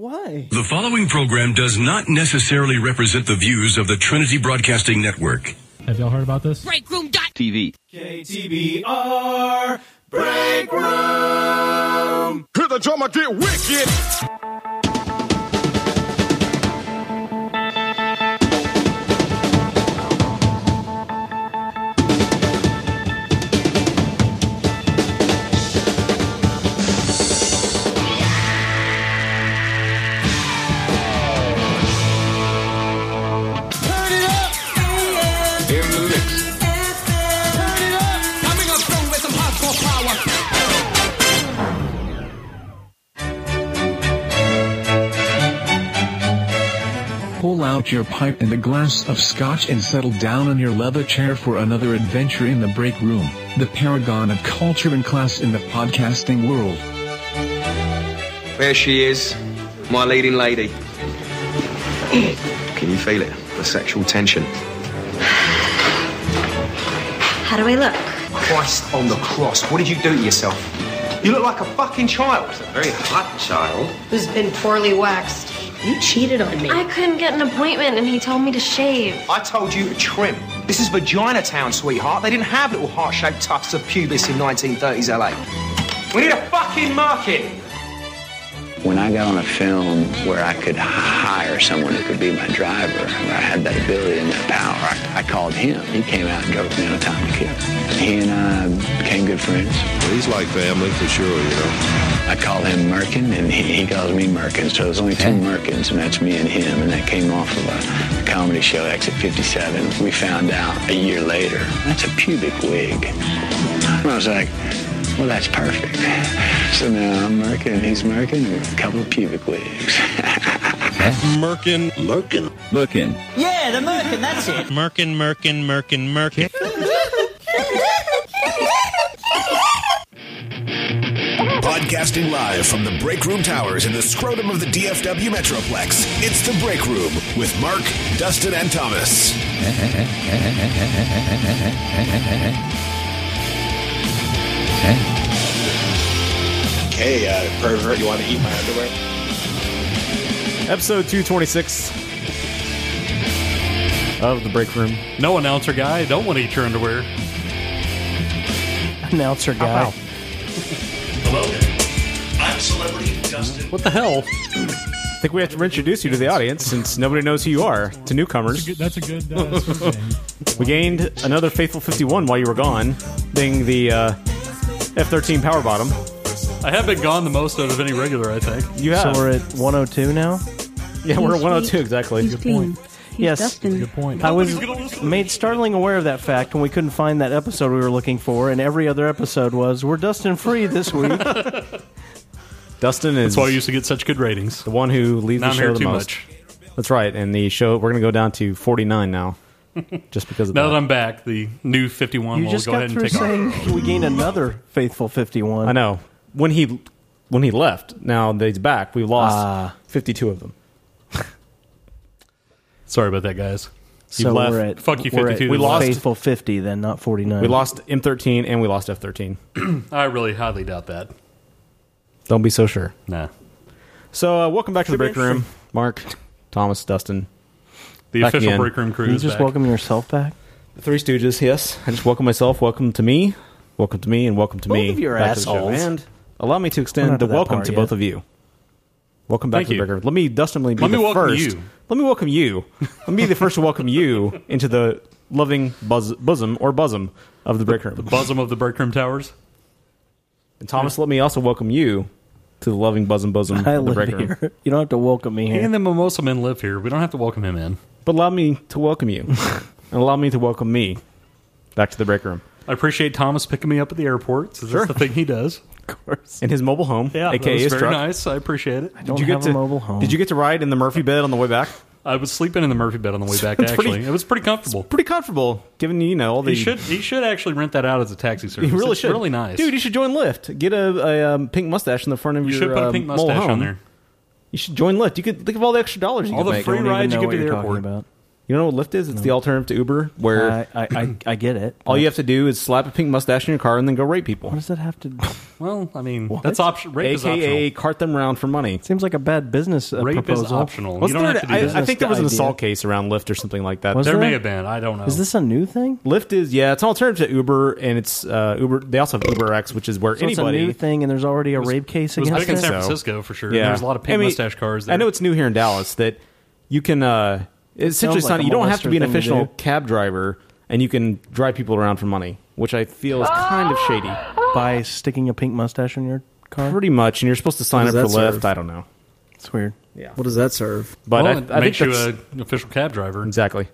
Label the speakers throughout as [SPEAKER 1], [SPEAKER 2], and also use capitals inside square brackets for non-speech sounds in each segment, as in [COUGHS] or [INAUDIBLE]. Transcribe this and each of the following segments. [SPEAKER 1] Why?
[SPEAKER 2] The following program does not necessarily represent the views of the Trinity Broadcasting Network.
[SPEAKER 3] Have y'all heard about this?
[SPEAKER 4] TV.
[SPEAKER 5] KTBR Break Room. Hear the drummer get wicked. Turn it up. In the mix. Turn it up. Coming up strong with some hardcore power.
[SPEAKER 6] Pull out your pipe and a glass of scotch and settle down in your leather chair for another adventure in the break room, the paragon of culture and class in the podcasting world.
[SPEAKER 7] There she is, my leading lady. Can you feel it? The sexual tension.
[SPEAKER 8] How do I look?
[SPEAKER 7] Christ on the cross, what did you do to yourself? You look like a fucking child. It's a very hot child.
[SPEAKER 9] who's been poorly waxed. You cheated on me.
[SPEAKER 8] I couldn't get an appointment and he told me to shave.
[SPEAKER 7] I told you to trim. This is Vagina Town, sweetheart. They didn't have little heart-shaped tufts of pubis in 1930s LA. We need a fucking market.
[SPEAKER 10] When I got on a film where I could hire someone who could be my driver, where I had that ability and that power, I, I called him. He came out and drove me on a time to kill. He and I became good friends. he's like family for sure, you know. I call him Merkin, and he, he calls me Merkin. So there's only two Merkins, and that's me and him. And that came off of a comedy show, Exit 57. We found out a year later, that's a pubic wig. And I was like, well, that's perfect. So now I'm Merkin, he's Merkin, and a couple of pubic wigs.
[SPEAKER 11] Merkin. Lurkin. Lurkin.
[SPEAKER 12] Yeah, the Merkin, that's it.
[SPEAKER 11] Merkin, Merkin, Merkin, Merkin.
[SPEAKER 13] Podcasting live from the Break Room Towers in the scrotum of the DFW Metroplex, it's The Break Room with Mark, Dustin, and Thomas.
[SPEAKER 14] Hey, uh, pervert, you want to eat my underwear?
[SPEAKER 15] Episode 226 of The Break Room.
[SPEAKER 3] No announcer guy, don't want to eat your underwear.
[SPEAKER 1] Announcer guy.
[SPEAKER 3] Hello. I'm celebrity Dustin.
[SPEAKER 15] What the hell? I think we have to introduce you to the audience since nobody knows who you are to newcomers.
[SPEAKER 3] That's a good. Uh, sort of
[SPEAKER 15] [LAUGHS] We gained another Faithful 51 while you were gone, being the uh, F 13 Power Bottom.
[SPEAKER 3] thing. I have been gone the most out of any regular, I think.
[SPEAKER 15] You have.
[SPEAKER 1] So we're at 102 now?
[SPEAKER 15] yeah, we're at 102, exactly.
[SPEAKER 16] He's clean. He's
[SPEAKER 1] Yes.
[SPEAKER 16] Dustin. Good
[SPEAKER 3] point.
[SPEAKER 1] I was made startling aware of that fact when we couldn't find that episode we were looking for, and every other episode was, we're Dustin free this week.
[SPEAKER 15] Dustin is
[SPEAKER 3] That's why I used to get such good ratings.
[SPEAKER 15] the one who leaves
[SPEAKER 3] Now
[SPEAKER 15] the
[SPEAKER 3] I'm
[SPEAKER 15] show
[SPEAKER 3] here
[SPEAKER 15] the
[SPEAKER 3] too
[SPEAKER 15] most.
[SPEAKER 3] much.
[SPEAKER 15] That's right. And the show, we're going to go down to
[SPEAKER 3] [LAUGHS]
[SPEAKER 15] 49 now, just because of
[SPEAKER 3] Now that
[SPEAKER 15] that.
[SPEAKER 3] I'm back, the new 51
[SPEAKER 1] You
[SPEAKER 3] will
[SPEAKER 1] just
[SPEAKER 3] go
[SPEAKER 1] got
[SPEAKER 3] ahead and
[SPEAKER 1] through
[SPEAKER 3] take off.
[SPEAKER 1] saying we gained another Faithful 51.
[SPEAKER 15] I know. When he when he left, now that he's back, we lost 52 of them.
[SPEAKER 3] Sorry about that, guys.
[SPEAKER 15] He
[SPEAKER 1] so
[SPEAKER 15] left.
[SPEAKER 1] we're at,
[SPEAKER 3] Fuck you,
[SPEAKER 1] we're at
[SPEAKER 3] 52.
[SPEAKER 15] We lost-
[SPEAKER 1] Faithful 50, then not 49.
[SPEAKER 15] We lost M13 and we lost F13.
[SPEAKER 3] [CLEARS THROAT] I really highly doubt that.
[SPEAKER 15] Don't be so sure.
[SPEAKER 3] Nah.
[SPEAKER 15] So, uh, welcome back to the
[SPEAKER 1] Should be
[SPEAKER 15] break room, Mark, Thomas, Dustin,
[SPEAKER 3] The
[SPEAKER 15] Back
[SPEAKER 3] official
[SPEAKER 15] again.
[SPEAKER 3] break room crew
[SPEAKER 1] You
[SPEAKER 3] is
[SPEAKER 1] just
[SPEAKER 3] back.
[SPEAKER 1] welcome yourself back?
[SPEAKER 15] the Three Stooges. Yes, I just welcome myself. Welcome to me. Welcome to me, and welcome to me.
[SPEAKER 1] Both of your
[SPEAKER 15] back to the show.
[SPEAKER 1] assholes.
[SPEAKER 15] And allow me to
[SPEAKER 1] We're
[SPEAKER 15] extend
[SPEAKER 1] not
[SPEAKER 15] the
[SPEAKER 1] to that
[SPEAKER 15] welcome
[SPEAKER 1] part
[SPEAKER 15] to
[SPEAKER 1] yet.
[SPEAKER 15] both of you. Welcome back
[SPEAKER 3] Thank
[SPEAKER 15] to the
[SPEAKER 3] you.
[SPEAKER 15] break room. Let me, Dustin, let me be
[SPEAKER 3] Let me
[SPEAKER 15] the
[SPEAKER 3] welcome
[SPEAKER 15] first.
[SPEAKER 3] you.
[SPEAKER 15] Let me welcome you. Let me be the first to welcome you [LAUGHS] into the loving buzz, bosom or bosom of the break room.
[SPEAKER 3] The bosom of the break room towers.
[SPEAKER 15] And Thomas, let me also welcome you to the loving bosom bosom
[SPEAKER 1] I
[SPEAKER 15] of the
[SPEAKER 1] live
[SPEAKER 15] break room.
[SPEAKER 1] here. You don't have to welcome me
[SPEAKER 3] He
[SPEAKER 1] here.
[SPEAKER 3] and the mimosa men live here. We don't have to welcome him in.
[SPEAKER 15] But allow me to welcome you, and allow me to welcome me back to the break room
[SPEAKER 3] I appreciate Thomas picking me up at the airport. So that's the thing he does.
[SPEAKER 15] in his mobile home,
[SPEAKER 3] Yeah,
[SPEAKER 15] aka
[SPEAKER 3] that was
[SPEAKER 15] his
[SPEAKER 3] very
[SPEAKER 15] truck.
[SPEAKER 3] nice. I appreciate it.
[SPEAKER 1] Don't
[SPEAKER 15] Did you get
[SPEAKER 1] have a
[SPEAKER 15] to
[SPEAKER 1] mobile home.
[SPEAKER 15] Did you get to ride in the Murphy bed on the way back?
[SPEAKER 3] I was sleeping in the Murphy bed on the way back.
[SPEAKER 15] It's
[SPEAKER 3] Actually,
[SPEAKER 15] pretty-
[SPEAKER 3] it was pretty comfortable.
[SPEAKER 15] Pretty comfortable, given you know all the.
[SPEAKER 3] he should he should actually rent that out as a taxi
[SPEAKER 15] You
[SPEAKER 3] service.
[SPEAKER 15] really
[SPEAKER 3] It's
[SPEAKER 15] should.
[SPEAKER 3] Really nice,
[SPEAKER 15] dude. You should join Lyft. Get a, a um, pink mustache in the front of
[SPEAKER 3] You
[SPEAKER 15] your.
[SPEAKER 3] should put a
[SPEAKER 15] um,
[SPEAKER 3] pink
[SPEAKER 15] mobile
[SPEAKER 3] mustache
[SPEAKER 15] home.
[SPEAKER 3] on there.
[SPEAKER 15] You should join Lyft. You could think of all the extra dollars you
[SPEAKER 3] All
[SPEAKER 15] could
[SPEAKER 3] the
[SPEAKER 15] make.
[SPEAKER 3] free
[SPEAKER 1] I don't even
[SPEAKER 3] rides you
[SPEAKER 1] know
[SPEAKER 3] get
[SPEAKER 1] what
[SPEAKER 3] to the
[SPEAKER 1] you're
[SPEAKER 3] airport.
[SPEAKER 1] talking about.
[SPEAKER 15] You know what Lyft is? It's the alternative to Uber, where
[SPEAKER 1] I, I, I, I get it.
[SPEAKER 15] all you have to do is slap a pink mustache in your car and then go rape people.
[SPEAKER 1] What does that have to?
[SPEAKER 2] Well, I mean, that's option. Rape is
[SPEAKER 3] AKA
[SPEAKER 2] optional.
[SPEAKER 3] cart them around for money.
[SPEAKER 10] Seems like a bad business uh,
[SPEAKER 2] Rape is
[SPEAKER 10] proposal.
[SPEAKER 2] optional.
[SPEAKER 3] Wasn't there- I-
[SPEAKER 10] business
[SPEAKER 3] I, think there was an
[SPEAKER 10] idea.
[SPEAKER 3] assault case around Lyft or something like that.
[SPEAKER 10] Was There there? may have been.
[SPEAKER 2] I don't know.
[SPEAKER 10] Is this a new thing?
[SPEAKER 3] Lyft is yeah, it's an alternative to Uber, and it's uh, Uber. They also have UberX, which is where
[SPEAKER 10] So it's a
[SPEAKER 3] anybody
[SPEAKER 10] new thing, and there's already a rape case against
[SPEAKER 3] I think
[SPEAKER 10] it?
[SPEAKER 3] so.
[SPEAKER 2] Yeah.
[SPEAKER 3] I mean,
[SPEAKER 2] there.
[SPEAKER 3] I know it's new here in Dallas that you can uh, it's
[SPEAKER 2] Sounds
[SPEAKER 3] essentially
[SPEAKER 2] like
[SPEAKER 3] not,
[SPEAKER 2] a
[SPEAKER 3] you don't have to be an
[SPEAKER 2] molester thing to
[SPEAKER 3] official
[SPEAKER 2] do.
[SPEAKER 3] cab driver, and you can drive people around for money, which I feel is kind of shady.
[SPEAKER 10] By sticking a pink mustache in your car?
[SPEAKER 3] Pretty much, and you're supposed to sign up
[SPEAKER 10] What
[SPEAKER 3] for
[SPEAKER 10] does that
[SPEAKER 3] Lyft.
[SPEAKER 10] serve?
[SPEAKER 3] I don't know,
[SPEAKER 10] It's weird.
[SPEAKER 3] Yeah.
[SPEAKER 4] What does that serve?
[SPEAKER 3] but
[SPEAKER 2] Well,
[SPEAKER 3] I,
[SPEAKER 2] it
[SPEAKER 3] I
[SPEAKER 2] makes
[SPEAKER 3] think
[SPEAKER 2] you
[SPEAKER 3] that's-
[SPEAKER 2] an official cab driver.
[SPEAKER 3] exactly.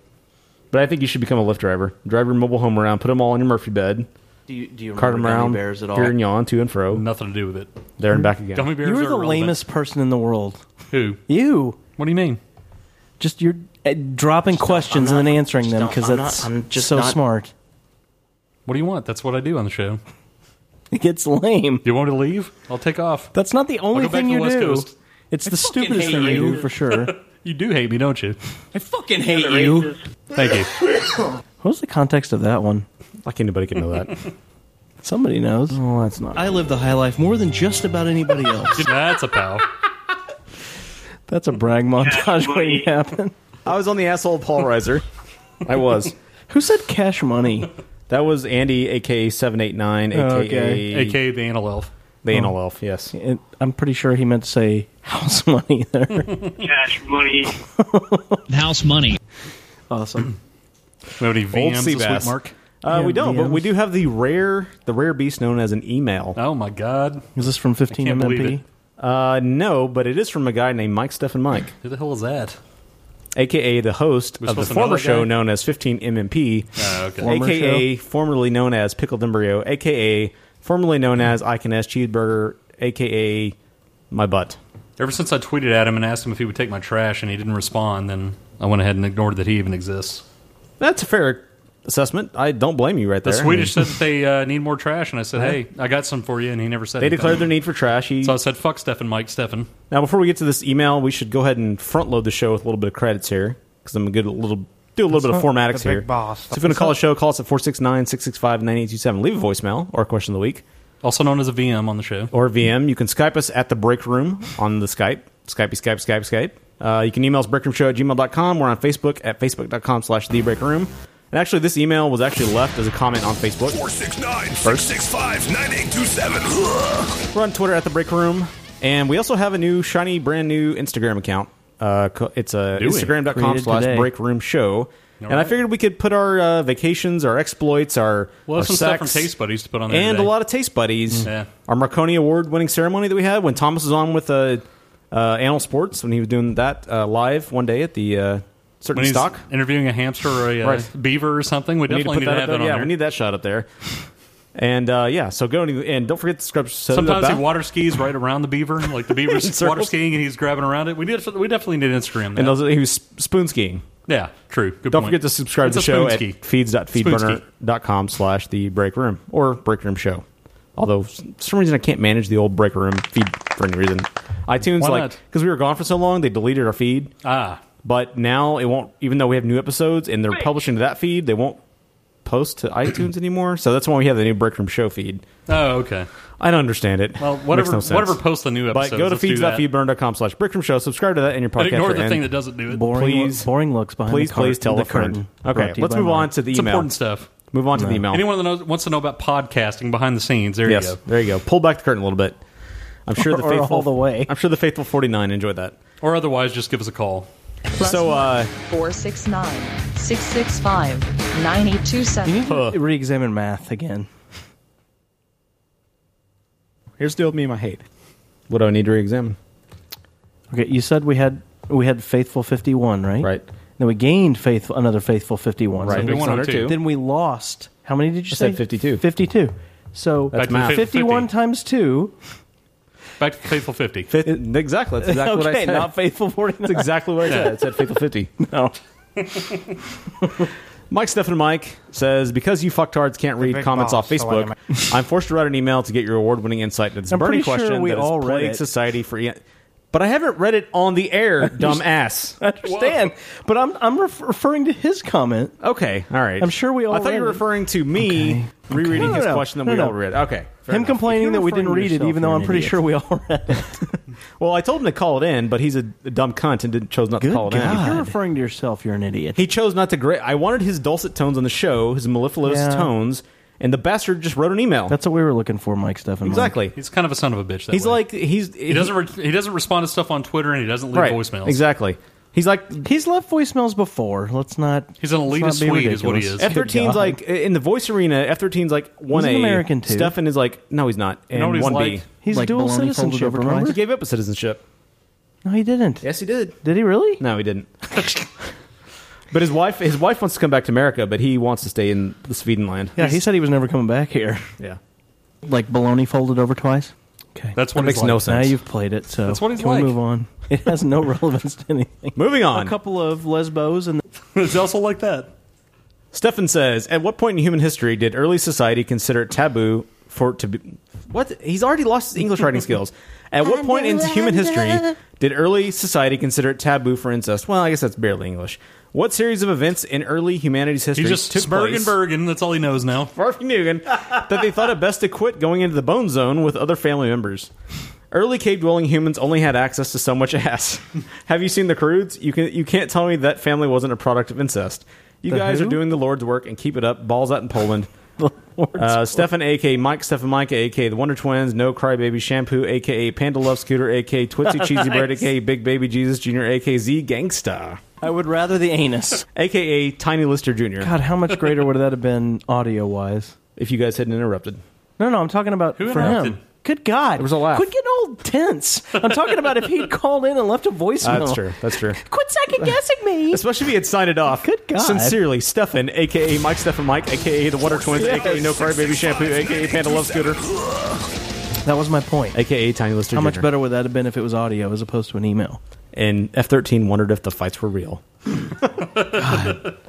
[SPEAKER 3] But I think you should become a Lyft driver. Drive your mobile home around, put them all in your Murphy bed.
[SPEAKER 4] Do you, do you
[SPEAKER 3] cart them
[SPEAKER 4] remember gummy
[SPEAKER 3] around
[SPEAKER 4] bears at all?
[SPEAKER 3] here and yon, to and fro.
[SPEAKER 2] Nothing to do with it.
[SPEAKER 3] There and back again.
[SPEAKER 2] Gummy bears
[SPEAKER 10] You're
[SPEAKER 2] are
[SPEAKER 10] the
[SPEAKER 2] irrelevant.
[SPEAKER 10] lamest person in the world.
[SPEAKER 2] Who?
[SPEAKER 10] You.
[SPEAKER 2] What do you mean?
[SPEAKER 10] Just you're uh, dropping questions and then answering them
[SPEAKER 2] don't-
[SPEAKER 10] because
[SPEAKER 2] I'm not-
[SPEAKER 10] that's
[SPEAKER 2] I'm just
[SPEAKER 10] so
[SPEAKER 2] not-
[SPEAKER 10] smart.
[SPEAKER 2] What do you want? That's what I do on the show.
[SPEAKER 10] It gets lame.
[SPEAKER 2] You want me to leave? I'll take off.
[SPEAKER 10] That's not the only
[SPEAKER 2] I'll go back to
[SPEAKER 10] thing
[SPEAKER 2] the
[SPEAKER 10] you
[SPEAKER 2] West
[SPEAKER 10] do.
[SPEAKER 2] Coast.
[SPEAKER 10] It's
[SPEAKER 2] I
[SPEAKER 10] the
[SPEAKER 2] fucking
[SPEAKER 10] stupidest
[SPEAKER 2] hate
[SPEAKER 10] thing you
[SPEAKER 2] you.
[SPEAKER 10] do for sure.
[SPEAKER 2] [LAUGHS] you do hate me, don't you?
[SPEAKER 12] I fucking hate you.
[SPEAKER 2] Thank you.
[SPEAKER 10] What was the context of that one?
[SPEAKER 3] Like anybody can know that.
[SPEAKER 10] Somebody knows. Oh, that's not. I live the high life more than just about anybody else.
[SPEAKER 2] That's a pal.
[SPEAKER 10] that's a brag montage waiting to happen.
[SPEAKER 3] I was on the asshole Paul Reiser. I was.
[SPEAKER 10] Who said cash money?
[SPEAKER 3] That was Andy, aka seven eight nine, aka
[SPEAKER 10] Oh, okay.
[SPEAKER 2] AKA the anal elf.
[SPEAKER 3] the
[SPEAKER 10] Oh.
[SPEAKER 3] anal elf.
[SPEAKER 10] [LAUGHS]
[SPEAKER 3] Yes.
[SPEAKER 10] It, I'm pretty sure he meant to say house [LAUGHS] money there.
[SPEAKER 17] Cash money.
[SPEAKER 10] [LAUGHS] house money. Awesome.
[SPEAKER 2] We have any
[SPEAKER 3] Old
[SPEAKER 2] VMs
[SPEAKER 3] sea
[SPEAKER 2] this
[SPEAKER 3] bass.
[SPEAKER 2] week, Mark?
[SPEAKER 3] Uh,
[SPEAKER 10] Yeah,
[SPEAKER 3] we don't, but
[SPEAKER 10] VMs.
[SPEAKER 3] we do have the rare, the rare beast known as an email.
[SPEAKER 2] Oh my god!
[SPEAKER 10] Is this from 15
[SPEAKER 3] can't believe
[SPEAKER 10] MMP?
[SPEAKER 3] it. Uh, no, but it is from a guy named Mike Stefan Mike,
[SPEAKER 2] Who the hell is that?
[SPEAKER 3] aka the host
[SPEAKER 2] We're
[SPEAKER 3] of the
[SPEAKER 2] supposed to know
[SPEAKER 3] former
[SPEAKER 2] that
[SPEAKER 3] show
[SPEAKER 2] guy?
[SPEAKER 3] known as 15 MMP,
[SPEAKER 2] Oh, okay. Former
[SPEAKER 3] aka formerly known as Pickled Embryo, aka formerly known as I Can Ask Cheeseburger, aka my butt.
[SPEAKER 2] Ever since I tweeted at him and asked him if he would take my trash, and he didn't respond, then I went ahead and ignored that he even exists.
[SPEAKER 3] That's a fair assessment. I don't blame you right
[SPEAKER 2] The
[SPEAKER 3] there.
[SPEAKER 2] Swedish
[SPEAKER 3] I
[SPEAKER 2] said that they uh, need more trash, and I said,
[SPEAKER 3] Yeah.
[SPEAKER 2] "Hey, I got some for you," and he never said.
[SPEAKER 3] They
[SPEAKER 2] anything.
[SPEAKER 3] declared their need for trash. He
[SPEAKER 2] So I said, "Fuck Stefan, Mike Stefan."
[SPEAKER 3] Now, before we get to this email, we should go ahead and front load the show with a little bit of credits here because I'm going to little, do a little bit of
[SPEAKER 2] That's not
[SPEAKER 3] formatics
[SPEAKER 2] the big
[SPEAKER 3] here.
[SPEAKER 2] boss.
[SPEAKER 3] So if you want to call the show, call us at 469 665 9827. Leave a voicemail or a question of the week.
[SPEAKER 2] Also known as a VM on the show.
[SPEAKER 3] Or VM. You can Skype us at the break room on the Skype. Skype, Skype, Skype, Skype. Uh, you can email us breakroomshow at gmail.com. We're on Facebook at facebook.com slash the break room. And actually, this email was actually left as a comment on Facebook.
[SPEAKER 13] 469 665 9827.
[SPEAKER 3] We're on Twitter at the Break Room, and we also have a new shiny, brand new Instagram account. Uh, co- it's uh,
[SPEAKER 2] Do we?
[SPEAKER 3] Instagram.com
[SPEAKER 2] Created
[SPEAKER 3] slash
[SPEAKER 2] today.
[SPEAKER 3] Break Room Show. And I
[SPEAKER 2] right.
[SPEAKER 3] figured we could put our uh, vacations, our exploits, our,
[SPEAKER 2] Well,
[SPEAKER 3] our
[SPEAKER 2] some
[SPEAKER 3] sex,
[SPEAKER 2] stuff from Taste Buddies to put on there
[SPEAKER 3] and a
[SPEAKER 2] today.
[SPEAKER 3] lot of Taste Buddies.
[SPEAKER 2] Mm. Yeah.
[SPEAKER 3] Our Marconi Award winning ceremony that we had when Thomas was on with uh, uh, Animal Sports when he was doing that uh, live one day at the uh, certain
[SPEAKER 2] When he's
[SPEAKER 3] stock.
[SPEAKER 2] interviewing a hamster or a uh,
[SPEAKER 3] Right.
[SPEAKER 2] beaver or something, we, definitely need to,
[SPEAKER 3] put
[SPEAKER 2] have
[SPEAKER 3] up
[SPEAKER 2] that
[SPEAKER 3] there.
[SPEAKER 2] on
[SPEAKER 3] yeah,
[SPEAKER 2] there.
[SPEAKER 3] we need that shot up
[SPEAKER 2] [LAUGHS]
[SPEAKER 3] there. And uh, yeah, so go and, and don't forget to subscribe.
[SPEAKER 2] Sometimes he water skis right around the beaver, like
[SPEAKER 3] [LAUGHS]
[SPEAKER 2] the
[SPEAKER 3] In
[SPEAKER 2] beaver's
[SPEAKER 3] circles.
[SPEAKER 2] water skiing and he's grabbing around it. We did. We definitely need Instagram. That.
[SPEAKER 3] and those, he was sp- spoon skiing.
[SPEAKER 2] yeah, true. Good
[SPEAKER 3] Don't
[SPEAKER 2] point.
[SPEAKER 3] forget to subscribe
[SPEAKER 2] It's
[SPEAKER 3] to
[SPEAKER 2] a
[SPEAKER 3] the show
[SPEAKER 2] spoon
[SPEAKER 3] at
[SPEAKER 2] ski.
[SPEAKER 3] feeds.feedburner.com slash the break room or break room show. Although, s- for some reason, I can't manage the old break room feed for any reason. iTunes,
[SPEAKER 2] Why
[SPEAKER 3] like,
[SPEAKER 2] not?
[SPEAKER 3] because we were gone for so long, they deleted our feed.
[SPEAKER 2] Ah.
[SPEAKER 3] But now it won't, even though we have new episodes and they're publishing to that feed, they won't post to iTunes anymore. So that's why we have the new break room show feed.
[SPEAKER 2] Oh, okay.
[SPEAKER 3] I don't understand it.
[SPEAKER 2] Well,
[SPEAKER 3] It
[SPEAKER 2] whatever-
[SPEAKER 3] Makes no sense.
[SPEAKER 2] whatever posts the new
[SPEAKER 3] But
[SPEAKER 2] episodes,
[SPEAKER 3] go to
[SPEAKER 2] let's do that.
[SPEAKER 3] feeds.feedburner.com slash break room show. Subscribe to that in your podcast.
[SPEAKER 2] And ignore the
[SPEAKER 3] and
[SPEAKER 2] thing that doesn't do it.
[SPEAKER 10] Boring,
[SPEAKER 3] Please.
[SPEAKER 10] loo- boring looks behind
[SPEAKER 3] please,
[SPEAKER 10] the cart-
[SPEAKER 3] please tell
[SPEAKER 10] the
[SPEAKER 3] a friend.
[SPEAKER 10] curtain.
[SPEAKER 3] Okay,
[SPEAKER 10] Brought to you
[SPEAKER 3] let's
[SPEAKER 10] by
[SPEAKER 3] move
[SPEAKER 10] Mark.
[SPEAKER 3] on to the
[SPEAKER 2] It's
[SPEAKER 3] email.
[SPEAKER 2] important stuff.
[SPEAKER 3] Move on to the email.
[SPEAKER 2] Anyone that knows, wants to know about podcasting behind the scenes, there
[SPEAKER 3] yes,
[SPEAKER 2] you go.
[SPEAKER 3] there you go. Pull back the curtain a little bit. I'm sure
[SPEAKER 10] [LAUGHS]
[SPEAKER 3] the
[SPEAKER 2] Or- or
[SPEAKER 3] faithful
[SPEAKER 2] all the
[SPEAKER 10] way.
[SPEAKER 3] I'm sure the faithful 49 enjoyed that.
[SPEAKER 2] Or otherwise, just give us a call.
[SPEAKER 3] so, uh,
[SPEAKER 16] 469 665 927.
[SPEAKER 10] You need
[SPEAKER 3] Mm-hmm.
[SPEAKER 10] to re-examine math again.
[SPEAKER 3] Here's the old meme I hate. What do I need to re-examine?
[SPEAKER 10] Okay, you said we had we had faithful fifty one, right? Right. Then we gained faithful another faithful fifty one.
[SPEAKER 3] Right. So it'd be 102.
[SPEAKER 10] Then we lost. How many did you
[SPEAKER 3] I
[SPEAKER 10] say?
[SPEAKER 3] said 52.
[SPEAKER 10] Fifty two. So
[SPEAKER 3] That's Back to math. the
[SPEAKER 10] fifty one
[SPEAKER 3] 50.
[SPEAKER 10] times two.
[SPEAKER 2] Back to Faithful 50.
[SPEAKER 3] exactly. That's exactly what I
[SPEAKER 10] [LAUGHS] Okay,
[SPEAKER 3] said.
[SPEAKER 10] not faithful forty nine.
[SPEAKER 3] That's exactly what I said. I said faithful 50.
[SPEAKER 10] [LAUGHS] No.
[SPEAKER 3] [LAUGHS] Mike Stefan Mike says because you fucktards can't read
[SPEAKER 10] big
[SPEAKER 3] comments
[SPEAKER 10] boss,
[SPEAKER 3] off
[SPEAKER 10] so I
[SPEAKER 3] Facebook, [LAUGHS] I'm forced to write an email to get your award-winning insight into this
[SPEAKER 10] I'm
[SPEAKER 3] burning
[SPEAKER 10] pretty sure
[SPEAKER 3] question
[SPEAKER 10] we
[SPEAKER 3] that has
[SPEAKER 10] all read
[SPEAKER 3] plagued
[SPEAKER 10] it.
[SPEAKER 3] society for. E- But I haven't read it on the
[SPEAKER 10] [LAUGHS]
[SPEAKER 3] air, dumbass.
[SPEAKER 10] I understand, but I'm I'm ref- referring to his comment.
[SPEAKER 3] Okay, all right.
[SPEAKER 10] I'm sure we all.
[SPEAKER 3] I thought you
[SPEAKER 10] read
[SPEAKER 3] were
[SPEAKER 10] it.
[SPEAKER 3] referring to me rereading
[SPEAKER 10] No, no,
[SPEAKER 3] his
[SPEAKER 10] no.
[SPEAKER 3] question that
[SPEAKER 10] No,
[SPEAKER 3] we
[SPEAKER 10] no.
[SPEAKER 3] all read. Okay. fair
[SPEAKER 10] Him
[SPEAKER 3] enough.
[SPEAKER 10] complaining
[SPEAKER 3] If
[SPEAKER 10] that
[SPEAKER 3] you're
[SPEAKER 10] we didn't
[SPEAKER 3] referring to
[SPEAKER 10] read it,
[SPEAKER 3] yourself,
[SPEAKER 10] even though
[SPEAKER 3] you're
[SPEAKER 10] I'm
[SPEAKER 3] an
[SPEAKER 10] pretty
[SPEAKER 3] idiot.
[SPEAKER 10] sure we all read it.
[SPEAKER 3] Well, I told him to call it in, but he's a, a dumb cunt and didn't, chose not to call it in.
[SPEAKER 10] If you're referring to yourself, you're an idiot.
[SPEAKER 3] He chose not to grade. I wanted his dulcet tones on the show, his mellifluous
[SPEAKER 10] Yeah.
[SPEAKER 3] tones, and the bastard just wrote an email.
[SPEAKER 10] That's what we were looking for, Mike Steffen.
[SPEAKER 3] exactly.
[SPEAKER 2] He's kind of a son of a bitch. That
[SPEAKER 3] He's
[SPEAKER 2] way.
[SPEAKER 3] like he's
[SPEAKER 2] he doesn't re- he doesn't respond to stuff on Twitter and he doesn't leave
[SPEAKER 3] right
[SPEAKER 2] voicemails.
[SPEAKER 3] exactly. He's like
[SPEAKER 10] he's left voicemails before. Let's not.
[SPEAKER 2] He's an
[SPEAKER 10] let's
[SPEAKER 2] elitist
[SPEAKER 10] not be
[SPEAKER 2] Swede is what he
[SPEAKER 10] ridiculous.
[SPEAKER 3] F
[SPEAKER 10] Good
[SPEAKER 3] 13's
[SPEAKER 10] God.
[SPEAKER 3] like in the voice arena. F 13's like one
[SPEAKER 10] He's
[SPEAKER 3] A.
[SPEAKER 10] an American, too.
[SPEAKER 3] Stefan is like no, he's not.
[SPEAKER 10] You
[SPEAKER 3] And
[SPEAKER 10] know what he's
[SPEAKER 3] one B.
[SPEAKER 10] like? He's Like dual baloney folded citizenship, over remember? twice?
[SPEAKER 3] He gave up his citizenship.
[SPEAKER 10] No, he didn't.
[SPEAKER 3] Yes, he did.
[SPEAKER 10] Did he really?
[SPEAKER 3] No, he didn't. [LAUGHS] but his wife, his wife wants to come back to America, but he wants to stay in the Swedenland.
[SPEAKER 10] Yeah, he said he was never coming back here.
[SPEAKER 3] Yeah.
[SPEAKER 10] [LAUGHS] Like baloney folded over twice. Okay,
[SPEAKER 3] That's what That he's makes no like. sense.
[SPEAKER 10] Now you've played it, so
[SPEAKER 3] That's what he's
[SPEAKER 10] can we
[SPEAKER 3] like.
[SPEAKER 10] move on? [LAUGHS] It has no relevance to anything.
[SPEAKER 3] Moving on.
[SPEAKER 10] A couple of lesbos and
[SPEAKER 2] it's also like that.
[SPEAKER 3] Stefan says, "At what point in human history did early society consider it taboo for it to be?" What he's already lost his English writing skills. At what point in human history did early society consider it taboo for incest? Well, I guess that's barely English. What series of events in early humanity's history
[SPEAKER 2] He just
[SPEAKER 3] took
[SPEAKER 2] Bergen
[SPEAKER 3] place
[SPEAKER 2] Bergen. That's all he knows now.
[SPEAKER 3] Farfnugan that they thought it best to quit going into the bone zone with other family members. Early cave dwelling humans only had access to so much ass. [LAUGHS] Have you seen the crudes? You can you can't tell me that family wasn't a product of incest. You
[SPEAKER 10] The
[SPEAKER 3] guys
[SPEAKER 10] who?
[SPEAKER 3] are doing the Lord's work and keep it up. Balls out in
[SPEAKER 10] [LAUGHS]
[SPEAKER 3] Poland. Uh, Stefan AK, Mike, Stefan Micah AK, The Wonder Twins, No Crybaby Shampoo, aka Panda Love Scooter, aka
[SPEAKER 10] [LAUGHS]
[SPEAKER 3] Twitsy Cheesy Bread,
[SPEAKER 10] Nice.
[SPEAKER 3] aka Big Baby Jesus Jr., aka Z Gangsta,
[SPEAKER 10] I would rather the anus.
[SPEAKER 3] aka Tiny Lister Jr.
[SPEAKER 10] [LAUGHS] God, how much greater would that have been audio wise?
[SPEAKER 3] If you guys hadn't interrupted.
[SPEAKER 10] No, no, I'm talking about
[SPEAKER 3] Who
[SPEAKER 10] for
[SPEAKER 3] interrupted?
[SPEAKER 10] him. Good God. There
[SPEAKER 3] was a laugh.
[SPEAKER 10] Quit getting all tense. I'm talking about if he'd called in and left a voicemail.
[SPEAKER 3] Uh, that's true. That's true.
[SPEAKER 10] Quit second guessing me.
[SPEAKER 3] Especially if he had signed it off. Good
[SPEAKER 10] God.
[SPEAKER 3] Sincerely, Stefan, aka Mike Stefan Mike, aka the Water Twins,
[SPEAKER 10] Yes.
[SPEAKER 3] aka No Cry Baby Shampoo, aka Panda Love Scooter.
[SPEAKER 10] That was my point.
[SPEAKER 3] AKA Tiny Lister.
[SPEAKER 10] How much
[SPEAKER 3] Jr..
[SPEAKER 10] better would that have been if it was audio as opposed to an email?
[SPEAKER 3] And F thirteen wondered if the fights were real. We'll have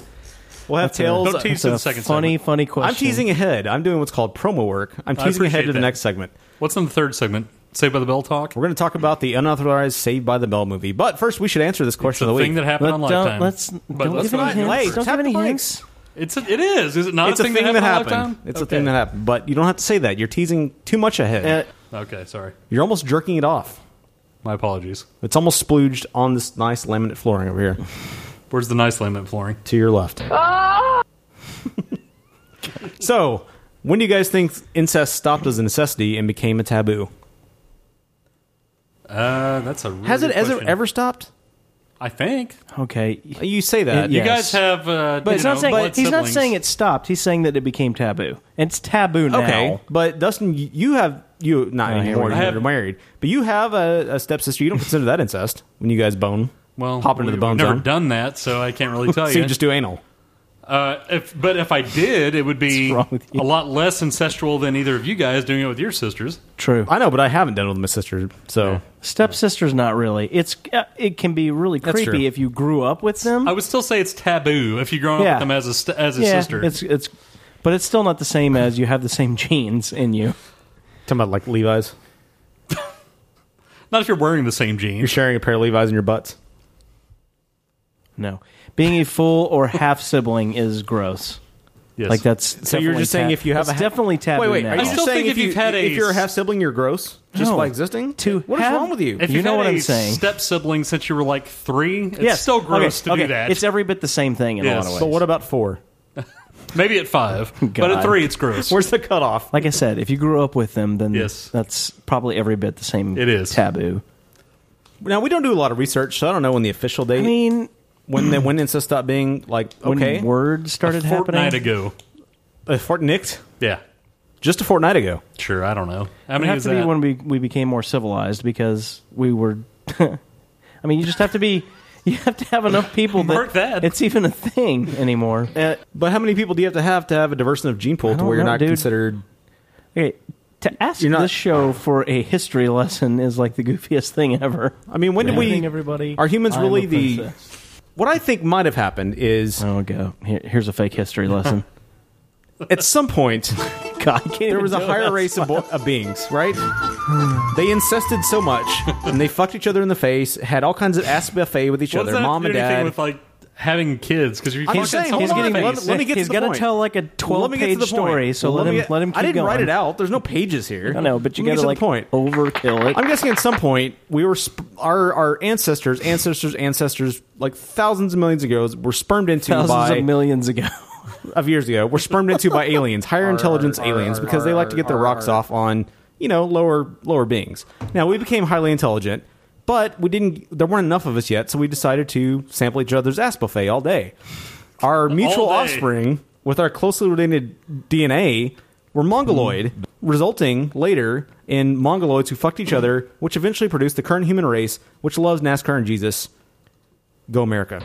[SPEAKER 10] That's a-
[SPEAKER 3] tails.
[SPEAKER 10] Don't tease that's to the a second funny, segment. funny question.
[SPEAKER 3] I'm teasing ahead. I'm doing what's called promo work. I'm
[SPEAKER 2] I
[SPEAKER 3] teasing ahead to
[SPEAKER 2] appreciate
[SPEAKER 3] the
[SPEAKER 2] that.
[SPEAKER 3] next segment.
[SPEAKER 2] What's in the third segment? Saved by the Bell talk.
[SPEAKER 3] We're going to talk about the unauthorized Saved by the Bell movie. But first, we should answer this question
[SPEAKER 2] the
[SPEAKER 3] of the
[SPEAKER 2] thing
[SPEAKER 3] week.
[SPEAKER 2] that happened Let- on don't- Lifetime. let's- But don't let's give any not- hints.
[SPEAKER 3] Hey,
[SPEAKER 2] Don't give
[SPEAKER 3] tap
[SPEAKER 10] any
[SPEAKER 3] the mic.
[SPEAKER 10] hints.
[SPEAKER 2] It's a, it is. Is it not
[SPEAKER 3] it's
[SPEAKER 2] a thing, that happened? on Lifetime?
[SPEAKER 3] It's a thing that happened. But you don't have to say that. You're teasing too much ahead.
[SPEAKER 10] Uh,
[SPEAKER 2] Okay, sorry.
[SPEAKER 3] You're almost jerking it off.
[SPEAKER 2] My apologies.
[SPEAKER 3] It's almost splooged on this nice laminate flooring over here.
[SPEAKER 2] Where's the nice laminate flooring?
[SPEAKER 3] To your left. so, when do you guys think incest stopped as a necessity and became a taboo?
[SPEAKER 2] Uh, that's a. Really
[SPEAKER 3] Has it
[SPEAKER 2] good
[SPEAKER 3] has it
[SPEAKER 2] question.
[SPEAKER 3] ever stopped?
[SPEAKER 2] I think
[SPEAKER 10] Uh, Okay.
[SPEAKER 3] You say that.
[SPEAKER 2] you guys have. Uh,
[SPEAKER 10] But
[SPEAKER 2] you
[SPEAKER 10] it's
[SPEAKER 2] know,
[SPEAKER 10] not saying
[SPEAKER 2] blood
[SPEAKER 10] he's not
[SPEAKER 2] siblings.
[SPEAKER 10] saying it stopped. He's saying that it became taboo. It's taboo now.
[SPEAKER 3] Okay, but Dustin, y- you have you not
[SPEAKER 10] here
[SPEAKER 3] anymore.
[SPEAKER 10] we
[SPEAKER 3] You're
[SPEAKER 10] go.
[SPEAKER 3] married, but you have a, a stepsister. You don't consider that incest when you guys bone.
[SPEAKER 2] Well,
[SPEAKER 3] hop into
[SPEAKER 2] we-
[SPEAKER 3] the bone
[SPEAKER 2] we've Never
[SPEAKER 3] zone.
[SPEAKER 2] done that, so I can't
[SPEAKER 10] [LAUGHS]
[SPEAKER 2] really tell
[SPEAKER 3] so
[SPEAKER 2] you.
[SPEAKER 3] you just do anal.
[SPEAKER 2] Uh, if but if I did, it would be
[SPEAKER 3] What's wrong
[SPEAKER 2] a lot less ancestral than either of you guys doing it with your sisters.
[SPEAKER 10] True.
[SPEAKER 3] I know, but I haven't done it with my sister. So
[SPEAKER 10] Stepsister's not really. It's uh, it can be really
[SPEAKER 2] That's true.
[SPEAKER 10] creepy if you grew up with them.
[SPEAKER 2] I would still say it's taboo if you're growing up with them as a st- as a
[SPEAKER 10] Yeah,
[SPEAKER 2] sister.
[SPEAKER 10] It's it's, but it's still not the same as you have the same [LAUGHS] genes in you.
[SPEAKER 3] Talking about like Levi's.
[SPEAKER 2] Not if you're wearing the same jeans.
[SPEAKER 3] You're sharing a pair of Levi's in your butts.
[SPEAKER 10] No, being a full or half sibling is gross.
[SPEAKER 2] Yes.
[SPEAKER 10] Like that's
[SPEAKER 3] So you're
[SPEAKER 10] definitely
[SPEAKER 3] just saying
[SPEAKER 10] tab-
[SPEAKER 3] if you have
[SPEAKER 10] that's
[SPEAKER 3] a ha-
[SPEAKER 10] definitely taboo.
[SPEAKER 3] Wait, wait.
[SPEAKER 10] now.
[SPEAKER 3] Are you just saying if, you, if you're a half sibling, you're gross just
[SPEAKER 10] No.
[SPEAKER 3] by existing?
[SPEAKER 10] To
[SPEAKER 3] what is
[SPEAKER 10] have-
[SPEAKER 3] wrong with you?
[SPEAKER 2] If
[SPEAKER 10] You
[SPEAKER 2] you've
[SPEAKER 10] know
[SPEAKER 2] had
[SPEAKER 10] what
[SPEAKER 2] a
[SPEAKER 10] I'm saying.
[SPEAKER 2] Step sibling since you were like three, it's
[SPEAKER 10] Yes.
[SPEAKER 2] still gross
[SPEAKER 10] Okay,
[SPEAKER 2] to
[SPEAKER 10] okay.
[SPEAKER 2] do that.
[SPEAKER 10] It's every bit the same thing in
[SPEAKER 2] Yes.
[SPEAKER 10] a lot of ways.
[SPEAKER 2] But
[SPEAKER 3] what about four?
[SPEAKER 2] Maybe at five, but at
[SPEAKER 10] God.
[SPEAKER 2] three, it's gross.
[SPEAKER 3] Where's the cutoff?
[SPEAKER 10] Like I said, if you grew up with them, then
[SPEAKER 2] Yes.
[SPEAKER 10] that's probably every bit the same.
[SPEAKER 2] It is.
[SPEAKER 10] taboo.
[SPEAKER 3] Now we don't do a lot of research, so I don't know when the official date. I
[SPEAKER 10] mean,
[SPEAKER 3] when
[SPEAKER 10] [CLEARS THROAT]
[SPEAKER 3] the, when incest stopped being like
[SPEAKER 10] When
[SPEAKER 3] okay,
[SPEAKER 10] word started
[SPEAKER 2] a fortnight
[SPEAKER 10] happening,
[SPEAKER 2] ago?
[SPEAKER 3] a fortnight,
[SPEAKER 2] Yeah,
[SPEAKER 3] just a fortnight ago.
[SPEAKER 2] sure. I don't know. How
[SPEAKER 10] It would
[SPEAKER 2] many
[SPEAKER 10] have
[SPEAKER 2] is
[SPEAKER 10] to be
[SPEAKER 2] that?
[SPEAKER 10] when we we became more civilized because we were. [LAUGHS] I mean, you just have to be. [LAUGHS] You have to have enough people that,
[SPEAKER 3] Mark that.
[SPEAKER 10] it's even a thing
[SPEAKER 3] [LAUGHS]
[SPEAKER 10] anymore. Uh,
[SPEAKER 3] But how many people do you have to have to have a diverse enough gene pool to
[SPEAKER 10] don't
[SPEAKER 3] where you're
[SPEAKER 10] know,
[SPEAKER 3] not
[SPEAKER 10] dude.
[SPEAKER 3] considered?
[SPEAKER 10] Okay, to ask this show for a history lesson is like the goofiest thing ever.
[SPEAKER 3] I mean, when did
[SPEAKER 10] Good
[SPEAKER 3] we?
[SPEAKER 10] evening, everybody.
[SPEAKER 3] Are humans
[SPEAKER 10] I'm
[SPEAKER 3] really
[SPEAKER 10] a
[SPEAKER 3] the?
[SPEAKER 10] princess.
[SPEAKER 3] What I think might have happened is
[SPEAKER 10] Oh, go Here, here's a
[SPEAKER 3] [LAUGHS]
[SPEAKER 10] fake history lesson.
[SPEAKER 3] at some point
[SPEAKER 10] God, I can't [LAUGHS]
[SPEAKER 3] there
[SPEAKER 10] even
[SPEAKER 3] was a
[SPEAKER 10] do it.
[SPEAKER 3] higher race of, bo- of beings, right? they incested so much, and they fucked each other in the face, had all kinds of ass buffet with each
[SPEAKER 2] What does that
[SPEAKER 3] other,
[SPEAKER 2] have
[SPEAKER 3] mom
[SPEAKER 2] to
[SPEAKER 3] and
[SPEAKER 2] do anything
[SPEAKER 3] dad.
[SPEAKER 2] with like having kids because you're
[SPEAKER 3] I'm
[SPEAKER 2] fucking
[SPEAKER 3] just saying,
[SPEAKER 2] someone
[SPEAKER 3] he's
[SPEAKER 2] in the
[SPEAKER 3] getting-
[SPEAKER 2] face.
[SPEAKER 3] let- let me get
[SPEAKER 10] He's
[SPEAKER 3] to the
[SPEAKER 10] got to
[SPEAKER 3] point.
[SPEAKER 10] tell like a
[SPEAKER 3] Well, let me get to
[SPEAKER 10] 12-page
[SPEAKER 3] the point.
[SPEAKER 10] story, so
[SPEAKER 3] Well, me
[SPEAKER 10] let, him
[SPEAKER 3] get-
[SPEAKER 10] let him keep
[SPEAKER 3] I didn't
[SPEAKER 10] going.
[SPEAKER 3] write it out. There's no pages here.
[SPEAKER 10] I know, but you
[SPEAKER 3] Let me
[SPEAKER 10] got
[SPEAKER 3] get
[SPEAKER 10] to
[SPEAKER 3] the point.
[SPEAKER 10] like overkill it.
[SPEAKER 3] I'm guessing at some point we were sp- our our ancestors, ancestors, ancestors, like thousands of millions ago, were spermed into
[SPEAKER 10] Thousands
[SPEAKER 3] by
[SPEAKER 10] of
[SPEAKER 3] [LAUGHS]
[SPEAKER 10] millions ago
[SPEAKER 3] of years ago, were spermed into by aliens, higher intelligence aliens, because they like to get their rocks off on you know lower lower beings. Now we became highly intelligent, but we didn't. There weren't enough of us yet, so we decided to sample each other's ass buffet all day. Our mutual
[SPEAKER 2] day.
[SPEAKER 3] offspring, with our closely related DNA, were mongoloid, resulting later in mongoloids who fucked each other, which eventually produced the current human race, which loves NASCAR and Jesus. Go America!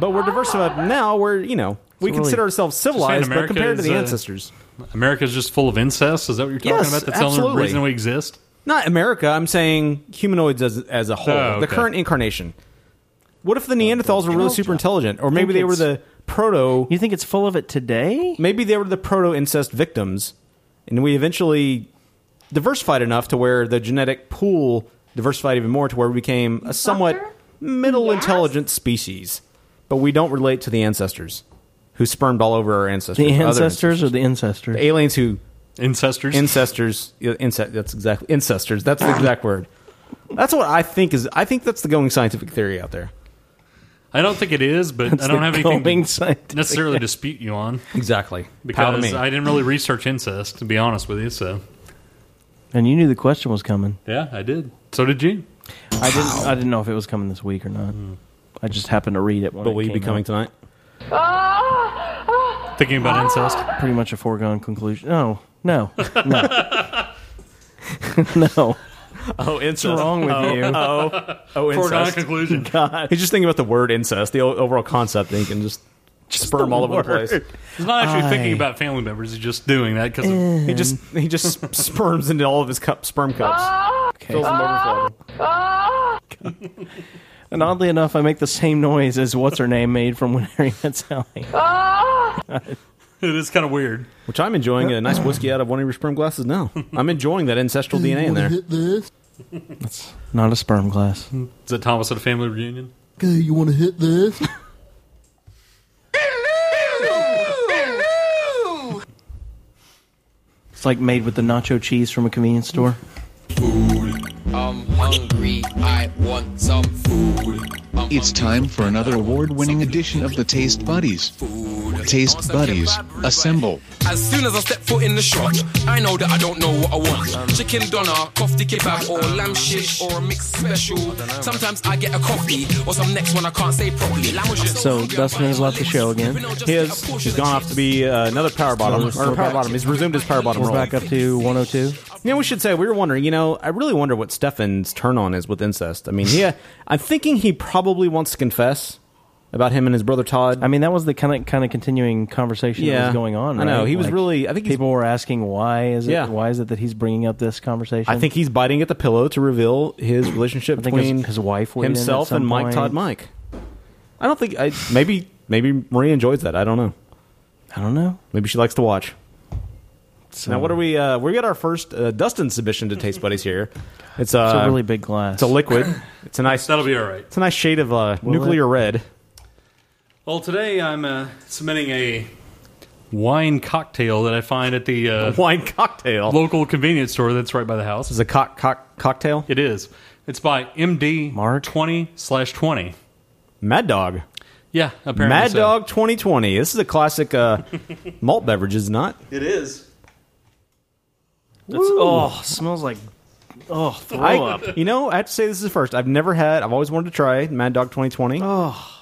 [SPEAKER 3] But we're diversified now. We're you know we
[SPEAKER 2] It's really-
[SPEAKER 3] consider ourselves
[SPEAKER 2] So you're saying
[SPEAKER 3] civilized, but
[SPEAKER 2] America
[SPEAKER 3] compared to
[SPEAKER 2] is,
[SPEAKER 3] the
[SPEAKER 2] uh,
[SPEAKER 3] ancestors,
[SPEAKER 2] America's just full of incest. Is that what you're talking
[SPEAKER 3] Yes,
[SPEAKER 2] about? That's the
[SPEAKER 3] absolutely.
[SPEAKER 2] only reason we exist.
[SPEAKER 3] not America. I'm saying humanoids as as a whole,
[SPEAKER 2] Oh,
[SPEAKER 3] the
[SPEAKER 2] okay.
[SPEAKER 3] current incarnation. What if the Neanderthals were really super intelligent, or maybe
[SPEAKER 10] Think
[SPEAKER 3] they were
[SPEAKER 10] it's-
[SPEAKER 3] the proto?
[SPEAKER 10] You think it's full of it today?
[SPEAKER 3] Maybe they were the proto incest victims, and we eventually diversified enough to where the genetic pool diversified even more to where we became a somewhat middle intelligent species, but we don't relate to the ancestors who spermed all over our ancestors.
[SPEAKER 10] the
[SPEAKER 3] other
[SPEAKER 10] ancestors or the incestors?
[SPEAKER 3] The aliens who
[SPEAKER 2] incestors,
[SPEAKER 3] incestors, yeah, ince- that's exactly incestors. That's the exact word. That's what I think is. I think that's the going scientific theory out there.
[SPEAKER 2] I don't think it is, but
[SPEAKER 3] That's
[SPEAKER 2] I don't
[SPEAKER 3] the
[SPEAKER 2] have anything
[SPEAKER 3] going
[SPEAKER 2] to
[SPEAKER 3] scientific.
[SPEAKER 2] necessarily dispute you on.
[SPEAKER 3] Exactly. Power to me.
[SPEAKER 2] Because I didn't really research incest, to be honest with you. So,
[SPEAKER 10] And you knew the question was coming.
[SPEAKER 2] yeah, I did. So did you.
[SPEAKER 10] I didn't. I didn't know if it was coming this week or not.
[SPEAKER 3] Hmm.
[SPEAKER 10] I just happened to read it. When
[SPEAKER 2] But
[SPEAKER 10] it
[SPEAKER 2] will you be
[SPEAKER 10] came
[SPEAKER 2] coming
[SPEAKER 10] out.
[SPEAKER 3] tonight?
[SPEAKER 2] Thinking about incest.
[SPEAKER 10] Pretty much a foregone conclusion. No, no, no,
[SPEAKER 3] [LAUGHS]
[SPEAKER 10] [LAUGHS] no.
[SPEAKER 3] Oh,
[SPEAKER 10] What's
[SPEAKER 3] incest.
[SPEAKER 10] wrong with you?
[SPEAKER 3] Oh, oh,
[SPEAKER 10] Foregone
[SPEAKER 3] incest.
[SPEAKER 2] conclusion.
[SPEAKER 3] [LAUGHS]
[SPEAKER 10] God.
[SPEAKER 3] He's just thinking about the word incest, the o- overall concept, and he can just, sperm
[SPEAKER 2] the
[SPEAKER 3] all over the
[SPEAKER 2] word.
[SPEAKER 3] place.
[SPEAKER 2] He's not actually
[SPEAKER 3] I-
[SPEAKER 2] thinking about family members. He's just doing that because
[SPEAKER 3] He just he
[SPEAKER 2] [LAUGHS]
[SPEAKER 3] just sperms into all of his cup, sperm cups. Fills them overflow.
[SPEAKER 10] And oddly enough, I make the same noise as what's her name made from When Harry Met Sally.
[SPEAKER 2] it is kind of weird.
[SPEAKER 3] Which I'm enjoying a nice whiskey out of one of your sperm glasses now. I'm enjoying that ancestral DNA in there.
[SPEAKER 4] this?
[SPEAKER 10] That's Not a sperm glass.
[SPEAKER 2] Is it Thomas at a family reunion?
[SPEAKER 4] Okay, you want to hit this?
[SPEAKER 10] It's like made with the nacho cheese from a convenience store.
[SPEAKER 17] I'm hungry. I want some food.
[SPEAKER 6] It's time for another award winning edition of the Taste Buddies. Taste Buddies, assemble.
[SPEAKER 12] As soon as I step foot in the shop, I know that I don't know what I want. Chicken doner, kofta kebab, or lamb shish, or a mixed special. Sometimes I get a coffee, or some next one I can't say properly.
[SPEAKER 10] So Dustin has left the show again.
[SPEAKER 3] His has gone off to be uh, another power bottom or power bottom. He's resumed his power bottom.
[SPEAKER 10] We're
[SPEAKER 3] role.
[SPEAKER 10] back up to 102.
[SPEAKER 3] Yeah, we should say we were wondering. You know, I really wonder what Stefan's turn on is with incest. I mean, yeah, [LAUGHS] I'm thinking he probably wants to confess about him and his brother Todd.
[SPEAKER 10] I mean, that was the kind of kind of continuing conversation that
[SPEAKER 3] Yeah.
[SPEAKER 10] was going on.
[SPEAKER 3] I know.
[SPEAKER 10] right?
[SPEAKER 3] He was
[SPEAKER 10] Like,
[SPEAKER 3] really- I think he's-
[SPEAKER 10] people were asking why is it
[SPEAKER 3] Yeah.
[SPEAKER 10] why is it that he's bringing up this conversation?
[SPEAKER 3] I think he's biting at the pillow to reveal his [CLEARS THROAT] relationship
[SPEAKER 10] I think his-
[SPEAKER 3] between
[SPEAKER 10] his wife weighed in at
[SPEAKER 3] himself,
[SPEAKER 10] some
[SPEAKER 3] and Mike
[SPEAKER 10] point.
[SPEAKER 3] Todd Mike. I don't think I maybe maybe Marie enjoys that. I don't know.
[SPEAKER 10] I don't know.
[SPEAKER 3] Maybe she likes to watch.
[SPEAKER 10] So-
[SPEAKER 3] Now, what are we? Uh, we got our first uh, Dustin submission to Taste Buddies here. It's, uh,
[SPEAKER 10] a really big glass.
[SPEAKER 3] It's a liquid. It's a nice.
[SPEAKER 2] That'll be all right.
[SPEAKER 3] It's a nice shade of uh,
[SPEAKER 2] Will
[SPEAKER 3] nuclear red. [LAUGHS]
[SPEAKER 2] Well, today I'm uh, submitting a wine cocktail that I find at the uh,
[SPEAKER 3] wine cocktail
[SPEAKER 2] local convenience store that's right by the house. It's
[SPEAKER 3] a cock cock cocktail.
[SPEAKER 2] It is. It's by MD Mark twenty slash twenty.
[SPEAKER 3] Mad Dog.
[SPEAKER 2] Yeah, apparently
[SPEAKER 3] Mad
[SPEAKER 2] so.
[SPEAKER 3] Dog 2020. This is a classic uh, [LAUGHS] malt beverage, is it not?
[SPEAKER 2] It is.
[SPEAKER 10] That's, oh, smells like oh throw
[SPEAKER 3] I-
[SPEAKER 10] up.
[SPEAKER 3] You know, I have to say this is the first. I've never had. I've always wanted to try Mad Dog 2020. Oh,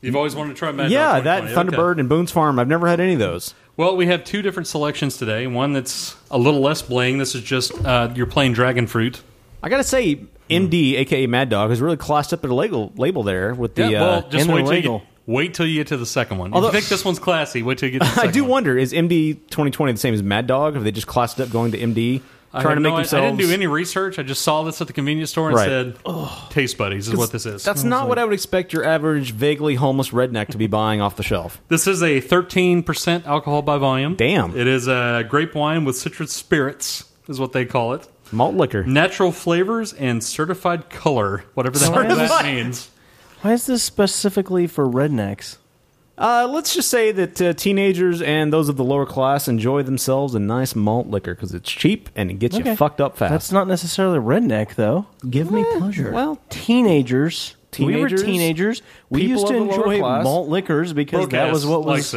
[SPEAKER 2] You've always wanted to try Mad
[SPEAKER 3] yeah,
[SPEAKER 2] Dog.
[SPEAKER 3] that
[SPEAKER 2] 2020. Okay.
[SPEAKER 3] Thunderbird and Boone's Farm. I've never had any of those.
[SPEAKER 2] Well, we have two different selections today. One that's a little less bling. This is just uh, you're playing dragon fruit.
[SPEAKER 3] I gotta say, MD, aka Mad Dog, has really classed up at a label, label there with the.
[SPEAKER 2] yeah, well,
[SPEAKER 3] uh,
[SPEAKER 2] just wait till, you, wait till you get to the second one.
[SPEAKER 3] Although-
[SPEAKER 2] if you think this one's classy, wait till you get to
[SPEAKER 3] [LAUGHS]
[SPEAKER 2] the
[SPEAKER 3] I
[SPEAKER 2] second
[SPEAKER 3] do wonder is MD 2020 the same as Mad Dog? Have they just classed it up going to MD,
[SPEAKER 2] I
[SPEAKER 3] trying
[SPEAKER 2] have
[SPEAKER 3] to make
[SPEAKER 2] no-
[SPEAKER 3] themselves?
[SPEAKER 2] I didn't do any research. I just saw this at the convenience store and
[SPEAKER 3] Right.
[SPEAKER 2] said, "Taste buddies is what this is."
[SPEAKER 3] That's not what I would expect your average vaguely homeless redneck to be buying off the shelf.
[SPEAKER 2] This is a 13% alcohol by volume.
[SPEAKER 3] Damn.
[SPEAKER 2] It is a grape wine with citrus spirits. is what they call it.
[SPEAKER 3] Malt liquor.
[SPEAKER 2] Natural flavors and certified color, whatever the hell that
[SPEAKER 3] Certified. [LAUGHS]
[SPEAKER 2] means.
[SPEAKER 10] Why is this specifically for rednecks?
[SPEAKER 3] Uh, let's just say that uh, teenagers and those of the lower class enjoy themselves a nice malt liquor because it's cheap and it gets
[SPEAKER 10] Okay.
[SPEAKER 3] you fucked up fast.
[SPEAKER 10] That's not necessarily redneck, though. Give me pleasure. Well, teenagers. we
[SPEAKER 3] Teenagers,
[SPEAKER 10] were teenagers. We
[SPEAKER 3] people
[SPEAKER 10] used to
[SPEAKER 3] of the lower
[SPEAKER 10] enjoy
[SPEAKER 3] class.
[SPEAKER 10] malt liquors because that was what was.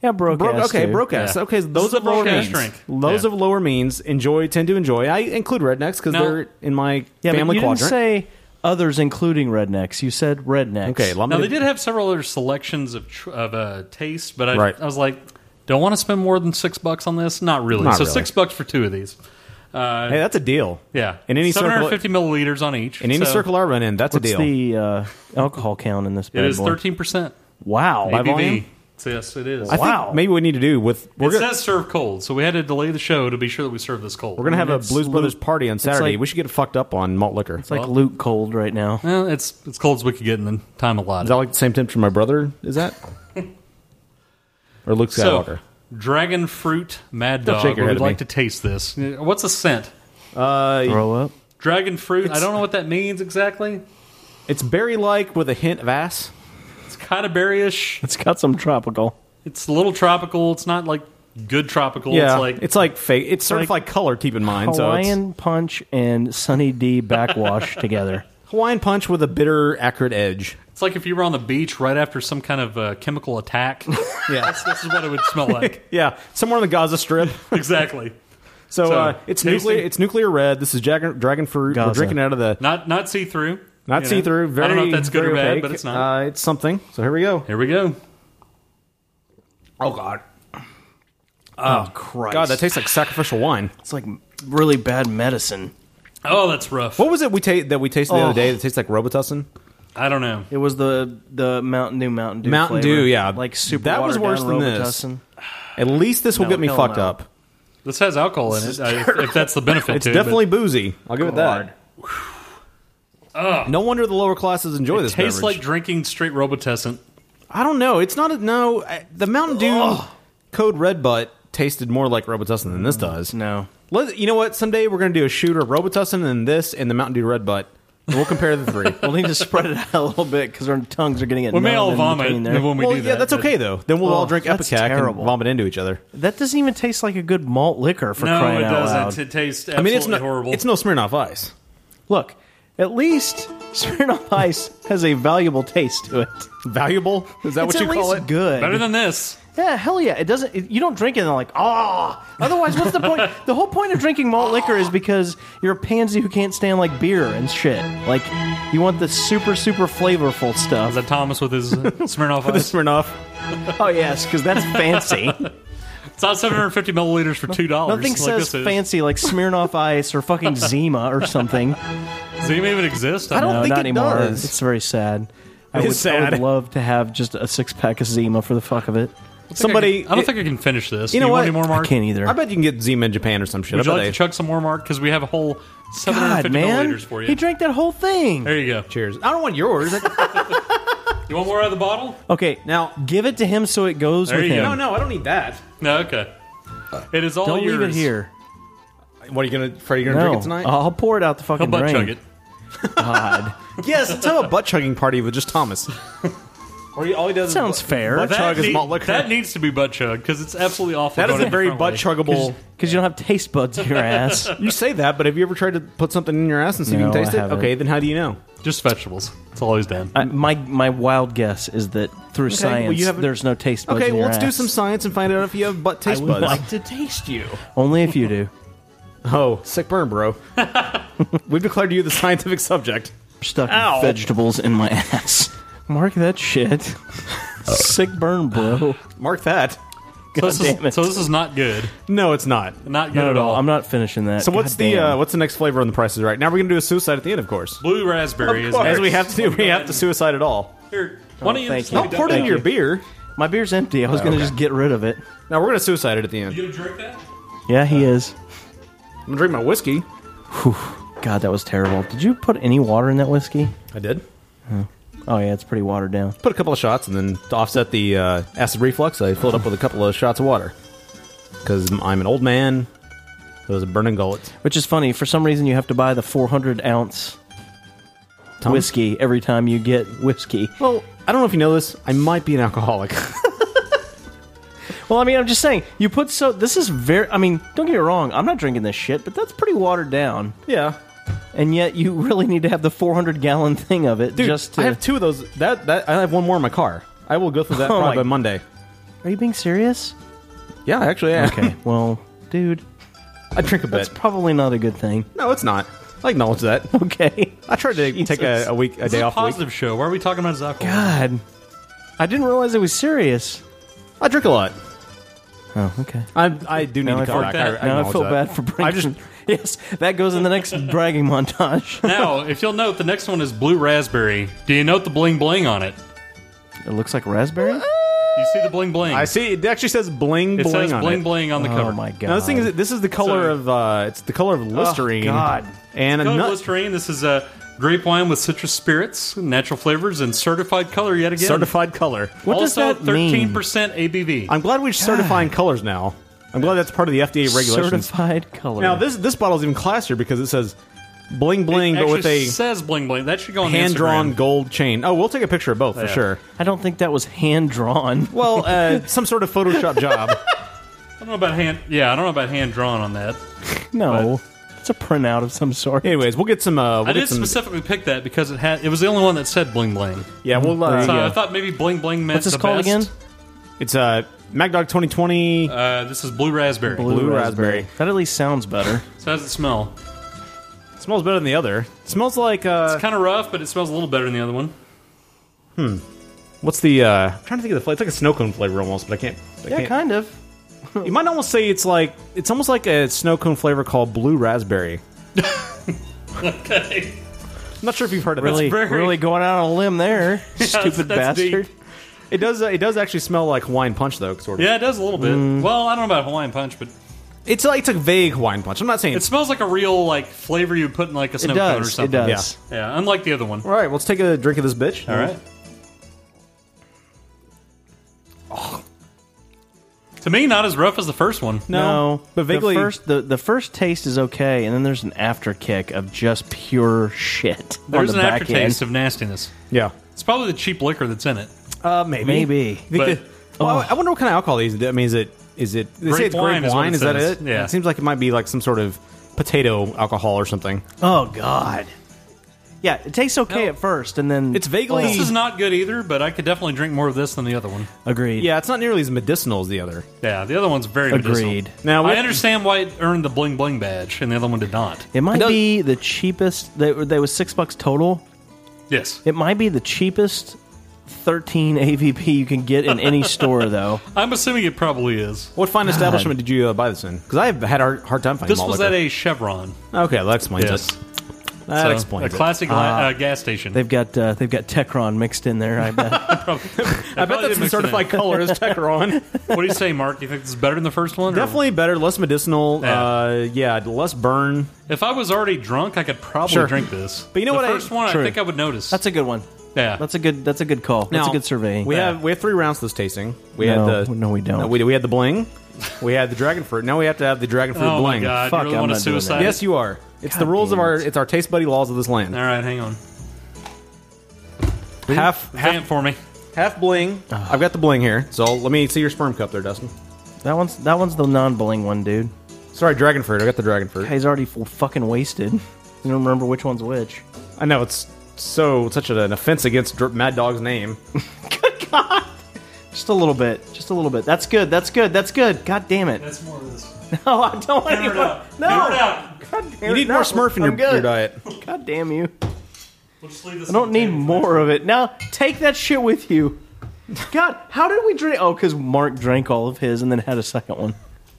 [SPEAKER 10] Yeah, broke.
[SPEAKER 3] Bro-
[SPEAKER 10] ass,
[SPEAKER 3] okay,
[SPEAKER 10] dude.
[SPEAKER 3] broke ass. Okay, those of lower means. Those of lower means enjoy tend to enjoy. I include rednecks because
[SPEAKER 10] No.
[SPEAKER 3] they're in my
[SPEAKER 10] Yeah, but
[SPEAKER 3] family
[SPEAKER 10] you
[SPEAKER 3] quadrant.
[SPEAKER 10] didn't say others, including rednecks. You said rednecks.
[SPEAKER 3] Okay, well, I'm
[SPEAKER 2] Now they did have several other selections of tr- of uh, taste, but I,
[SPEAKER 10] Right.
[SPEAKER 2] I was like, don't want to spend more than six bucks on this. Not really.
[SPEAKER 3] Not
[SPEAKER 2] so
[SPEAKER 3] really.
[SPEAKER 2] six bucks for two of these. Uh,
[SPEAKER 3] hey, that's a deal.
[SPEAKER 2] yeah.
[SPEAKER 3] In any
[SPEAKER 2] seven
[SPEAKER 3] circle,
[SPEAKER 2] hundred fifty milliliters on each.
[SPEAKER 3] in any
[SPEAKER 2] so
[SPEAKER 3] circle I run in, that's
[SPEAKER 10] What's
[SPEAKER 3] a deal.
[SPEAKER 10] the uh, alcohol count in this?
[SPEAKER 2] it
[SPEAKER 10] bad
[SPEAKER 2] is
[SPEAKER 10] boy?
[SPEAKER 2] thirteen percent.
[SPEAKER 10] Wow.
[SPEAKER 3] By volume?
[SPEAKER 2] Yes, it is.
[SPEAKER 3] I think maybe we need to do with we're
[SPEAKER 2] it
[SPEAKER 3] gonna,
[SPEAKER 2] says serve cold, so we had to delay the show to be sure that we serve this cold.
[SPEAKER 3] we're gonna have a Blues Brothers party on
[SPEAKER 2] it's
[SPEAKER 3] Saturday.
[SPEAKER 2] like-
[SPEAKER 3] we should get fucked up on malt liquor. It's
[SPEAKER 2] like Well-
[SPEAKER 10] Luke cold right now.
[SPEAKER 2] Well, it's it's cold as we could get in the time allotted.
[SPEAKER 3] Is that like the same temperature my brother is at? or Luke Skywalker?
[SPEAKER 2] So, dragon fruit mad
[SPEAKER 3] Don't
[SPEAKER 2] dog.
[SPEAKER 3] shake your head at
[SPEAKER 2] We'd like
[SPEAKER 3] me.
[SPEAKER 2] to taste this. What's the scent?
[SPEAKER 3] Uh,
[SPEAKER 10] Throw up.
[SPEAKER 2] Dragon fruit. I don't know what that means exactly.
[SPEAKER 3] It's berry like with a hint of ass.
[SPEAKER 2] It's kind of berryish.
[SPEAKER 10] It's got some tropical.
[SPEAKER 2] It's a little tropical. It's not like good tropical.
[SPEAKER 3] yeah,
[SPEAKER 2] It's like
[SPEAKER 3] it's like fake. It's
[SPEAKER 10] like
[SPEAKER 3] certified color. Keep in mind, so it's
[SPEAKER 10] Hawaiian punch and Sunny D backwash together.
[SPEAKER 3] Hawaiian punch with a bitter, acrid edge.
[SPEAKER 2] it's like if you were on the beach right after some kind of uh, chemical
[SPEAKER 3] [LAUGHS]
[SPEAKER 2] attack.
[SPEAKER 3] Yeah.
[SPEAKER 2] That's, this is what it would smell like.
[SPEAKER 3] [LAUGHS] Yeah, somewhere on the Gaza Strip. [LAUGHS]
[SPEAKER 2] exactly.
[SPEAKER 3] So,
[SPEAKER 2] So,
[SPEAKER 3] uh, it's
[SPEAKER 2] tasting-
[SPEAKER 3] nuclear. It's nuclear red. This is jag- dragon fruit. We're
[SPEAKER 2] Gaza.
[SPEAKER 3] drinking out of the
[SPEAKER 2] Not not see through.
[SPEAKER 3] not see through. Very.
[SPEAKER 2] I don't know if that's good or
[SPEAKER 3] very
[SPEAKER 2] bad,
[SPEAKER 3] opaque.
[SPEAKER 2] but it's not.
[SPEAKER 3] Uh, it's something. So here we go.
[SPEAKER 2] Here we go.
[SPEAKER 3] Oh God.
[SPEAKER 10] Oh, Christ.
[SPEAKER 3] God, that tastes like sacrificial wine.
[SPEAKER 10] It's like really bad medicine.
[SPEAKER 2] Oh, that's rough.
[SPEAKER 3] What was it we ta- that we tasted the
[SPEAKER 10] Oh.
[SPEAKER 3] other day that tastes like Robitussin?
[SPEAKER 2] I don't know.
[SPEAKER 10] It was the the Mountain Dew Mountain Dew
[SPEAKER 3] Mountain
[SPEAKER 10] flavor.
[SPEAKER 3] Dew, yeah,
[SPEAKER 10] like super.
[SPEAKER 3] That was worse
[SPEAKER 10] watered down
[SPEAKER 3] than this.
[SPEAKER 10] Robitussin.
[SPEAKER 3] At least this will
[SPEAKER 10] No,
[SPEAKER 3] get me
[SPEAKER 10] hell
[SPEAKER 3] fucked
[SPEAKER 10] no.
[SPEAKER 3] up.
[SPEAKER 2] This has alcohol in it. I, if, if that's the benefit.
[SPEAKER 3] It's
[SPEAKER 2] to it, but-
[SPEAKER 3] definitely boozy. I'll give it that. No wonder the lower classes enjoy this.
[SPEAKER 2] tastes
[SPEAKER 3] beverage.
[SPEAKER 2] like drinking straight Robitussin.
[SPEAKER 3] I don't know. It's not a no. I- The Mountain Dew Code Red Butt tasted more like Robitussin than this does.
[SPEAKER 10] No.
[SPEAKER 3] Let, you know what? Someday we're gonna do a shooter of Robitussin and this and the Mountain Dew Red Butt. And we'll compare the
[SPEAKER 2] [LAUGHS]
[SPEAKER 3] three.
[SPEAKER 10] We'll need to spread it [LAUGHS] out a little bit because our tongues are getting it.
[SPEAKER 2] We may all vomit
[SPEAKER 10] between there.
[SPEAKER 2] when we
[SPEAKER 3] well,
[SPEAKER 2] do
[SPEAKER 3] yeah,
[SPEAKER 2] that,
[SPEAKER 3] that's
[SPEAKER 2] but-
[SPEAKER 3] okay though. Then we'll
[SPEAKER 10] Oh,
[SPEAKER 3] all drink
[SPEAKER 10] that's
[SPEAKER 3] Epicac and
[SPEAKER 10] terrible.
[SPEAKER 3] vomit into each other.
[SPEAKER 10] That doesn't even taste like a good malt liquor for
[SPEAKER 2] No,
[SPEAKER 10] crying
[SPEAKER 2] it
[SPEAKER 10] out
[SPEAKER 2] doesn't.
[SPEAKER 10] loud.
[SPEAKER 2] It tastes
[SPEAKER 3] I mean, it's
[SPEAKER 2] absolutely
[SPEAKER 3] not.
[SPEAKER 2] horrible.
[SPEAKER 3] It's no Smirnoff
[SPEAKER 2] [LAUGHS]
[SPEAKER 3] Ice.
[SPEAKER 10] Look, at least [LAUGHS] Smirnoff Ice has a valuable taste to it.
[SPEAKER 3] Valuable? Is that
[SPEAKER 10] It's
[SPEAKER 3] what
[SPEAKER 10] at
[SPEAKER 3] you call
[SPEAKER 10] least
[SPEAKER 3] it?
[SPEAKER 10] Good.
[SPEAKER 2] better than this.
[SPEAKER 10] Yeah, hell yeah. It doesn't. It, you don't drink it and like, ah. Otherwise, what's the point? the whole point of drinking malt liquor is because you're a pansy who can't stand like beer and shit. Like, you want the super, super flavorful
[SPEAKER 2] Is
[SPEAKER 10] stuff.
[SPEAKER 2] that Thomas
[SPEAKER 3] [LAUGHS]
[SPEAKER 2] with his uh, Smirnoff
[SPEAKER 3] The
[SPEAKER 2] Ice?
[SPEAKER 3] Smirnoff.
[SPEAKER 10] oh yes, because that's fancy.
[SPEAKER 2] It's not 750 milliliters for two dollars.
[SPEAKER 10] Nothing
[SPEAKER 2] like
[SPEAKER 10] says
[SPEAKER 2] this is.
[SPEAKER 10] fancy like Smirnoff Ice or fucking Zima or something.
[SPEAKER 2] Does it even exist?
[SPEAKER 3] I don't
[SPEAKER 10] No,
[SPEAKER 3] think
[SPEAKER 10] not
[SPEAKER 3] it
[SPEAKER 10] anymore.
[SPEAKER 3] does.
[SPEAKER 10] It's very sad. I
[SPEAKER 3] It
[SPEAKER 10] would,
[SPEAKER 3] is
[SPEAKER 10] I would
[SPEAKER 3] sad.
[SPEAKER 10] love to have just a six pack of Zima for the fuck of it.
[SPEAKER 3] Somebody.
[SPEAKER 2] I, don't
[SPEAKER 3] it-
[SPEAKER 2] think I can finish this.
[SPEAKER 3] You know
[SPEAKER 2] Do you
[SPEAKER 3] what?
[SPEAKER 2] want any more, Mark?
[SPEAKER 10] I can't either.
[SPEAKER 3] I bet you can get Zima in Japan or some shit.
[SPEAKER 2] Would
[SPEAKER 3] I
[SPEAKER 2] you
[SPEAKER 3] bet
[SPEAKER 2] like
[SPEAKER 3] they-
[SPEAKER 2] to chug some more, Mark? Because we have a whole 750
[SPEAKER 10] God, man.
[SPEAKER 2] milliliters for you.
[SPEAKER 10] He drank that whole thing.
[SPEAKER 2] there you go.
[SPEAKER 3] Cheers. I don't want yours.
[SPEAKER 2] You want more out of the bottle?
[SPEAKER 10] Okay,
[SPEAKER 3] [LAUGHS] now,
[SPEAKER 2] [LAUGHS]
[SPEAKER 10] give it to him so it goes
[SPEAKER 2] There
[SPEAKER 10] with
[SPEAKER 2] you
[SPEAKER 10] him.
[SPEAKER 2] go.
[SPEAKER 3] no, no, I don't need that.
[SPEAKER 2] No, okay.
[SPEAKER 3] Uh,
[SPEAKER 2] It is all
[SPEAKER 10] Don't
[SPEAKER 2] yours.
[SPEAKER 10] leave it here.
[SPEAKER 3] What are you gonna? Fred, are you gonna
[SPEAKER 10] No,
[SPEAKER 3] drink it tonight?
[SPEAKER 2] Uh,
[SPEAKER 10] I'll pour it out the
[SPEAKER 2] He'll
[SPEAKER 10] fucking
[SPEAKER 2] butt
[SPEAKER 10] drain.
[SPEAKER 2] chug it.
[SPEAKER 10] God,
[SPEAKER 3] yes, let's have a butt chugging party with just Thomas. Or he, all he does
[SPEAKER 10] sounds
[SPEAKER 3] is
[SPEAKER 10] fair.
[SPEAKER 3] Butt chug is
[SPEAKER 2] need-
[SPEAKER 3] malt liquor.
[SPEAKER 2] that needs to be butt chug because it's absolutely awful.
[SPEAKER 3] that is
[SPEAKER 2] going
[SPEAKER 3] a very
[SPEAKER 2] different
[SPEAKER 3] butt
[SPEAKER 2] way.
[SPEAKER 3] chuggable.
[SPEAKER 10] Because you don't have taste buds in your ass.
[SPEAKER 3] You say that, but have you ever tried to put something in your ass and see if you
[SPEAKER 10] No,
[SPEAKER 3] can
[SPEAKER 10] I
[SPEAKER 3] taste it?
[SPEAKER 10] haven't.
[SPEAKER 3] Okay, then how do you know?
[SPEAKER 2] Just vegetables. It's always done.
[SPEAKER 10] I, my my wild guess is that through
[SPEAKER 3] Okay, well,
[SPEAKER 10] science,
[SPEAKER 3] you haven't-
[SPEAKER 10] there's no taste buds.
[SPEAKER 3] okay,
[SPEAKER 10] in
[SPEAKER 3] well,
[SPEAKER 10] your
[SPEAKER 3] let's do
[SPEAKER 10] ass.
[SPEAKER 3] some science and find out if you have butt taste buds.
[SPEAKER 10] to taste you. Only if you do.
[SPEAKER 3] Oh, sick burn, bro. [LAUGHS] We've declared you the scientific subject.
[SPEAKER 10] Stuck
[SPEAKER 3] Ow.
[SPEAKER 10] vegetables in my ass. Mark that shit. Sick burn, bro.
[SPEAKER 3] Mark that.
[SPEAKER 10] [LAUGHS]
[SPEAKER 2] so, this
[SPEAKER 10] damn it.
[SPEAKER 2] is, so this is not good.
[SPEAKER 3] No, it's not.
[SPEAKER 2] Not good
[SPEAKER 10] Not
[SPEAKER 2] at all.
[SPEAKER 10] I'm not finishing that.
[SPEAKER 3] So what's
[SPEAKER 10] God
[SPEAKER 3] the
[SPEAKER 10] damn.
[SPEAKER 3] uh, what's the next flavor on the prices right? Now we're gonna do a suicide at the end, of course.
[SPEAKER 2] Blue raspberry is
[SPEAKER 3] As
[SPEAKER 2] next.
[SPEAKER 3] we Oh, have to do, we have to suicide it all.
[SPEAKER 2] Here, why don't you
[SPEAKER 10] thank
[SPEAKER 2] just-
[SPEAKER 10] you.
[SPEAKER 3] Don't pour it into your beer.
[SPEAKER 10] my beer's empty.
[SPEAKER 3] Oh,
[SPEAKER 10] I was gonna just get rid of it. Uh,
[SPEAKER 3] Now we're gonna suicide it at the end.
[SPEAKER 2] You gonna drink that?
[SPEAKER 10] Yeah, he is.
[SPEAKER 3] I'm gonna drink my whiskey.
[SPEAKER 10] God, that was terrible. Did you put any water in that whiskey?
[SPEAKER 3] I did.
[SPEAKER 10] Oh yeah, it's pretty watered down.
[SPEAKER 3] Put a couple of shots, and then to offset the uh, acid reflux, I filled up with a couple of shots of water. Because I'm an old man. Those burning gullets.
[SPEAKER 10] Which is funny. For some reason, you have to buy the 400 ounce
[SPEAKER 3] Tom?
[SPEAKER 10] whiskey every time you get whiskey.
[SPEAKER 3] Well, I don't know if you know this. I might be an
[SPEAKER 10] [LAUGHS]
[SPEAKER 3] alcoholic.
[SPEAKER 10] well, I mean, I'm just saying. You put so. This is very. I mean, don't get me wrong. I'm not drinking this shit, but that's pretty watered down.
[SPEAKER 3] Yeah.
[SPEAKER 10] And yet, you [LAUGHS] really need to have the 400 gallon thing of it
[SPEAKER 3] Dude,
[SPEAKER 10] just to.
[SPEAKER 3] I have two of those. That that I have one more in my car. I will go through that
[SPEAKER 10] [LAUGHS] Oh
[SPEAKER 3] probably by
[SPEAKER 10] my-
[SPEAKER 3] Monday.
[SPEAKER 10] Are you being serious?
[SPEAKER 3] Yeah, actually, yeah.
[SPEAKER 10] Okay. [LAUGHS] Well, dude.
[SPEAKER 3] [LAUGHS] I drink a bit.
[SPEAKER 10] That's probably not a good thing.
[SPEAKER 3] No, it's not. I acknowledge that.
[SPEAKER 10] [LAUGHS] Okay.
[SPEAKER 3] I tried to take a, a week, a
[SPEAKER 2] This
[SPEAKER 3] day
[SPEAKER 2] is
[SPEAKER 3] off.
[SPEAKER 2] A
[SPEAKER 3] a week.
[SPEAKER 2] positive show. Why are we talking about his alcohol?
[SPEAKER 10] God. I didn't realize it was serious.
[SPEAKER 3] I drink a lot.
[SPEAKER 10] Oh, okay.
[SPEAKER 3] I I do need
[SPEAKER 10] Now I
[SPEAKER 3] to
[SPEAKER 10] feel
[SPEAKER 3] come back.
[SPEAKER 10] bad. Now I
[SPEAKER 3] acknowledge
[SPEAKER 10] feel
[SPEAKER 3] that.
[SPEAKER 10] bad for bringing.
[SPEAKER 3] I just
[SPEAKER 10] [LAUGHS] yes, that goes in
[SPEAKER 3] [LAUGHS]
[SPEAKER 10] the next bragging montage.
[SPEAKER 2] now, if you'll note, the next one is blue raspberry. Do you note the bling bling on it?
[SPEAKER 10] It looks like raspberry.
[SPEAKER 2] You see the bling bling?
[SPEAKER 3] I see. It actually says bling
[SPEAKER 2] It
[SPEAKER 3] bling
[SPEAKER 2] says
[SPEAKER 3] on
[SPEAKER 2] bling
[SPEAKER 3] it.
[SPEAKER 2] bling on the
[SPEAKER 10] Oh
[SPEAKER 2] cover.
[SPEAKER 10] my god!
[SPEAKER 3] Now this thing is this is the color
[SPEAKER 2] So-
[SPEAKER 3] of uh, it's the color of listerine.
[SPEAKER 10] God.
[SPEAKER 3] and
[SPEAKER 2] Colored
[SPEAKER 3] another
[SPEAKER 2] Listerine. This is a grape wine with citrus spirits, natural flavors, and certified color yet again.
[SPEAKER 3] certified color.
[SPEAKER 10] What does
[SPEAKER 2] also,
[SPEAKER 10] that mean?
[SPEAKER 2] 13% ABV.
[SPEAKER 3] I'm glad we're certifying colors now. I'm glad that's part of the FDA regulations.
[SPEAKER 10] Certified color.
[SPEAKER 3] Now this this bottle's even classier because it says bling bling,
[SPEAKER 2] It
[SPEAKER 3] but with
[SPEAKER 2] actually
[SPEAKER 3] a
[SPEAKER 2] says bling bling. That should go on
[SPEAKER 3] hand drawn
[SPEAKER 2] Instagram.
[SPEAKER 3] gold chain. Oh, we'll take a picture of both for
[SPEAKER 2] Yeah.
[SPEAKER 3] sure.
[SPEAKER 10] I don't think that was
[SPEAKER 3] [LAUGHS]
[SPEAKER 10] hand drawn.
[SPEAKER 3] Well, uh, some sort of Photoshop [LAUGHS] job.
[SPEAKER 2] I don't know about hand. Yeah, I don't know about hand drawn on that.
[SPEAKER 10] No, it's a printout of some sort.
[SPEAKER 3] Anyways, we'll get some. Uh, we'll
[SPEAKER 2] I
[SPEAKER 3] get
[SPEAKER 2] did
[SPEAKER 3] some-
[SPEAKER 2] specifically pick that because it had. It was the only one that said bling bling.
[SPEAKER 3] Yeah, we'll.
[SPEAKER 10] There
[SPEAKER 3] Uh,
[SPEAKER 10] you
[SPEAKER 2] So
[SPEAKER 10] go.
[SPEAKER 2] I thought maybe bling bling meant
[SPEAKER 10] What's this
[SPEAKER 2] the
[SPEAKER 10] called
[SPEAKER 2] best.
[SPEAKER 10] again?
[SPEAKER 3] It's uh, MacDog 2020.
[SPEAKER 2] Uh, this is blue raspberry.
[SPEAKER 3] Blue raspberry.
[SPEAKER 10] That at least sounds better.
[SPEAKER 2] So how does it smell?
[SPEAKER 3] It smells better than the other. It smells like uh,
[SPEAKER 2] It's kind of rough, but it smells a little better than the other one.
[SPEAKER 3] what's the? Uh, I'm trying to think of the flavor. It's like a snow cone flavor almost, but I can't. [LAUGHS] I
[SPEAKER 10] yeah,
[SPEAKER 3] can't-
[SPEAKER 10] kind of.
[SPEAKER 3] You might almost say it's like it's almost like a snow cone flavor called blue raspberry.
[SPEAKER 2] [LAUGHS] Okay.
[SPEAKER 3] I'm not sure if you've heard of that.
[SPEAKER 10] Really,
[SPEAKER 3] It's very-
[SPEAKER 2] very-
[SPEAKER 10] really going out on a limb
[SPEAKER 3] [LAUGHS]
[SPEAKER 10] there, stupid
[SPEAKER 2] that's deep.
[SPEAKER 10] bastard.
[SPEAKER 3] It does. Uh, it does actually smell like Hawaiian punch though, sort of.
[SPEAKER 2] Yeah, it does a little bit.
[SPEAKER 10] Mm.
[SPEAKER 2] Well, I don't know about Hawaiian punch, but
[SPEAKER 3] It's like it's a vague Hawaiian punch. I'm not saying
[SPEAKER 2] it smells like a real like flavor you would put in like a snow
[SPEAKER 10] It
[SPEAKER 2] cone or
[SPEAKER 10] does. It
[SPEAKER 2] something.
[SPEAKER 3] Yeah.
[SPEAKER 10] does.
[SPEAKER 2] Yeah, unlike the other one.
[SPEAKER 3] All right, let's take a drink of this bitch.
[SPEAKER 2] All right. [SIGHS] To me, not as rough as the first one.
[SPEAKER 3] No, but vaguely.
[SPEAKER 10] the first the, the first taste is okay, and then there's an after kick of just pure shit.
[SPEAKER 2] There's
[SPEAKER 10] on
[SPEAKER 2] an
[SPEAKER 10] the back
[SPEAKER 2] aftertaste
[SPEAKER 10] end.
[SPEAKER 2] of nastiness.
[SPEAKER 3] yeah.
[SPEAKER 2] It's probably the cheap liquor that's in it.
[SPEAKER 3] Uh, maybe.
[SPEAKER 10] Maybe.
[SPEAKER 3] You think
[SPEAKER 2] But-
[SPEAKER 3] that- well, I- I wonder what kind of alcohol these. I mean, is it is it they say
[SPEAKER 2] oh.
[SPEAKER 3] it's
[SPEAKER 2] Grape
[SPEAKER 3] grape
[SPEAKER 2] wine is what
[SPEAKER 3] wine?
[SPEAKER 2] it
[SPEAKER 3] Is, that
[SPEAKER 2] says.
[SPEAKER 3] it?
[SPEAKER 2] Yeah.
[SPEAKER 3] It seems like it might be like some sort of potato alcohol or something.
[SPEAKER 10] Oh God. Yeah, it tastes okay
[SPEAKER 2] No.
[SPEAKER 10] at first, and then
[SPEAKER 3] It's vaguely-
[SPEAKER 2] This is not good either, but I could definitely drink more of this than the other one.
[SPEAKER 10] Oh. agreed.
[SPEAKER 3] Yeah, it's not nearly as medicinal as the other.
[SPEAKER 2] Yeah, the other one's very medicinal.
[SPEAKER 10] Agreed.
[SPEAKER 3] Now,
[SPEAKER 2] I
[SPEAKER 3] what-
[SPEAKER 2] understand why it earned the bling bling badge, and the other one did not.
[SPEAKER 10] It might
[SPEAKER 3] does-
[SPEAKER 10] be the cheapest. They, they was six bucks total.
[SPEAKER 2] Yes,
[SPEAKER 10] It might be the cheapest thirteen AVP you can get
[SPEAKER 3] [LAUGHS]
[SPEAKER 10] in any store, though.
[SPEAKER 2] I'm assuming it probably is.
[SPEAKER 3] What fine establishment did you uh, buy this in? Because I've had a hard, hard time finding
[SPEAKER 2] This was at
[SPEAKER 3] that
[SPEAKER 2] a Chevron.
[SPEAKER 3] Okay, that explains
[SPEAKER 2] Yes.
[SPEAKER 3] it. That
[SPEAKER 2] So,
[SPEAKER 3] explains
[SPEAKER 2] a
[SPEAKER 3] it.
[SPEAKER 2] classic la- uh, gas station.
[SPEAKER 10] They've got uh, they've got Tecron mixed in there.
[SPEAKER 3] [LAUGHS]
[SPEAKER 10] I bet.
[SPEAKER 3] I bet that's some certified color
[SPEAKER 2] [LAUGHS]
[SPEAKER 3] is Tecron.
[SPEAKER 2] what do you say, Mark? You think this is better than the first one? or-
[SPEAKER 3] Definitely better, less medicinal.
[SPEAKER 2] Yeah.
[SPEAKER 3] Uh, yeah, less burn.
[SPEAKER 2] If I was already drunk, I could probably
[SPEAKER 3] Sure.
[SPEAKER 2] drink this.
[SPEAKER 3] But you know
[SPEAKER 2] the
[SPEAKER 3] what I-
[SPEAKER 2] First one,
[SPEAKER 10] True.
[SPEAKER 2] I think I would notice.
[SPEAKER 10] that's a good one.
[SPEAKER 2] yeah.
[SPEAKER 10] That's a good. That's a good call. that's
[SPEAKER 3] Now,
[SPEAKER 10] a good survey.
[SPEAKER 3] We
[SPEAKER 10] Yeah.
[SPEAKER 3] have we have three rounds this tasting. We
[SPEAKER 10] No,
[SPEAKER 3] had the
[SPEAKER 10] no, we don't.
[SPEAKER 3] we, we had the bling. We had the dragon fruit. Now we have to have the dragon fruit
[SPEAKER 2] oh my
[SPEAKER 3] bling.
[SPEAKER 2] god!
[SPEAKER 10] Fuck,
[SPEAKER 2] you really
[SPEAKER 10] I'm
[SPEAKER 2] want to
[SPEAKER 10] not doing that.
[SPEAKER 2] suicide?
[SPEAKER 3] Yes, you are. It's the rules of
[SPEAKER 10] damn
[SPEAKER 3] our
[SPEAKER 10] it.
[SPEAKER 3] it's our taste buddy laws of this land.
[SPEAKER 2] All right, hang on.
[SPEAKER 3] Half
[SPEAKER 2] Vamp
[SPEAKER 3] half
[SPEAKER 2] for me.
[SPEAKER 3] half bling. I've got the bling here. So let me see your sperm cup there, Dustin.
[SPEAKER 10] that one's that one's the non-bling one, dude.
[SPEAKER 3] Sorry, dragon fruit. I got the dragon fruit.
[SPEAKER 10] He's already f- fucking wasted. You don't remember which one's which.
[SPEAKER 3] I know it's so such an offense against Dr- Mad Dog's name.
[SPEAKER 10] Just a little bit. Just a little bit. That's good. That's good. That's good. God damn it. [LAUGHS]
[SPEAKER 2] That's more of this.
[SPEAKER 10] No, I don't
[SPEAKER 2] [LAUGHS]
[SPEAKER 10] want
[SPEAKER 2] Hammer it
[SPEAKER 10] anyone. [LAUGHS]
[SPEAKER 2] out.
[SPEAKER 10] No.
[SPEAKER 2] Hammer it out.
[SPEAKER 10] God damn
[SPEAKER 3] You
[SPEAKER 10] it,
[SPEAKER 3] need
[SPEAKER 10] no.
[SPEAKER 3] more Smurf in
[SPEAKER 10] I'm
[SPEAKER 3] your,
[SPEAKER 10] good.
[SPEAKER 3] your diet.
[SPEAKER 10] God damn you.
[SPEAKER 2] We'll just leave this
[SPEAKER 10] I don't
[SPEAKER 2] on the
[SPEAKER 10] need
[SPEAKER 2] table.
[SPEAKER 10] more of it. Now, take that shit with you. God, how did we drink? Oh, because Mark drank all of his and then had a second one.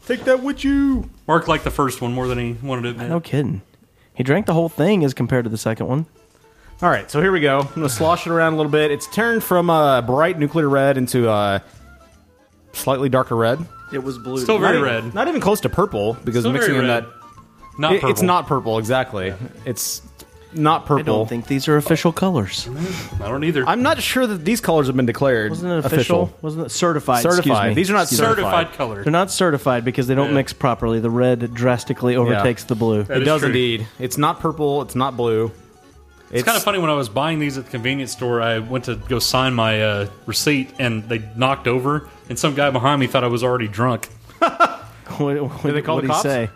[SPEAKER 3] Take that with you.
[SPEAKER 2] Mark liked the first one more than he wanted to admit.
[SPEAKER 10] No kidding. He drank the whole thing as compared to the second one.
[SPEAKER 3] All right, so here we go. I'm gonna slosh it around a little bit. It's turned from uh, bright nuclear red into uh, slightly darker red.
[SPEAKER 10] It was blue.
[SPEAKER 2] Still
[SPEAKER 3] Not
[SPEAKER 2] very
[SPEAKER 3] even-
[SPEAKER 2] red.
[SPEAKER 3] Not even close to purple because
[SPEAKER 2] Still very
[SPEAKER 3] mixing in
[SPEAKER 2] red.
[SPEAKER 3] that
[SPEAKER 2] Not
[SPEAKER 3] it-
[SPEAKER 2] purple.
[SPEAKER 3] it's not purple exactly. It's not purple. I
[SPEAKER 10] don't think these are official colors.
[SPEAKER 2] I don't either.
[SPEAKER 3] I'm not sure that these colors have been declared.
[SPEAKER 10] Wasn't it official? Wasn't it certified? excuse
[SPEAKER 3] Certified.
[SPEAKER 10] me.
[SPEAKER 3] These are not
[SPEAKER 10] Excuse me.
[SPEAKER 3] certified.
[SPEAKER 2] colors.
[SPEAKER 10] They're not certified because they don't
[SPEAKER 3] Yeah.
[SPEAKER 10] mix properly. The red drastically overtakes the blue.
[SPEAKER 3] it does indeed. It's not purple. It's not blue.
[SPEAKER 2] It's, kind of funny when I was buying these at the convenience store. I went to go sign my uh, receipt, and they knocked over, and some guy behind me thought I was already drunk.
[SPEAKER 10] [LAUGHS] What, what,
[SPEAKER 2] Did they call
[SPEAKER 10] what'd
[SPEAKER 2] the cops?
[SPEAKER 10] he say?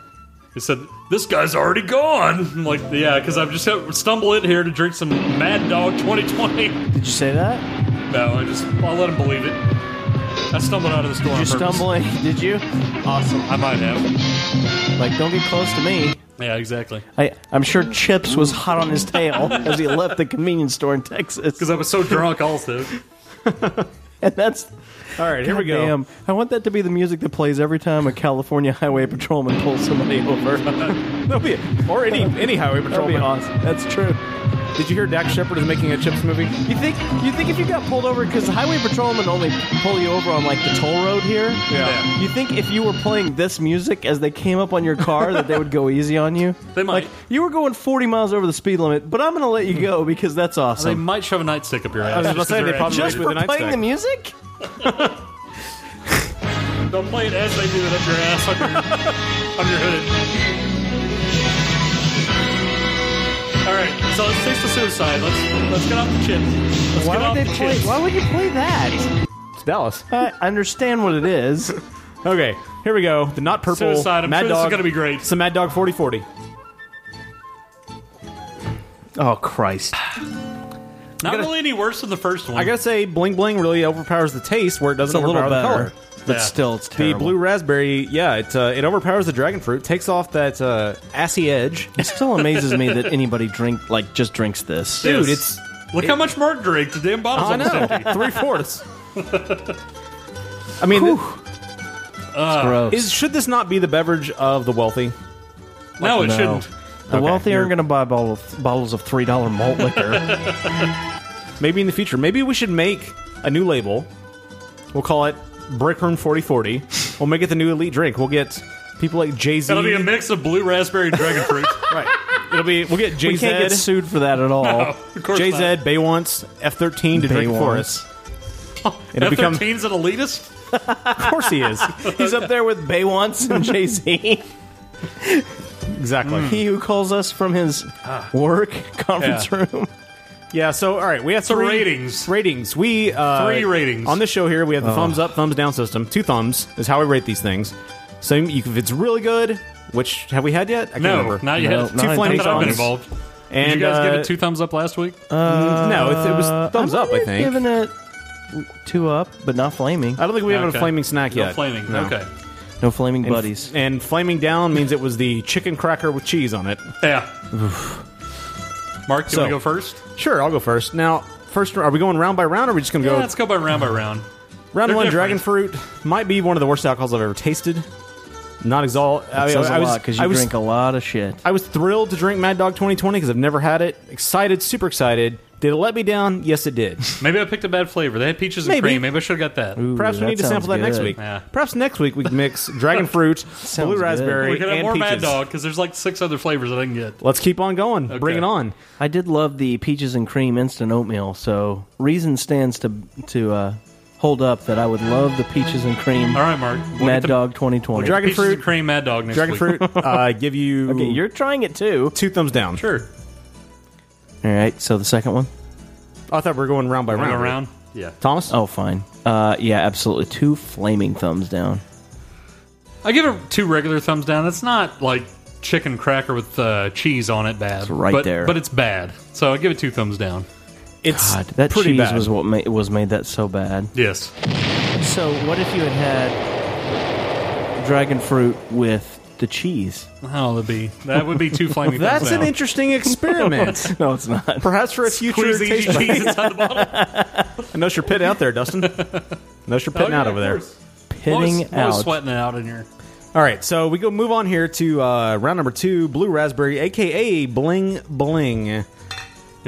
[SPEAKER 2] He said, "This guy's already gone." [LAUGHS] I'm like, yeah, because I've just stumbled in here to drink some Mad Dog 2020. Did
[SPEAKER 10] you say that?
[SPEAKER 2] [LAUGHS] No, I just I'll let him believe it. I stumbled out of the store.
[SPEAKER 10] Did you
[SPEAKER 2] on purpose.
[SPEAKER 10] stumble in? [LAUGHS] Did you?
[SPEAKER 2] Awesome. I might have.
[SPEAKER 10] Like, don't get close to me.
[SPEAKER 2] Yeah, exactly.
[SPEAKER 10] I, I'm sure Chips was hot on
[SPEAKER 3] [LAUGHS]
[SPEAKER 10] his tail as he left the convenience store in Texas. Because
[SPEAKER 2] I was so drunk, [LAUGHS] also.
[SPEAKER 10] [LAUGHS] and that's.
[SPEAKER 3] All right, here we go.
[SPEAKER 10] Goddamn. I want that to be the music that plays every time a California highway patrolman pulls somebody
[SPEAKER 3] [LAUGHS]
[SPEAKER 10] over.
[SPEAKER 3] That'll be it. Or any any highway patrol.
[SPEAKER 10] [LAUGHS] That'd be awesome. That's true.
[SPEAKER 3] Did you hear Dax Shepard is making a Chips movie?
[SPEAKER 10] You think you think if you got pulled over because highway patrolmen only pull you over on like the toll road here?
[SPEAKER 2] Yeah. Yeah.
[SPEAKER 10] You think if you were playing this music as they came up on your car that they would go easy on you?
[SPEAKER 2] They might.
[SPEAKER 10] Like you were going 40 miles over the speed limit, but I'm going to let you go because that's awesome.
[SPEAKER 2] They might shove a nightstick up your ass.
[SPEAKER 10] I was about
[SPEAKER 2] just
[SPEAKER 10] to say,
[SPEAKER 2] 'cause
[SPEAKER 10] they
[SPEAKER 2] they're
[SPEAKER 10] probably
[SPEAKER 2] agitated.
[SPEAKER 10] Just for playing the music?
[SPEAKER 2] They'll play it as they do it up your ass on your, on your hood. All right, so let's taste the suicide. Let's let's get off the chip. Let's get
[SPEAKER 10] Why
[SPEAKER 2] off
[SPEAKER 10] would
[SPEAKER 2] the
[SPEAKER 10] they play?
[SPEAKER 2] chips.
[SPEAKER 10] Why would you play that?
[SPEAKER 3] It's Dallas.
[SPEAKER 10] I understand what it is.
[SPEAKER 3] okay, here we go. The not purple
[SPEAKER 2] Suicide. I'm
[SPEAKER 3] Mad
[SPEAKER 2] sure this is
[SPEAKER 3] Dog.
[SPEAKER 2] gonna be great.
[SPEAKER 3] It's a Mad Dog 4040.
[SPEAKER 10] Oh Christ!
[SPEAKER 2] Not really any worse than the first one.
[SPEAKER 3] I gotta say, bling bling really overpowers the taste where it doesn't
[SPEAKER 10] It's a little
[SPEAKER 3] overpower the
[SPEAKER 10] better,
[SPEAKER 3] color.
[SPEAKER 10] but Yeah. still, it's
[SPEAKER 3] the
[SPEAKER 10] terrible.
[SPEAKER 3] blue raspberry. Yeah, it uh, it overpowers the dragon fruit, takes off that uh, assy
[SPEAKER 10] [LAUGHS]
[SPEAKER 3] edge.
[SPEAKER 10] It still amazes me that anybody drink like just drinks this,
[SPEAKER 3] Dude, it's-
[SPEAKER 2] Look how much Mark drank. The damn bottle's
[SPEAKER 3] I
[SPEAKER 2] almost
[SPEAKER 3] know. [LAUGHS]
[SPEAKER 2] empty.
[SPEAKER 3] Three fourths. I mean, th-
[SPEAKER 10] gross.
[SPEAKER 3] is should this not be the beverage of the wealthy?
[SPEAKER 2] No, it shouldn't.
[SPEAKER 10] The
[SPEAKER 3] Okay,
[SPEAKER 10] wealthy
[SPEAKER 3] you're-
[SPEAKER 10] aren't going to buy bottle, bottles of three dollar malt liquor.
[SPEAKER 3] Maybe in the future. Maybe we should make a new label. We'll call it Brick Room 4040. We'll make it the new elite drink. We'll get people like Jay Z.
[SPEAKER 2] It'll be a mix of blue raspberry and
[SPEAKER 3] [LAUGHS]
[SPEAKER 2] dragon fruit.
[SPEAKER 3] right. It'll be. We'll get Jay
[SPEAKER 10] we can't get sued for that at all.
[SPEAKER 2] No, of course
[SPEAKER 3] Jay
[SPEAKER 2] not.
[SPEAKER 3] Z, Bay wants F thirteen to
[SPEAKER 10] Bay
[SPEAKER 3] drink for
[SPEAKER 10] wants.
[SPEAKER 3] us. It'll become. Of
[SPEAKER 2] F13's an elitist.
[SPEAKER 3] course he is.
[SPEAKER 10] He's up there with Baywants and Jay Z.
[SPEAKER 3] Exactly.
[SPEAKER 10] he who calls us from his work conference room.
[SPEAKER 3] Yeah. So all right, we have
[SPEAKER 2] So
[SPEAKER 3] three
[SPEAKER 2] ratings.
[SPEAKER 3] Ratings. We uh,
[SPEAKER 2] Three ratings.
[SPEAKER 3] on this show here. We have the
[SPEAKER 10] Oh.
[SPEAKER 3] thumbs up, thumbs down system. Two thumbs is how we rate these things. So you, if it's really good, which have we had yet? I can't
[SPEAKER 2] No,
[SPEAKER 3] remember.
[SPEAKER 2] not yet.
[SPEAKER 10] No,
[SPEAKER 2] Not
[SPEAKER 10] not
[SPEAKER 3] Two
[SPEAKER 10] yet.
[SPEAKER 3] flaming
[SPEAKER 10] Not that I've
[SPEAKER 2] I've
[SPEAKER 3] thumbs.
[SPEAKER 2] been involved.
[SPEAKER 3] And
[SPEAKER 2] Did you guys give
[SPEAKER 3] uh,
[SPEAKER 2] it two thumbs up last week?
[SPEAKER 3] no, it, it was thumbs up. I think.
[SPEAKER 10] Uh, Giving it two up, but not flaming.
[SPEAKER 3] I don't think we have
[SPEAKER 2] Okay.
[SPEAKER 3] a flaming snack
[SPEAKER 2] No
[SPEAKER 3] yet.
[SPEAKER 2] flaming.
[SPEAKER 3] No.
[SPEAKER 2] Okay.
[SPEAKER 10] No flaming
[SPEAKER 3] And-
[SPEAKER 10] buddies.
[SPEAKER 3] And flaming down means it was the chicken cracker with cheese on it.
[SPEAKER 2] Yeah. Mark, do you
[SPEAKER 3] So-
[SPEAKER 2] want to go first?
[SPEAKER 3] Sure, I'll go first. Now, first, are we going round by round? Or are we just going to
[SPEAKER 2] Yeah,
[SPEAKER 3] go
[SPEAKER 2] let's go by round by round.
[SPEAKER 3] round
[SPEAKER 2] they're
[SPEAKER 3] one? Dragon
[SPEAKER 2] different.
[SPEAKER 3] fruit might be one of the worst alcohols I've ever tasted. Not exalt.
[SPEAKER 10] That says a
[SPEAKER 3] I was,
[SPEAKER 10] lot because
[SPEAKER 3] I
[SPEAKER 10] you
[SPEAKER 3] was,
[SPEAKER 10] drink a lot of shit.
[SPEAKER 3] I was thrilled to drink Mad Dog 2020 because I've never had it. Excited, super excited. Did it let me down? Yes, it
[SPEAKER 10] [LAUGHS]
[SPEAKER 3] did.
[SPEAKER 2] Maybe I picked a bad flavor. They had peaches and
[SPEAKER 3] Maybe.
[SPEAKER 2] cream. Maybe I should have got that.
[SPEAKER 3] Perhaps we
[SPEAKER 10] that
[SPEAKER 3] need to sample that
[SPEAKER 10] sounds
[SPEAKER 3] next
[SPEAKER 10] good.
[SPEAKER 3] week.
[SPEAKER 2] Yeah.
[SPEAKER 3] Perhaps next week we can
[SPEAKER 10] [LAUGHS]
[SPEAKER 3] mix dragon fruit, blue
[SPEAKER 10] good.
[SPEAKER 3] raspberry,
[SPEAKER 2] we could have
[SPEAKER 3] and
[SPEAKER 2] more
[SPEAKER 3] peaches.
[SPEAKER 2] Mad Dog because there's like six other flavors that I can get.
[SPEAKER 3] Let's keep on going. Bring
[SPEAKER 2] Okay.
[SPEAKER 3] it on.
[SPEAKER 10] I did love the peaches and cream instant oatmeal, so reason stands to to uh, hold up that I would love the peaches and cream
[SPEAKER 2] All right, Mark. We'll
[SPEAKER 10] Mad
[SPEAKER 2] get the
[SPEAKER 10] Dog 2020.
[SPEAKER 3] Dragon
[SPEAKER 2] peaches
[SPEAKER 3] fruit.
[SPEAKER 2] and cream Mad Dog next
[SPEAKER 3] Dragon
[SPEAKER 2] week.
[SPEAKER 3] fruit. Uh, give you
[SPEAKER 10] [LAUGHS] okay, you're trying it too.
[SPEAKER 3] two thumbs down.
[SPEAKER 2] Sure.
[SPEAKER 10] All right, so the second one.
[SPEAKER 3] I thought we were going round by
[SPEAKER 2] Wanna
[SPEAKER 3] round.
[SPEAKER 2] Go around. Yeah.
[SPEAKER 3] Thomas.
[SPEAKER 10] Oh, fine. Uh, yeah, absolutely. Two flaming thumbs down.
[SPEAKER 2] I give it two regular thumbs down. It's not like chicken cracker with uh, cheese on it bad.
[SPEAKER 10] right
[SPEAKER 2] but,
[SPEAKER 10] there.
[SPEAKER 2] But it's bad. So I give it two thumbs down.
[SPEAKER 3] It's
[SPEAKER 10] God, that
[SPEAKER 3] pretty
[SPEAKER 10] cheese
[SPEAKER 3] bad.
[SPEAKER 10] was what made, was made that so bad.
[SPEAKER 2] Yes.
[SPEAKER 10] So, what if you had had dragon fruit with the cheese?
[SPEAKER 2] Oh, that'd be that would
[SPEAKER 3] [LAUGHS]
[SPEAKER 2] be two flaming
[SPEAKER 3] That's
[SPEAKER 2] thumbs
[SPEAKER 3] an
[SPEAKER 2] down. [LAUGHS]
[SPEAKER 3] interesting experiment.
[SPEAKER 10] [LAUGHS] No, it's not.
[SPEAKER 3] Perhaps for a future
[SPEAKER 2] Squeeze the
[SPEAKER 3] taste. [LAUGHS]
[SPEAKER 2] cheese inside the bottle.
[SPEAKER 3] I know you're pitting out there, Dustin.
[SPEAKER 2] [LAUGHS]
[SPEAKER 3] Notice you're pitting out over there.
[SPEAKER 10] Pitting
[SPEAKER 2] I was
[SPEAKER 10] out.
[SPEAKER 2] sweating it out in here.
[SPEAKER 3] All right, so we go move on here to uh, round number two, blue raspberry, aka bling bling. I'll
[SPEAKER 2] You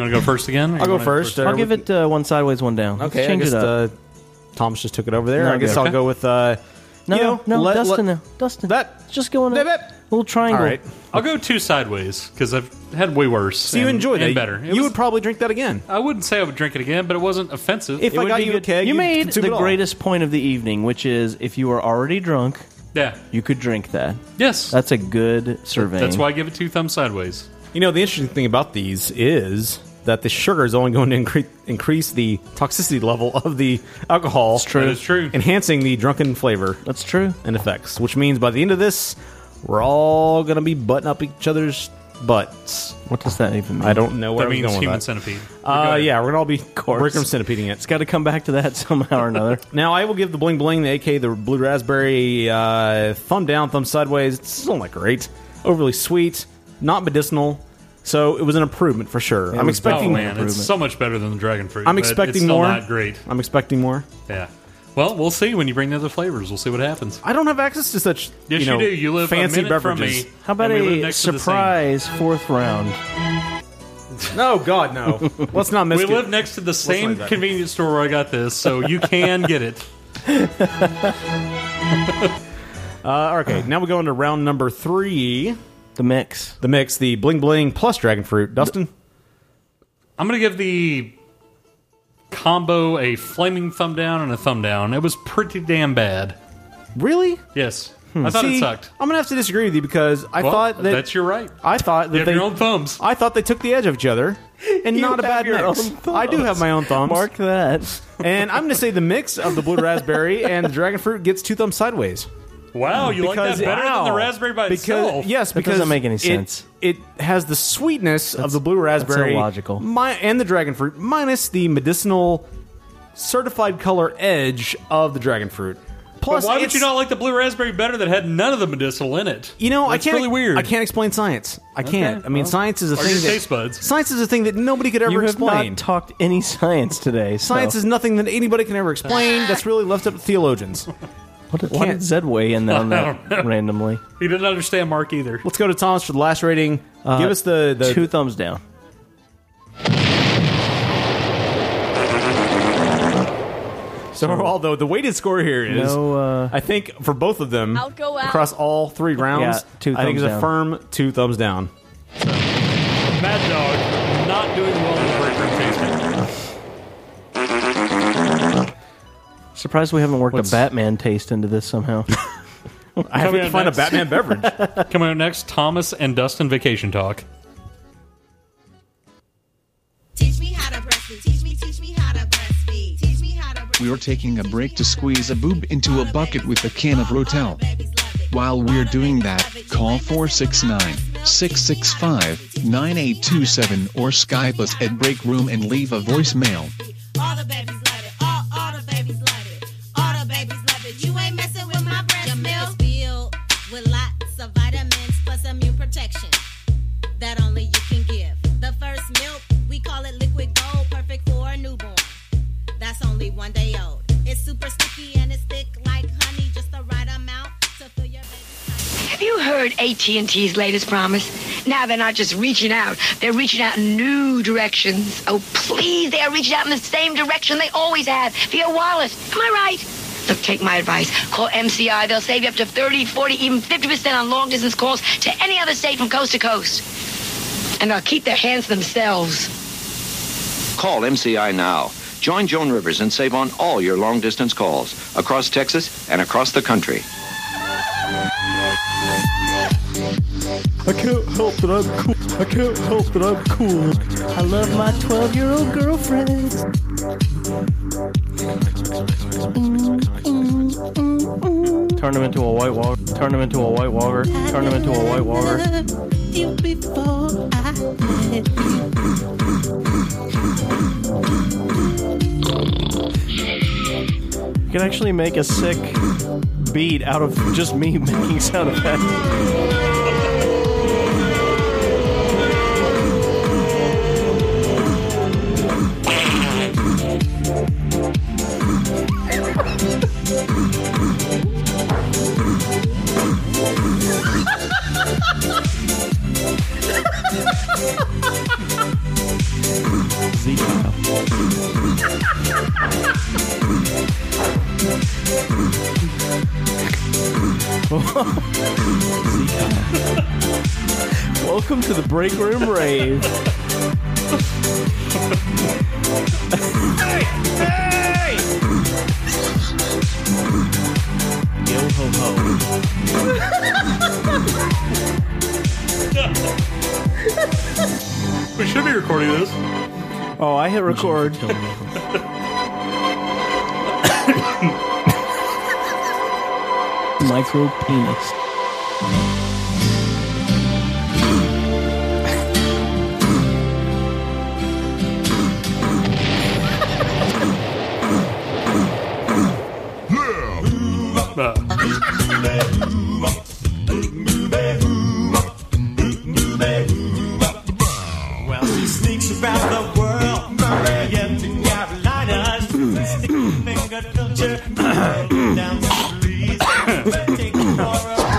[SPEAKER 2] want to go first again? or you
[SPEAKER 3] go
[SPEAKER 2] wanna
[SPEAKER 3] first. or
[SPEAKER 10] I'll
[SPEAKER 3] we-
[SPEAKER 10] give it uh, one sideways, one down. Let's
[SPEAKER 3] Okay, I
[SPEAKER 10] change
[SPEAKER 3] guess
[SPEAKER 10] it up.
[SPEAKER 3] uh, Thomas just took it over there.
[SPEAKER 10] No,
[SPEAKER 3] I guess
[SPEAKER 10] okay.
[SPEAKER 3] I'll go with uh,
[SPEAKER 10] no,
[SPEAKER 3] you know,
[SPEAKER 10] no,
[SPEAKER 3] let-
[SPEAKER 10] Dustin, uh,
[SPEAKER 3] let-
[SPEAKER 10] no, Dustin.
[SPEAKER 3] that
[SPEAKER 10] just going.
[SPEAKER 3] Bip, bip.
[SPEAKER 10] little triangle.
[SPEAKER 2] All right. I'll go two sideways because I've had way worse.
[SPEAKER 3] uh, So you
[SPEAKER 2] and-
[SPEAKER 3] enjoyed
[SPEAKER 2] and
[SPEAKER 3] it.
[SPEAKER 2] better. It
[SPEAKER 3] you
[SPEAKER 2] was-
[SPEAKER 3] would probably drink that again.
[SPEAKER 2] I wouldn't say I would drink it again, but it wasn't offensive.
[SPEAKER 3] If
[SPEAKER 2] It
[SPEAKER 3] I
[SPEAKER 2] would
[SPEAKER 3] got
[SPEAKER 2] be
[SPEAKER 3] you a
[SPEAKER 2] good.
[SPEAKER 3] keg,
[SPEAKER 10] You
[SPEAKER 3] you'd
[SPEAKER 10] made
[SPEAKER 3] consume it
[SPEAKER 10] the
[SPEAKER 3] all.
[SPEAKER 10] greatest point of the evening, which is if you are already drunk,
[SPEAKER 2] Yeah.
[SPEAKER 10] you could drink that.
[SPEAKER 2] Yes.
[SPEAKER 10] That's a good survey.
[SPEAKER 2] That's why I give it two thumbs sideways.
[SPEAKER 3] You know, the interesting thing about these is that the sugar is only going to incre- increase the toxicity level of the alcohol. That's
[SPEAKER 2] true. That is true.
[SPEAKER 3] Enhancing the drunken flavor.
[SPEAKER 10] That's true.
[SPEAKER 3] And effects, which means by the end of this, we're all going to be butting up each other's butts.
[SPEAKER 10] What does that even mean?
[SPEAKER 3] I don't know where I'm
[SPEAKER 2] That means
[SPEAKER 3] going
[SPEAKER 2] human
[SPEAKER 3] with that.
[SPEAKER 2] centipede.
[SPEAKER 3] Uh, yeah, we're gonna all be
[SPEAKER 10] course.
[SPEAKER 3] Brick centipeding it. It's
[SPEAKER 10] got to come back to that [LAUGHS] somehow or another.
[SPEAKER 3] now I will give the bling bling, the AK, the blue raspberry, uh, thumb down, thumb sideways. It's still not great. Overly sweet, not medicinal. So it was an improvement for sure. I'm expecting
[SPEAKER 2] Oh, man, it's so much better than the dragon fruit.
[SPEAKER 3] I'm
[SPEAKER 2] but it's
[SPEAKER 3] expecting
[SPEAKER 2] still
[SPEAKER 3] more.
[SPEAKER 2] Not great.
[SPEAKER 3] I'm expecting more.
[SPEAKER 2] Yeah. Well, we'll see when you bring the other flavors. We'll see what happens.
[SPEAKER 3] I don't have access to such
[SPEAKER 2] Yes,
[SPEAKER 3] you, know,
[SPEAKER 2] do. You live a
[SPEAKER 3] fancy
[SPEAKER 2] minute from
[SPEAKER 3] beverages.
[SPEAKER 2] me.
[SPEAKER 10] How about
[SPEAKER 2] And we live
[SPEAKER 10] a
[SPEAKER 2] next to the same-
[SPEAKER 10] surprise fourth round?
[SPEAKER 3] No, God,
[SPEAKER 2] [LAUGHS]
[SPEAKER 3] no. Let's not miss.
[SPEAKER 2] we
[SPEAKER 3] it.
[SPEAKER 2] live next to the
[SPEAKER 3] Let's
[SPEAKER 2] same
[SPEAKER 3] leave that.
[SPEAKER 2] convenience store where I got this, so
[SPEAKER 3] [LAUGHS]
[SPEAKER 2] you can get it.
[SPEAKER 3] Uh, okay, now we go into round number three.
[SPEAKER 10] The mix.
[SPEAKER 3] The mix. The bling bling plus dragon fruit. Dustin.
[SPEAKER 2] I'm gonna give the combo a flaming thumb down and a thumb down. It was pretty damn bad.
[SPEAKER 3] Really?
[SPEAKER 2] Yes. I thought
[SPEAKER 3] See,
[SPEAKER 2] it sucked.
[SPEAKER 3] I'm gonna have to disagree with you because I
[SPEAKER 2] Well,
[SPEAKER 3] thought that
[SPEAKER 2] that's your right.
[SPEAKER 3] I thought that
[SPEAKER 2] You have
[SPEAKER 3] they
[SPEAKER 2] your own thumbs.
[SPEAKER 3] I thought they took the edge of each other, and
[SPEAKER 10] You
[SPEAKER 3] not a
[SPEAKER 10] have
[SPEAKER 3] bad
[SPEAKER 10] your
[SPEAKER 3] mix.
[SPEAKER 10] own
[SPEAKER 3] I do have my own thumbs.
[SPEAKER 10] Mark that.
[SPEAKER 3] [LAUGHS] and I'm gonna say the mix of the
[SPEAKER 10] [LAUGHS]
[SPEAKER 3] blue raspberry and the dragon fruit gets two thumbs sideways.
[SPEAKER 2] Wow, you like
[SPEAKER 3] Because-
[SPEAKER 2] that better than
[SPEAKER 3] Wow.
[SPEAKER 2] the raspberry by
[SPEAKER 3] because
[SPEAKER 2] itself?
[SPEAKER 3] yes,
[SPEAKER 10] That
[SPEAKER 3] because
[SPEAKER 10] doesn't make any
[SPEAKER 3] it-
[SPEAKER 10] sense.
[SPEAKER 3] It, has the sweetness of the blue raspberry,
[SPEAKER 10] illogical.
[SPEAKER 3] mi- and the dragon fruit minus the medicinal certified color edge of the dragon fruit. Plus,
[SPEAKER 2] but why would
[SPEAKER 3] it's-
[SPEAKER 2] you not like the blue raspberry better that had none of the medicinal in it?
[SPEAKER 3] You know, I
[SPEAKER 2] That's
[SPEAKER 3] can't.
[SPEAKER 2] really weird.
[SPEAKER 3] I can't explain science. I
[SPEAKER 2] Okay,
[SPEAKER 3] can't. I mean,
[SPEAKER 2] well.
[SPEAKER 3] science is a
[SPEAKER 2] Or
[SPEAKER 3] thing.
[SPEAKER 2] your
[SPEAKER 3] that-
[SPEAKER 2] taste buds.
[SPEAKER 3] Science is a thing that nobody could ever
[SPEAKER 10] you have
[SPEAKER 3] explain.
[SPEAKER 10] not talked any science today. so-
[SPEAKER 3] science is nothing that anybody can ever explain. That's really left up to theologians.
[SPEAKER 10] What did, why
[SPEAKER 3] can't-
[SPEAKER 10] did Zed weigh in on
[SPEAKER 2] I don't know.
[SPEAKER 10] that randomly?
[SPEAKER 2] He didn't understand Mark either.
[SPEAKER 3] [LAUGHS] Let's go to Thomas for the last rating.
[SPEAKER 10] Uh,
[SPEAKER 3] Give us the, the
[SPEAKER 10] two thumbs down.
[SPEAKER 3] [LAUGHS] So although the weighted score here is,
[SPEAKER 10] No, uh,
[SPEAKER 3] I think for both of them
[SPEAKER 5] I'll go out.
[SPEAKER 3] across all three rounds,
[SPEAKER 10] Yeah, two
[SPEAKER 3] I think
[SPEAKER 10] thumbs
[SPEAKER 3] it's a
[SPEAKER 10] down.
[SPEAKER 3] firm two thumbs down.
[SPEAKER 2] Mad Dog not doing well in the break room tasting.
[SPEAKER 10] Surprised we haven't worked
[SPEAKER 2] What's-
[SPEAKER 10] a Batman taste into this somehow.
[SPEAKER 3] I have
[SPEAKER 2] Coming
[SPEAKER 3] to
[SPEAKER 2] up
[SPEAKER 3] find
[SPEAKER 2] next.
[SPEAKER 3] a Batman beverage.
[SPEAKER 2] [LAUGHS] Coming up next, Thomas and Dustin vacation talk.
[SPEAKER 18] Teach me how to breastfeed. Teach me, teach me how to breastfeed. Teach me how to breastfeed.
[SPEAKER 6] We're taking a break to squeeze a boob into a bucket with a can of Rotel. While we're doing that, call 469 665 9827 or Skype us at Break Room and leave a voicemail.
[SPEAKER 18] All the babies love it. All, all the babies love it. All the babies love it. You ain't messing with my breast Your milk. is filled with lots of vitamins plus immune protection that only you can give. The first milk, we call it liquid gold, perfect for a newborn. That's only one day old. It's super sticky and it's thick like honey, just the right amount to fill your baby.
[SPEAKER 15] Have you heard AT&T's latest promise? Now they're not just reaching out, they're reaching out in new directions. Oh, please, they are reaching out in the same direction they always have, via wallet. Am I right? Look, take my advice. Call MCI. They'll save you up to 30, 40, even 50% on long distance calls to any other state from coast to coast. And they'll keep their hands themselves.
[SPEAKER 7] Call MCI now. Join Joan Rivers and save on all your long distance calls across Texas and across the country.
[SPEAKER 10] I can't help that I'm cool. I can't help that I'm cool. I love my 12 year old girlfriend. Turn him into a white walker. Turn him into a white walker. Turn him into a white walker.
[SPEAKER 5] You before I did.
[SPEAKER 10] You can actually make a sick beat out of just me [LAUGHS] making sound effects. [LAUGHS] Welcome to the break room rave.
[SPEAKER 3] Yo ho ho.
[SPEAKER 2] We should be recording this.
[SPEAKER 10] Oh, I hit record. [LAUGHS] Micro penis.
[SPEAKER 5] Well, she sneaks around the world, Maria to Carolinas, finger culture, down the street, taking for a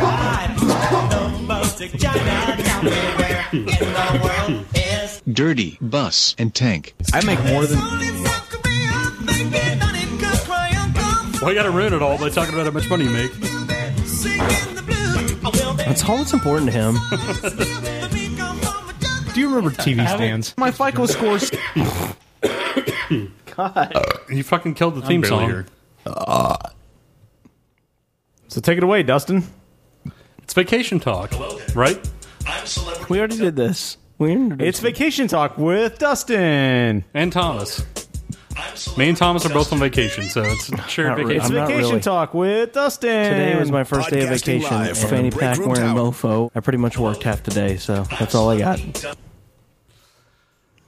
[SPEAKER 5] ride. The most giant out there in the world is
[SPEAKER 6] Dirty, Bus, and Tank.
[SPEAKER 3] I make more than.
[SPEAKER 2] Why you gotta ruin it all by talking about how much money you make?
[SPEAKER 10] That's all that's important to him.
[SPEAKER 3] Do you remember TV stands? My FICO
[SPEAKER 19] [LAUGHS]
[SPEAKER 3] scores.
[SPEAKER 10] God.
[SPEAKER 2] You fucking killed the
[SPEAKER 3] I'm
[SPEAKER 2] theme
[SPEAKER 3] barely
[SPEAKER 2] song.
[SPEAKER 3] here. So take it away, Dustin.
[SPEAKER 2] It's vacation talk, right?
[SPEAKER 10] [LAUGHS] We already did this. We
[SPEAKER 3] It's vacation talk with Dustin
[SPEAKER 2] and Thomas. Me and Thomas are both on vacation, so it's shared
[SPEAKER 10] Not really.
[SPEAKER 2] vacation.
[SPEAKER 10] It's vacation
[SPEAKER 3] talk with Dustin.
[SPEAKER 10] Today was my first day of vacation. and Fanny pack wearing mofo. I pretty much worked half today, so that's all I got.
[SPEAKER 2] That's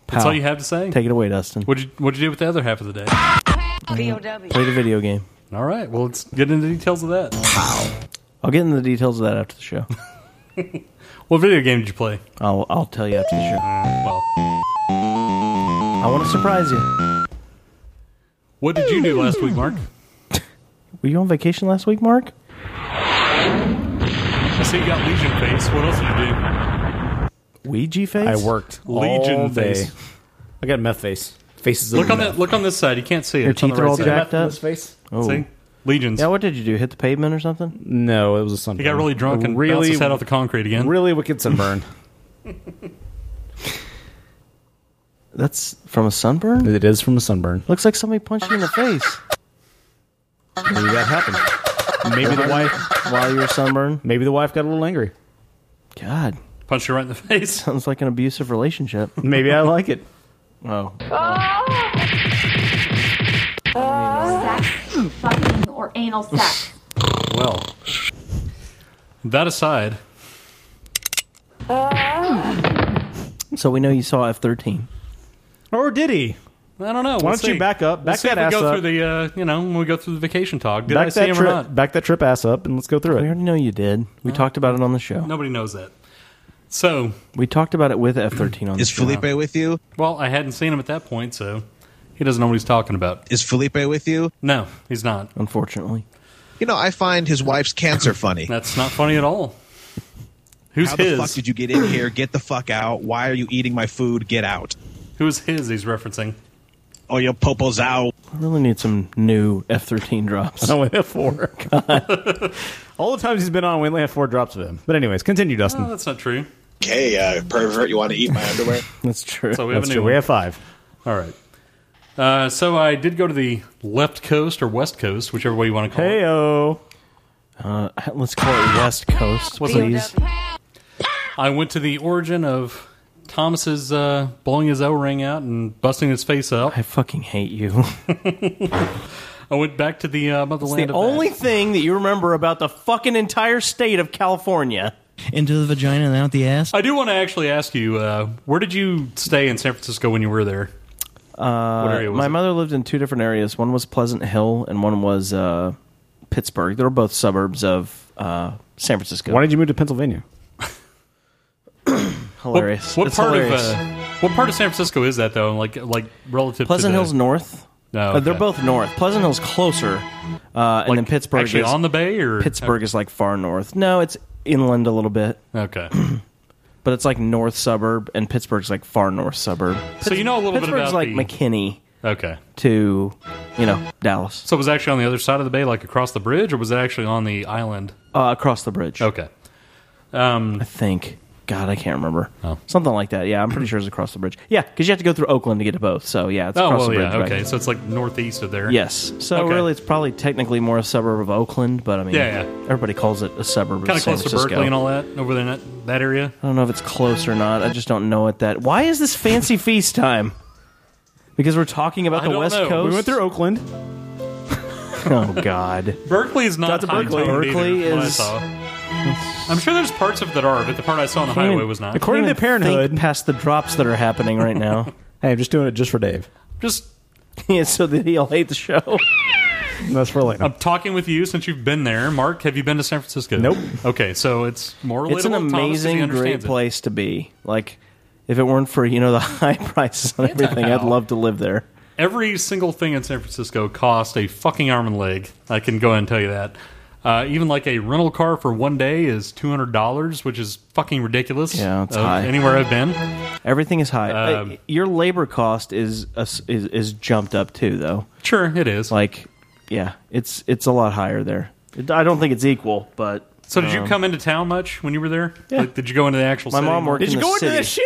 [SPEAKER 10] Pow.
[SPEAKER 2] all you have to say.
[SPEAKER 10] Take it away, Dustin.
[SPEAKER 2] What'd you What'd you do with the other half of the day?
[SPEAKER 10] Play the video game.
[SPEAKER 2] All right. Well, let's get into details of that.
[SPEAKER 10] I'll get into the details of that after the show.
[SPEAKER 2] What video game did you play?
[SPEAKER 10] I'll, I'll tell you after the show.
[SPEAKER 2] Well,
[SPEAKER 10] I want to surprise you.
[SPEAKER 2] what did you do last week, Mark?
[SPEAKER 10] Were you on vacation last week, Mark?
[SPEAKER 2] I see you got Legion face. What else did you do?
[SPEAKER 10] Ouija face?
[SPEAKER 3] I worked.
[SPEAKER 2] Legion
[SPEAKER 3] [LAUGHS] all day.
[SPEAKER 2] face.
[SPEAKER 3] I got meth face. Faces
[SPEAKER 2] Look
[SPEAKER 3] of
[SPEAKER 2] on that. Look on this side. You can't see it.
[SPEAKER 10] Your
[SPEAKER 2] It's on
[SPEAKER 10] teeth
[SPEAKER 2] the
[SPEAKER 10] are
[SPEAKER 2] right
[SPEAKER 10] all
[SPEAKER 2] side.
[SPEAKER 10] jacked up. Oh.
[SPEAKER 2] See? Legions.
[SPEAKER 10] Yeah, what did you do? Hit the pavement or something?
[SPEAKER 3] No, it was a sunburn.
[SPEAKER 2] He got really drunk and
[SPEAKER 3] really,
[SPEAKER 2] bounced his head off the concrete again.
[SPEAKER 3] Really wicked [LAUGHS] sunburn.
[SPEAKER 10] That's from a sunburn?
[SPEAKER 3] It is from a sunburn.
[SPEAKER 10] Looks like somebody punched you in the [LAUGHS] face.
[SPEAKER 3] Maybe that happened. Maybe the wife
[SPEAKER 10] while you were sunburned.
[SPEAKER 3] Maybe the wife got a little angry.
[SPEAKER 10] God.
[SPEAKER 2] Punched you right in the [LAUGHS] face.
[SPEAKER 10] Sounds like an abusive relationship.
[SPEAKER 3] Maybe I like it.
[SPEAKER 10] [LAUGHS] Oh.
[SPEAKER 20] Sex, fucking, or anal sex.
[SPEAKER 2] Well, that aside,
[SPEAKER 10] So we know you saw F thirteen.
[SPEAKER 3] [LAUGHS] Or did he?
[SPEAKER 2] I don't know.
[SPEAKER 3] Why don't you back up?
[SPEAKER 2] We'll
[SPEAKER 3] Back
[SPEAKER 2] see
[SPEAKER 3] that
[SPEAKER 2] if
[SPEAKER 3] ass
[SPEAKER 2] we go
[SPEAKER 3] up.
[SPEAKER 2] through the uh, you know when we go through the vacation talk. Did
[SPEAKER 3] back
[SPEAKER 2] I see
[SPEAKER 3] that
[SPEAKER 2] him
[SPEAKER 3] trip,
[SPEAKER 2] or not?
[SPEAKER 3] back that trip ass up, and let's go through
[SPEAKER 10] We
[SPEAKER 3] it.
[SPEAKER 10] already know you did. We talked about it on the show.
[SPEAKER 2] Nobody knows that. So
[SPEAKER 10] We talked about it with F thirteen on the
[SPEAKER 2] Is
[SPEAKER 10] show.
[SPEAKER 2] Felipe
[SPEAKER 10] with you?
[SPEAKER 2] well, I hadn't seen him at that point, so he doesn't know what he's talking about. Is Felipe with you? No, he's not.
[SPEAKER 10] Unfortunately,
[SPEAKER 19] You know, I find his wife's cancer funny.
[SPEAKER 2] That's not funny at all. [LAUGHS] Who's
[SPEAKER 19] How the
[SPEAKER 2] his?
[SPEAKER 19] fuck did you get in here? Get the fuck out. Why are you eating my food? Get out.
[SPEAKER 2] Who's his? He's referencing.
[SPEAKER 19] Oh, your popo's out.
[SPEAKER 10] I really need some new F thirteen drops.
[SPEAKER 3] [LAUGHS] I went F [LAUGHS] four. All the times he's been on, we only have four drops of him. But anyways, continue, Dustin.
[SPEAKER 2] Oh, that's not true.
[SPEAKER 14] Okay, uh, pervert, you want to eat my underwear?
[SPEAKER 10] That's true.
[SPEAKER 2] So we have
[SPEAKER 3] That's
[SPEAKER 2] a new
[SPEAKER 3] true.
[SPEAKER 2] one.
[SPEAKER 3] We have five.
[SPEAKER 2] All right. Uh, so I did go to the left coast or west coast, whichever way you want to call it.
[SPEAKER 3] Heyo.
[SPEAKER 10] Uh, [LAUGHS] let's call it West Coast,
[SPEAKER 2] What's it?
[SPEAKER 10] please.
[SPEAKER 2] I went to the origin of Thomas's uh, blowing his O ring out and busting his face out.
[SPEAKER 10] I fucking hate you.
[SPEAKER 2] I went back to the uh, motherland.
[SPEAKER 10] the
[SPEAKER 2] of that.
[SPEAKER 10] only thing that you remember about the fucking entire state of California.
[SPEAKER 21] Into the vagina and out the ass.
[SPEAKER 2] I do want to actually ask you, uh, where did you stay in San Francisco when you were there?
[SPEAKER 10] Uh,
[SPEAKER 2] What area was
[SPEAKER 10] my
[SPEAKER 2] it?
[SPEAKER 10] mother lived in two different areas. One was Pleasant Hill, and one was uh, Pittsburgh. They were both suburbs of uh, San Francisco.
[SPEAKER 3] Why did you move to Pennsylvania?
[SPEAKER 10] Hilarious.
[SPEAKER 2] What
[SPEAKER 10] It's
[SPEAKER 2] part
[SPEAKER 10] hilarious.
[SPEAKER 2] of uh, what part of San Francisco is that though? Like like relative
[SPEAKER 10] Pleasant
[SPEAKER 2] to the,
[SPEAKER 10] Hill's north.
[SPEAKER 2] No,
[SPEAKER 10] Uh, they're
[SPEAKER 2] Oh, okay.
[SPEAKER 10] both north. Pleasant Hill's closer, uh, and then Pittsburgh
[SPEAKER 2] actually
[SPEAKER 10] is
[SPEAKER 2] on the bay or
[SPEAKER 10] Pittsburgh is like far north. No, it's inland a little bit.
[SPEAKER 2] Okay,
[SPEAKER 10] but it's like north suburb, and Pittsburgh's like far north suburb.
[SPEAKER 2] So you know a little bit
[SPEAKER 10] Pittsburgh's
[SPEAKER 2] about
[SPEAKER 10] like
[SPEAKER 2] the-
[SPEAKER 10] McKinney
[SPEAKER 2] Okay.
[SPEAKER 10] to you know Dallas
[SPEAKER 2] So it was actually on the other side of the bay, like across the bridge, or was it actually on the island?
[SPEAKER 10] uh, across the bridge.
[SPEAKER 2] Okay. Um,
[SPEAKER 10] I think God, I can't remember.
[SPEAKER 2] Oh.
[SPEAKER 10] Something like that. Yeah, I'm pretty sure it's across the bridge. Yeah, because you have to go through Oakland to get to both. So yeah, it's
[SPEAKER 2] oh
[SPEAKER 10] across
[SPEAKER 2] well,
[SPEAKER 10] the bridge.
[SPEAKER 2] yeah,
[SPEAKER 10] back
[SPEAKER 2] okay.
[SPEAKER 10] there.
[SPEAKER 2] So it's like northeast of there.
[SPEAKER 10] Yes. So
[SPEAKER 2] Okay.
[SPEAKER 10] really, it's probably technically more a suburb of Oakland, but I mean,
[SPEAKER 2] Yeah, yeah.
[SPEAKER 10] everybody calls it a suburb.
[SPEAKER 2] kind
[SPEAKER 10] of
[SPEAKER 2] of
[SPEAKER 10] San
[SPEAKER 2] close to
[SPEAKER 10] Francisco.
[SPEAKER 2] Berkeley and all that over there in that, that area.
[SPEAKER 10] I don't know if it's close or not. I just don't know it that. Why is this fancy feast time? Because we're talking
[SPEAKER 2] I
[SPEAKER 10] about the
[SPEAKER 2] don't
[SPEAKER 10] West
[SPEAKER 2] know.
[SPEAKER 10] Coast.
[SPEAKER 2] We went through
[SPEAKER 10] Oakland. [LAUGHS] oh
[SPEAKER 2] [LAUGHS]
[SPEAKER 10] God.
[SPEAKER 2] Berkeley is not
[SPEAKER 10] That's a
[SPEAKER 2] high
[SPEAKER 10] Berkeley.
[SPEAKER 2] toned either,
[SPEAKER 10] Berkeley
[SPEAKER 2] from what I
[SPEAKER 10] is-
[SPEAKER 2] saw. I'm sure there's parts of it that are, but the part I saw on the highway was not.
[SPEAKER 10] According to Parenthood, past the drops that are happening
[SPEAKER 2] [LAUGHS]
[SPEAKER 10] right now. [LAUGHS]
[SPEAKER 22] hey, I'm just doing it just for Dave.
[SPEAKER 2] just
[SPEAKER 10] yeah, so that he'll hate the show.
[SPEAKER 22] That's for later.
[SPEAKER 2] I'm talking with you since you've been there, Mark. Have you been to San Francisco? Nope. Okay, so it's more relatable.
[SPEAKER 10] It's an
[SPEAKER 2] to Thomas if he
[SPEAKER 10] amazing, great
[SPEAKER 2] understands it.
[SPEAKER 10] place to be. Like, if it weren't for you know the [LAUGHS] high prices on everything, I'd love to live there.
[SPEAKER 2] Every single thing in San Francisco cost a fucking arm and leg. I can go ahead and tell you that. Uh, even like a rental car for one day is two hundred dollars, which is fucking ridiculous.
[SPEAKER 10] Yeah, it's
[SPEAKER 2] of
[SPEAKER 10] high.
[SPEAKER 2] Anywhere I've been,
[SPEAKER 10] Everything is high. Uh,
[SPEAKER 2] Um,
[SPEAKER 10] Your labor cost is, uh, is is jumped up too, though.
[SPEAKER 2] Sure, it is.
[SPEAKER 10] Like, yeah, it's it's a lot higher there. It- I don't think it's equal, but
[SPEAKER 2] So did you
[SPEAKER 10] um,
[SPEAKER 2] come into town much when you were there?
[SPEAKER 10] Yeah.
[SPEAKER 2] Like, did you go into the actual?
[SPEAKER 10] My
[SPEAKER 2] city?
[SPEAKER 10] mom worked. in the city.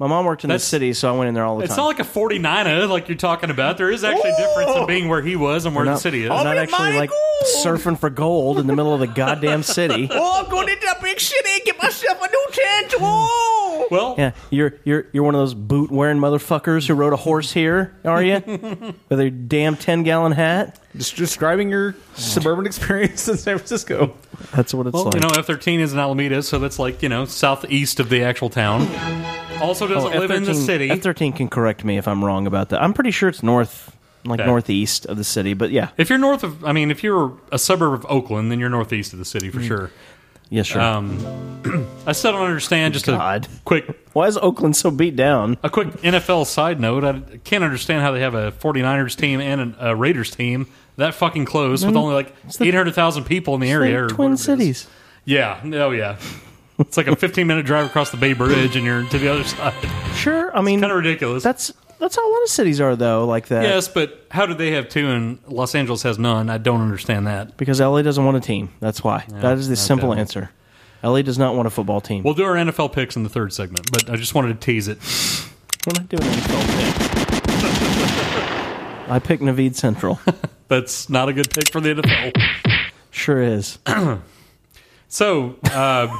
[SPEAKER 10] My mom worked in
[SPEAKER 2] That's-
[SPEAKER 10] the city, so I went in there all the
[SPEAKER 2] It's
[SPEAKER 10] time.
[SPEAKER 2] not like a 49er like you're talking about. There is actually a difference in being where he was and where
[SPEAKER 10] We're
[SPEAKER 2] the city is.
[SPEAKER 10] we're not actually like surfing for gold in the middle of the
[SPEAKER 5] [LAUGHS]
[SPEAKER 10] goddamn city.
[SPEAKER 5] Oh, I'm going into the big city and get myself a new tent.
[SPEAKER 10] [LAUGHS]
[SPEAKER 5] Whoa!
[SPEAKER 2] Well,
[SPEAKER 10] Yeah, you're you're you're one of those boot wearing motherfuckers who rode a horse here,
[SPEAKER 2] [LAUGHS]
[SPEAKER 10] are you? With your damn ten gallon hat.
[SPEAKER 3] Just describing your suburban experience in San Francisco.
[SPEAKER 10] That's what it's
[SPEAKER 2] Well,
[SPEAKER 10] like.
[SPEAKER 2] you know, F thirteen is in Alameda, so that's like you know southeast of the actual town. Also, doesn't live in the city.
[SPEAKER 10] Oh, F thirteen can correct me if I'm wrong about that. I'm pretty sure it's north, like
[SPEAKER 2] Yeah.
[SPEAKER 10] northeast of the city. But yeah,
[SPEAKER 2] If you're north of, I mean, if you're a suburb of Oakland, then you're northeast of the city for
[SPEAKER 10] Mm.
[SPEAKER 2] sure.
[SPEAKER 10] Yes, sure.
[SPEAKER 2] Um, I still don't understand. Just a quick.
[SPEAKER 10] Why is Oakland so beat down?
[SPEAKER 2] A quick NFL side note: I can't understand how they have a 49ers team and an- a Raiders team that fucking close with
[SPEAKER 10] Mhm.
[SPEAKER 2] only like 800,000 people in the area. Or
[SPEAKER 10] Twin Cities.
[SPEAKER 2] yeah, oh yeah. It's like a 15 minute drive across the Bay Bridge, and you're to the other side.
[SPEAKER 10] Sure, I mean,
[SPEAKER 2] kind of ridiculous.
[SPEAKER 10] That's that's how a lot of cities are though, like that.
[SPEAKER 2] Yes, but how do they have two and Los Angeles has none? I don't understand that.
[SPEAKER 10] Because LA doesn't want a team. That's why. that is the
[SPEAKER 2] okay.
[SPEAKER 10] simple answer. LA does not want a football team.
[SPEAKER 2] We'll do our NFL picks in the third segment, but I just wanted to tease it.
[SPEAKER 10] We're not doing NFL picks. I picked
[SPEAKER 3] [LAUGHS]
[SPEAKER 10] Navid Central.
[SPEAKER 2] That's not a good pick for the NFL.
[SPEAKER 10] Sure is.
[SPEAKER 2] So, uh,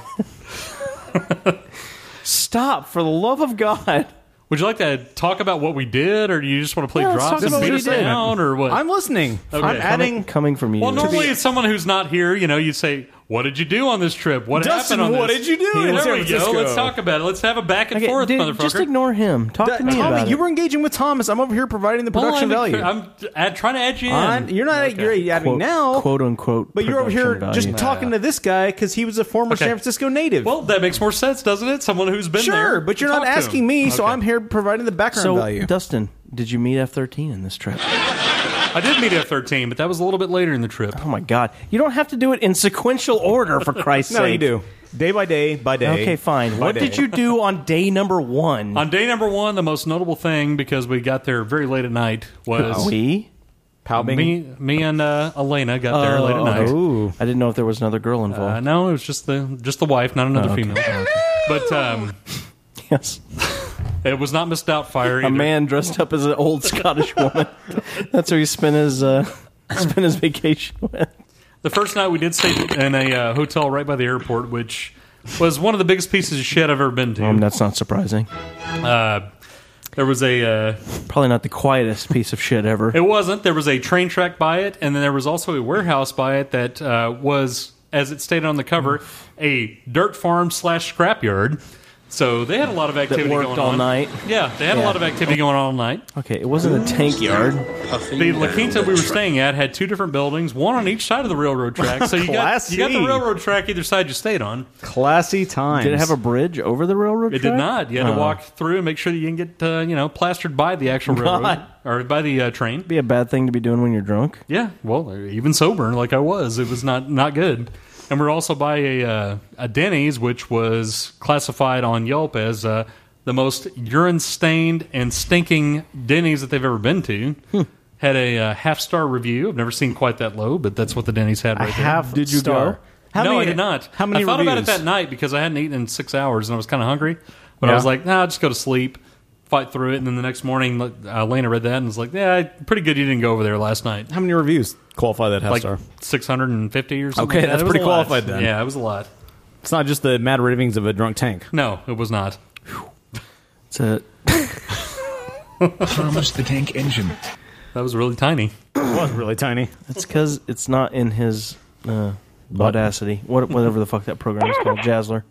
[SPEAKER 10] Stop, for the love of God.
[SPEAKER 2] would you like to talk about what we did, or do you just want to play
[SPEAKER 10] Yeah, let's
[SPEAKER 2] drops
[SPEAKER 10] talk
[SPEAKER 2] and
[SPEAKER 10] about
[SPEAKER 2] beat
[SPEAKER 10] what
[SPEAKER 2] us
[SPEAKER 10] we did.
[SPEAKER 2] down, or what?
[SPEAKER 10] I'm
[SPEAKER 3] listening.
[SPEAKER 2] Okay.
[SPEAKER 10] I'm adding coming from you.
[SPEAKER 2] Well, normally
[SPEAKER 10] To be-
[SPEAKER 2] it's someone who's not here. You know, you say, "What did you do on this trip? What
[SPEAKER 10] Dustin,
[SPEAKER 2] happened on
[SPEAKER 10] what
[SPEAKER 2] this?"
[SPEAKER 10] did you do in
[SPEAKER 2] There
[SPEAKER 10] San
[SPEAKER 2] we
[SPEAKER 10] Francisco?
[SPEAKER 2] go. Let's talk about it. Let's have a back and
[SPEAKER 3] Okay,
[SPEAKER 2] forth,
[SPEAKER 3] dude,
[SPEAKER 2] motherfucker.
[SPEAKER 3] just
[SPEAKER 10] ignore him. Talk
[SPEAKER 3] That-
[SPEAKER 10] to me
[SPEAKER 3] Tommy,
[SPEAKER 10] about it.
[SPEAKER 3] you were engaging with Thomas. I'm over here providing the
[SPEAKER 2] Well,
[SPEAKER 3] production
[SPEAKER 2] I'm-
[SPEAKER 3] value.
[SPEAKER 2] I'm, I'm trying to add you in.
[SPEAKER 3] I'm- you're not you're adding
[SPEAKER 10] Quote-
[SPEAKER 3] now,
[SPEAKER 10] quote unquote.
[SPEAKER 3] but you're over here
[SPEAKER 10] production
[SPEAKER 3] just
[SPEAKER 10] value.
[SPEAKER 3] talking to this guy because he was a former
[SPEAKER 2] Okay.
[SPEAKER 3] San Francisco native.
[SPEAKER 2] Well, that makes more sense, doesn't it? Someone who's been
[SPEAKER 3] sure,
[SPEAKER 2] there.
[SPEAKER 3] but you're not
[SPEAKER 2] Talk to
[SPEAKER 3] asking
[SPEAKER 2] him.
[SPEAKER 3] me, so
[SPEAKER 2] Okay.
[SPEAKER 3] I'm here providing the background
[SPEAKER 10] So,
[SPEAKER 3] value.
[SPEAKER 10] Dustin, did you meet F13 in this trip?
[SPEAKER 2] I did meet F thirteen, but that was a little bit later in the trip.
[SPEAKER 10] Oh my god! You don't have to do it in sequential
[SPEAKER 3] [LAUGHS]
[SPEAKER 10] order, for Christ's
[SPEAKER 3] No,
[SPEAKER 10] sake.
[SPEAKER 3] you do. Day by day, by day.
[SPEAKER 10] Okay, fine.
[SPEAKER 3] by
[SPEAKER 10] what
[SPEAKER 3] day.
[SPEAKER 10] did you do on day number one?
[SPEAKER 2] On day number one, the most notable thing because we got there very late at night
[SPEAKER 3] Oh,
[SPEAKER 2] was
[SPEAKER 10] we?
[SPEAKER 3] Palbing?
[SPEAKER 2] me, me and uh, Elena got
[SPEAKER 3] Oh,
[SPEAKER 2] there late at night.
[SPEAKER 10] Oh, I didn't know if there was another girl involved.
[SPEAKER 2] Uh, no, it was just the just the wife, not another
[SPEAKER 10] Oh, okay.
[SPEAKER 2] female. But um,
[SPEAKER 10] [LAUGHS] yes,
[SPEAKER 2] it was not Miss Doubtfire.
[SPEAKER 10] a
[SPEAKER 2] either.
[SPEAKER 10] man dressed up as an old Scottish woman. [LAUGHS] That's who he spent his uh, [LAUGHS] spent his vacation with.
[SPEAKER 2] The first night we did stay in a uh, hotel right by the airport, which was one of the biggest pieces of shit I've ever been to.
[SPEAKER 10] Um, that's not surprising.
[SPEAKER 2] Uh, there was a. Uh,
[SPEAKER 10] Probably not the quietest piece of shit ever.
[SPEAKER 2] it wasn't. There was a train track by it, and then there was also a warehouse by it that uh, was, as it stated on the cover, a dirt farm slash scrapyard. So they had a lot of activity
[SPEAKER 10] worked
[SPEAKER 2] going
[SPEAKER 10] all
[SPEAKER 2] on.
[SPEAKER 10] night.
[SPEAKER 2] Yeah, they had a
[SPEAKER 10] Yeah.
[SPEAKER 2] lot of activity going on all night.
[SPEAKER 10] Okay, it wasn't a tank yard.
[SPEAKER 2] The La Quinta we were staying at had two different buildings, one on each side of the railroad track. So you got you got the
[SPEAKER 3] Classy.
[SPEAKER 2] railroad track either side you stayed on.
[SPEAKER 3] Classy times.
[SPEAKER 10] Did it have a bridge over the railroad?
[SPEAKER 2] It did not. You had to walk through and make sure that you didn't get uh, you know plastered by the
[SPEAKER 10] [LAUGHS]
[SPEAKER 2] actual railroad
[SPEAKER 10] God.
[SPEAKER 2] or by the uh, train.
[SPEAKER 10] Be a bad thing to be doing when you're drunk.
[SPEAKER 2] Yeah, well, even sober like I was, it was not not good. And we're also by a uh, a Denny's, which was classified on Yelp as uh, the most urine stained and stinking Denny's that they've ever been to.
[SPEAKER 10] Hmm.
[SPEAKER 2] Had a uh, half star review. I've never seen quite that low, but that's what the Denny's had right there.
[SPEAKER 3] Did you go?
[SPEAKER 10] How
[SPEAKER 2] no,
[SPEAKER 10] many-
[SPEAKER 2] I did not.
[SPEAKER 10] how many
[SPEAKER 2] I thought about it
[SPEAKER 10] reviews?
[SPEAKER 2] that night because I hadn't eaten in six hours and I was kind of hungry. But I
[SPEAKER 10] Yeah.
[SPEAKER 2] was like, nah, I'll just go to sleep, fight through it, and then the next morning, like, uh, Lana read that and was like, yeah, pretty good. You didn't go over there last night.
[SPEAKER 3] How many reviews qualify that half
[SPEAKER 2] like
[SPEAKER 3] star?
[SPEAKER 2] six hundred and fifty or something.
[SPEAKER 3] Okay,
[SPEAKER 2] like that.
[SPEAKER 3] that's
[SPEAKER 2] It was
[SPEAKER 3] pretty
[SPEAKER 2] a lot.
[SPEAKER 3] qualified then.
[SPEAKER 2] Yeah, it was a lot.
[SPEAKER 3] It's not just the mad ravings of a drunk tank.
[SPEAKER 2] No, it was not.
[SPEAKER 10] That's it.
[SPEAKER 2] Thomas the Tank Engine. That was really tiny.
[SPEAKER 3] it was really tiny.
[SPEAKER 10] That's because it's not in his uh, Audacity, what, whatever the fuck that program is called, Jazzler.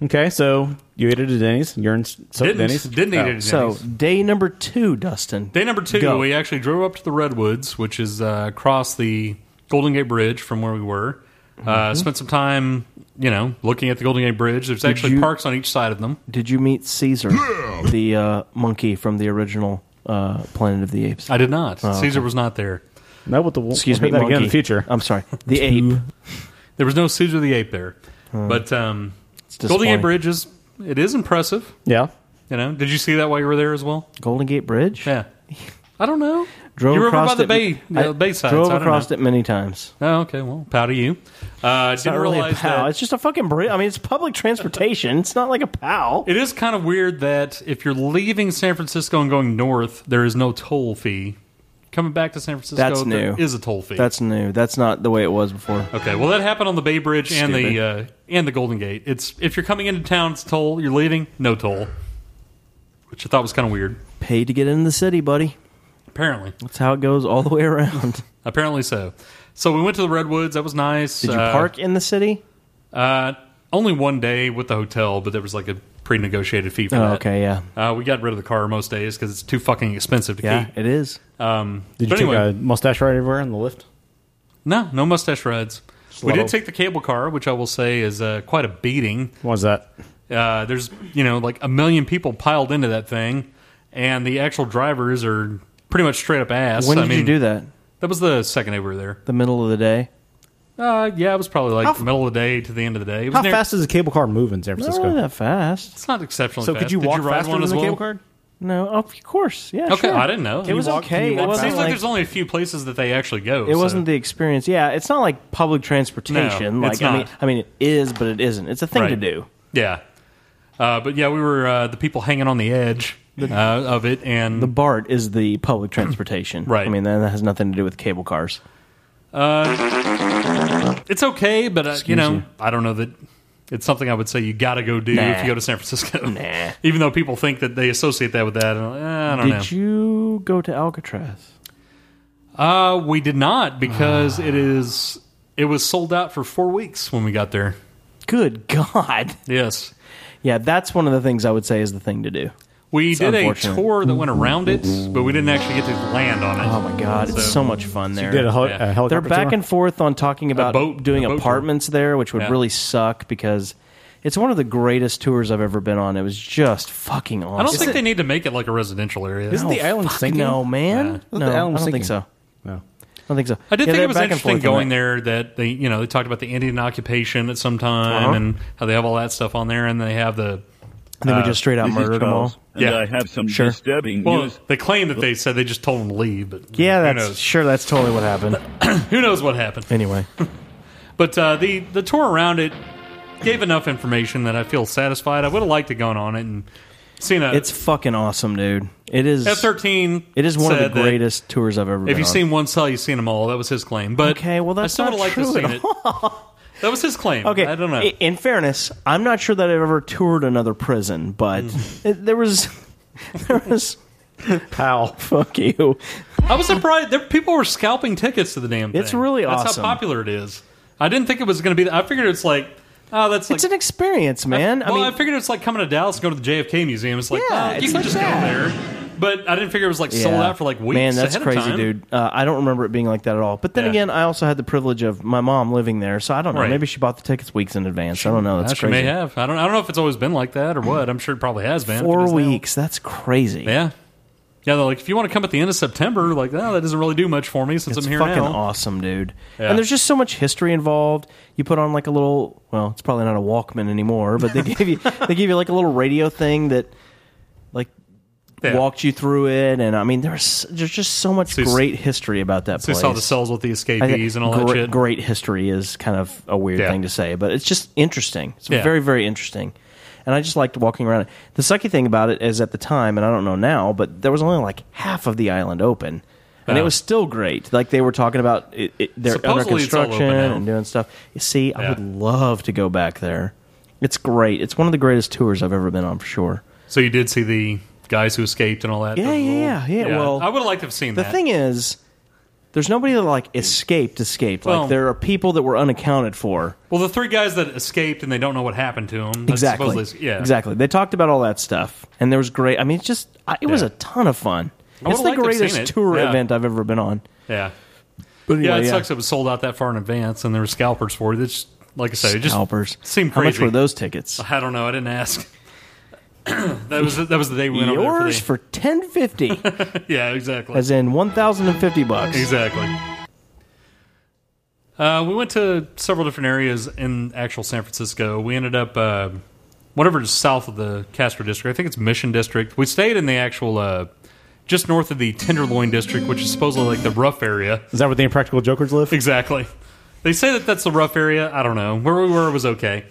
[SPEAKER 3] Okay, so you ate it at Denny's. You're in so
[SPEAKER 2] Didn't-
[SPEAKER 3] Denny's.
[SPEAKER 2] didn't eat it at
[SPEAKER 10] Oh, So
[SPEAKER 2] Denny's.
[SPEAKER 10] day number two, Dustin.
[SPEAKER 2] Day number two,
[SPEAKER 10] Go.
[SPEAKER 2] we actually drove up to the Redwoods, which is uh, across the Golden Gate Bridge from where we were. Uh,
[SPEAKER 10] Mhm.
[SPEAKER 2] spent some time, you know, looking at the Golden Gate Bridge. There's
[SPEAKER 10] Did
[SPEAKER 2] actually
[SPEAKER 10] you-
[SPEAKER 2] parks on each side of them.
[SPEAKER 10] Did you meet Caesar, the uh, monkey from the original uh, Planet of the Apes?
[SPEAKER 2] I did not.
[SPEAKER 10] Oh, okay.
[SPEAKER 2] Caesar was not there.
[SPEAKER 3] No, what the
[SPEAKER 10] Excuse me, monkey. Um, I'm sorry, the ape.
[SPEAKER 2] There was no Caesar the ape there. But um, Golden
[SPEAKER 10] disappointing.
[SPEAKER 2] Gate Bridge is it is impressive.
[SPEAKER 3] Yeah.
[SPEAKER 2] You know, did you see that while you were there as well?
[SPEAKER 10] Golden Gate Bridge.
[SPEAKER 2] Yeah. I don't know.
[SPEAKER 10] Drove
[SPEAKER 2] you were over
[SPEAKER 10] across
[SPEAKER 2] by the
[SPEAKER 10] it-
[SPEAKER 2] bay,
[SPEAKER 10] I
[SPEAKER 2] the bay side.
[SPEAKER 10] Drove
[SPEAKER 2] so I don't
[SPEAKER 10] across
[SPEAKER 2] know.
[SPEAKER 10] it many times.
[SPEAKER 2] Oh, okay. Well, pow to you. Uh,
[SPEAKER 10] It's
[SPEAKER 2] didn't
[SPEAKER 10] not really a
[SPEAKER 2] realize
[SPEAKER 10] pow.
[SPEAKER 2] that.
[SPEAKER 10] It's just a fucking bridge. I mean, it's public transportation. It's not like a pow.
[SPEAKER 2] It is kind of weird that if you're leaving San Francisco and going north, there is no toll fee. Coming back to San Francisco,
[SPEAKER 10] That's
[SPEAKER 2] there
[SPEAKER 10] new.
[SPEAKER 2] is a toll fee.
[SPEAKER 10] That's new. That's not the way it was before.
[SPEAKER 2] okay. Well, that happened on the Bay Bridge and the uh,
[SPEAKER 10] Stupid.
[SPEAKER 2] and the Golden Gate. It's if you're coming into town, it's toll. You're leaving, no toll, which I thought was kind of weird.
[SPEAKER 10] Paid to get into the city, buddy.
[SPEAKER 2] Apparently,
[SPEAKER 10] That's how it goes all the
[SPEAKER 2] [LAUGHS]
[SPEAKER 10] way around.
[SPEAKER 2] apparently so. So we went to the Redwoods. That was nice.
[SPEAKER 10] Did you
[SPEAKER 2] Uh,
[SPEAKER 10] park in the city?
[SPEAKER 2] Uh, only one day with the hotel, but there was like a pre-negotiated fee for
[SPEAKER 10] Oh,
[SPEAKER 2] that.
[SPEAKER 10] okay, yeah.
[SPEAKER 2] Uh, we got rid of the car most days because it's too fucking expensive to
[SPEAKER 10] Yeah,
[SPEAKER 2] keep.
[SPEAKER 10] it is.
[SPEAKER 2] Um,
[SPEAKER 3] Did you
[SPEAKER 2] but
[SPEAKER 3] take
[SPEAKER 2] anyway,
[SPEAKER 3] a mustache ride everywhere on the lift?
[SPEAKER 2] no, no mustache rides.
[SPEAKER 3] Slow.
[SPEAKER 2] We did take the cable car, which I will say is uh, quite a beating.
[SPEAKER 3] What was that?
[SPEAKER 2] Uh, there's you know like a million people piled into that thing, and the actual drivers are pretty much straight up ass.
[SPEAKER 10] when
[SPEAKER 2] I
[SPEAKER 10] did you
[SPEAKER 2] mean,
[SPEAKER 10] do that?
[SPEAKER 2] That was the second day we were there.
[SPEAKER 10] The middle of the day.
[SPEAKER 2] Uh, yeah, it was probably like
[SPEAKER 10] How
[SPEAKER 2] the middle of the day to the end of the day. It was
[SPEAKER 3] How
[SPEAKER 2] near-
[SPEAKER 3] fast does a cable car move in San
[SPEAKER 10] Not
[SPEAKER 3] Francisco?
[SPEAKER 10] really that fast.
[SPEAKER 2] It's not exceptionally
[SPEAKER 3] So
[SPEAKER 2] fast.
[SPEAKER 3] could you
[SPEAKER 2] Did
[SPEAKER 3] walk
[SPEAKER 2] ride
[SPEAKER 3] faster
[SPEAKER 2] one
[SPEAKER 3] than
[SPEAKER 2] as
[SPEAKER 3] the
[SPEAKER 2] well?
[SPEAKER 3] cable car?
[SPEAKER 10] No, of course. Yeah.
[SPEAKER 2] okay,
[SPEAKER 10] sure.
[SPEAKER 2] I didn't know.
[SPEAKER 10] It was okay. It
[SPEAKER 2] It seems
[SPEAKER 10] wasn't
[SPEAKER 2] like
[SPEAKER 10] like
[SPEAKER 2] there's only a few places that they actually go.
[SPEAKER 10] it
[SPEAKER 2] so-
[SPEAKER 10] wasn't the experience. Yeah, it's not like public transportation.
[SPEAKER 2] No,
[SPEAKER 10] like
[SPEAKER 2] it's
[SPEAKER 10] I mean,
[SPEAKER 2] not.
[SPEAKER 10] I mean, it is, but it isn't. It's a thing to
[SPEAKER 2] Right.
[SPEAKER 10] do.
[SPEAKER 2] Yeah. Uh, but yeah, we were uh, the people hanging on the edge uh, of it, and
[SPEAKER 10] The BART is the public transportation. right. I mean, that that has nothing to do with cable cars.
[SPEAKER 2] uh, it's okay. But uh, you
[SPEAKER 10] Excuse
[SPEAKER 2] know,
[SPEAKER 10] you.
[SPEAKER 2] I don't know that it's something I would say you got to go do if
[SPEAKER 10] Nah.
[SPEAKER 2] you go to San Francisco. Nah. [LAUGHS] Even though people think that they associate that with that, and, uh, I don't
[SPEAKER 10] Did
[SPEAKER 2] know.
[SPEAKER 10] you go to Alcatraz?
[SPEAKER 2] Uh, we did not because it is it was sold out for four weeks when we got there.
[SPEAKER 10] Good God. [LAUGHS]
[SPEAKER 2] Yes.
[SPEAKER 10] Yeah, that's one of the things I would say is the thing to do.
[SPEAKER 2] We
[SPEAKER 10] It's
[SPEAKER 2] did a
[SPEAKER 10] unfortunate.
[SPEAKER 2] tour that went around it, but we didn't actually get to land on it.
[SPEAKER 10] Oh my God, it's so much fun there.
[SPEAKER 3] did a hel- a Yeah. helicopter
[SPEAKER 10] They're back
[SPEAKER 3] tour?
[SPEAKER 10] and forth on talking about
[SPEAKER 2] boat-
[SPEAKER 10] doing
[SPEAKER 2] a boat tour.
[SPEAKER 10] apartments there, which would
[SPEAKER 2] Yeah.
[SPEAKER 10] really suck because it's one of the greatest tours I've ever been on. It was just fucking awesome.
[SPEAKER 2] I don't think they need to make it like a residential area.
[SPEAKER 10] No, fuck No, man.
[SPEAKER 3] Yeah.
[SPEAKER 10] No,
[SPEAKER 3] Isn't the
[SPEAKER 10] I
[SPEAKER 3] island
[SPEAKER 10] don't
[SPEAKER 3] sinking?
[SPEAKER 10] think so.
[SPEAKER 3] No.
[SPEAKER 10] I don't think so.
[SPEAKER 2] I did
[SPEAKER 10] Yeah,
[SPEAKER 2] think
[SPEAKER 10] they're
[SPEAKER 2] it was
[SPEAKER 10] back and
[SPEAKER 2] interesting
[SPEAKER 10] forth on
[SPEAKER 2] going
[SPEAKER 10] that.
[SPEAKER 2] there that they, you know, they talked about the Indian occupation at some time
[SPEAKER 10] Uh-huh.
[SPEAKER 2] and how they have all that stuff on there, and they have the.
[SPEAKER 10] And then we just
[SPEAKER 2] [LAUGHS]
[SPEAKER 10] straight out
[SPEAKER 2] This is
[SPEAKER 10] murdered them all.
[SPEAKER 2] Charles, and Yeah.
[SPEAKER 23] I have some
[SPEAKER 10] Sure.
[SPEAKER 23] disturbing
[SPEAKER 2] Well,
[SPEAKER 23] news.
[SPEAKER 2] they claim that they said they just told them to leave, but
[SPEAKER 10] Yeah,
[SPEAKER 2] who
[SPEAKER 10] that's
[SPEAKER 2] knows?
[SPEAKER 10] sure. That's totally
[SPEAKER 2] [LAUGHS]
[SPEAKER 10] what happened.
[SPEAKER 2] who knows what happened.
[SPEAKER 10] Anyway,
[SPEAKER 2] But uh, the the tour around it gave enough information that I feel satisfied. I would have liked to gone on it and seen a.
[SPEAKER 10] it's fucking awesome, dude. It is.
[SPEAKER 2] F thirteen.
[SPEAKER 10] It is one of the
[SPEAKER 2] said that
[SPEAKER 10] greatest tours I've ever.
[SPEAKER 2] If
[SPEAKER 10] been
[SPEAKER 2] you've
[SPEAKER 10] on.
[SPEAKER 2] seen one cell, you've seen them all. That was his claim. But
[SPEAKER 10] okay, well that's
[SPEAKER 2] I still
[SPEAKER 10] not
[SPEAKER 2] would have liked
[SPEAKER 10] true
[SPEAKER 2] to have
[SPEAKER 10] at
[SPEAKER 2] seen it. That was his claim.
[SPEAKER 10] [LAUGHS] Okay,
[SPEAKER 2] I don't know.
[SPEAKER 10] i- In fairness, I'm not sure that I've ever toured another prison, but
[SPEAKER 2] Mm.
[SPEAKER 10] [LAUGHS] it, there was, there was.
[SPEAKER 3] How
[SPEAKER 10] [LAUGHS] fuck you?
[SPEAKER 2] I was surprised. There, people were scalping tickets to the damn thing.
[SPEAKER 10] It's really
[SPEAKER 2] that's
[SPEAKER 10] awesome.
[SPEAKER 2] how popular it is. I didn't think it was going to be. I figured it's like, oh, that's like.
[SPEAKER 10] It's an experience, man. I,
[SPEAKER 2] well,
[SPEAKER 10] mean,
[SPEAKER 2] I figured it's like coming to Dallas and going to the JFK Museum. It's like,
[SPEAKER 10] Yeah,
[SPEAKER 2] oh, you
[SPEAKER 10] it's
[SPEAKER 2] can
[SPEAKER 10] like
[SPEAKER 2] just
[SPEAKER 10] that.
[SPEAKER 2] go there. But I didn't figure it was like sold
[SPEAKER 10] Yeah.
[SPEAKER 2] out for like weeks.
[SPEAKER 10] Man, that's
[SPEAKER 2] ahead of
[SPEAKER 10] crazy,
[SPEAKER 2] time.
[SPEAKER 10] dude. Uh, I don't remember it being like that at all. But then
[SPEAKER 2] Yeah.
[SPEAKER 10] again, I also had the privilege of my mom living there, so I don't know.
[SPEAKER 2] Right.
[SPEAKER 10] Maybe she bought the tickets weeks in advance. I don't know. That's
[SPEAKER 2] She may
[SPEAKER 10] crazy.
[SPEAKER 2] have. I don't. I don't know if it's always been like that or what. I'm sure it probably has been.
[SPEAKER 10] Four weeks. That's crazy.
[SPEAKER 2] Yeah. Yeah, they're like, if you want to come at the end of September, like, oh, that doesn't really do much for me since
[SPEAKER 10] It's
[SPEAKER 2] I'm here
[SPEAKER 10] fucking
[SPEAKER 2] now.
[SPEAKER 10] awesome, dude.
[SPEAKER 2] Yeah.
[SPEAKER 10] And there's just so much history involved. You put on like a little well, it's probably not [LAUGHS] a Walkman anymore, but they gave you they give you like a little radio thing that like walked you through it, and I mean, there's there's just so much
[SPEAKER 2] So you s-
[SPEAKER 10] great history about that
[SPEAKER 2] So you
[SPEAKER 10] place.
[SPEAKER 2] saw the cells with the
[SPEAKER 10] I think
[SPEAKER 2] escapees and all that
[SPEAKER 10] great,
[SPEAKER 2] shit.
[SPEAKER 10] Great history is kind of a weird
[SPEAKER 2] Yeah.
[SPEAKER 10] thing to say, but it's just interesting. It's
[SPEAKER 2] Yeah.
[SPEAKER 10] very, very interesting. And I just liked walking around. it. The sucky thing about it is at the time, and I don't know now, but there was only like half of the island open. And it
[SPEAKER 2] Oh.
[SPEAKER 10] was still great. Like they were talking about it, it, they're under
[SPEAKER 2] Supposedly it's all open
[SPEAKER 10] construction
[SPEAKER 2] now.
[SPEAKER 10] and doing stuff. You see, I would love to go back there. It's great. It's one of the greatest tours I've ever been on for sure.
[SPEAKER 2] So you did see the guys who escaped and all that.
[SPEAKER 10] Yeah,
[SPEAKER 2] The
[SPEAKER 10] yeah,
[SPEAKER 2] little-
[SPEAKER 10] yeah, yeah, well,
[SPEAKER 2] I would have liked to have seen
[SPEAKER 10] The
[SPEAKER 2] that.
[SPEAKER 10] thing is, there's nobody that like escaped, escaped.
[SPEAKER 2] Hmm. Well-
[SPEAKER 10] like there are people that were unaccounted for.
[SPEAKER 2] well, the three guys that escaped and they don't know what happened to them.
[SPEAKER 10] Exactly.
[SPEAKER 2] yeah.
[SPEAKER 10] Exactly. They talked about all that stuff, and there was great. I mean, it's just I, it was a ton of fun.
[SPEAKER 2] I
[SPEAKER 10] It's
[SPEAKER 2] would've liked
[SPEAKER 10] the
[SPEAKER 2] to have seen
[SPEAKER 10] greatest
[SPEAKER 2] it.
[SPEAKER 10] tour
[SPEAKER 2] Yeah.
[SPEAKER 10] event I've ever been on.
[SPEAKER 2] Yeah.
[SPEAKER 10] But anyway,
[SPEAKER 2] yeah, it
[SPEAKER 10] yeah.
[SPEAKER 2] sucks it was sold out that far in advance and there were scalpers for it. It's like I said, it just
[SPEAKER 10] Scalpers.
[SPEAKER 2] seemed
[SPEAKER 10] How
[SPEAKER 2] crazy.
[SPEAKER 10] much were those tickets?
[SPEAKER 2] I don't know. I didn't ask. [COUGHS] that was that was the day we went over there
[SPEAKER 10] Yours
[SPEAKER 2] for
[SPEAKER 10] for ten fifty,
[SPEAKER 2] the, Yeah, exactly.
[SPEAKER 10] as in one thousand and fifty bucks.
[SPEAKER 2] Exactly. Uh, we went to several different areas in actual San Francisco. We ended up uh, whatever is south of the Castro district. I think it's Mission District. We stayed in the actual uh, just north of the Tenderloin district, which is supposedly like the rough area. [LAUGHS]
[SPEAKER 3] Is that where the Impractical Jokers live?
[SPEAKER 2] Exactly. They say that that's the rough area. I don't know. Where we were was okay.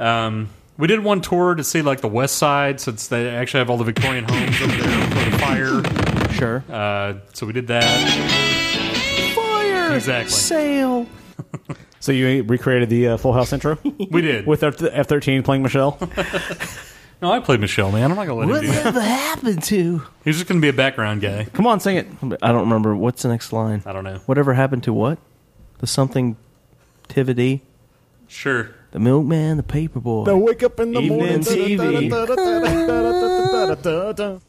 [SPEAKER 2] Um, we did one tour to see like the west side since they actually have all the Victorian homes over there for the fire.
[SPEAKER 10] Sure.
[SPEAKER 2] Uh, so we did that.
[SPEAKER 10] Fire.
[SPEAKER 2] Exactly.
[SPEAKER 10] Sale.
[SPEAKER 3] So you recreated the uh, Full House intro?
[SPEAKER 2] We
[SPEAKER 3] [LAUGHS]
[SPEAKER 2] did.
[SPEAKER 3] With F- F-13 playing [LAUGHS] Michelle?
[SPEAKER 2] No, I played Michelle, man. I'm not going to let him do that. [LAUGHS]
[SPEAKER 10] Whatever happened to?
[SPEAKER 2] He's just going to be a background guy.
[SPEAKER 10] Come on, sing it. I don't remember what's the next line.
[SPEAKER 2] I don't know.
[SPEAKER 10] Whatever happened to what? The something, Tivity,
[SPEAKER 2] Sure.
[SPEAKER 10] the milkman, the paperboy.
[SPEAKER 22] Now wake up in the
[SPEAKER 10] Evening
[SPEAKER 22] morning.
[SPEAKER 10] TV.
[SPEAKER 22] TV.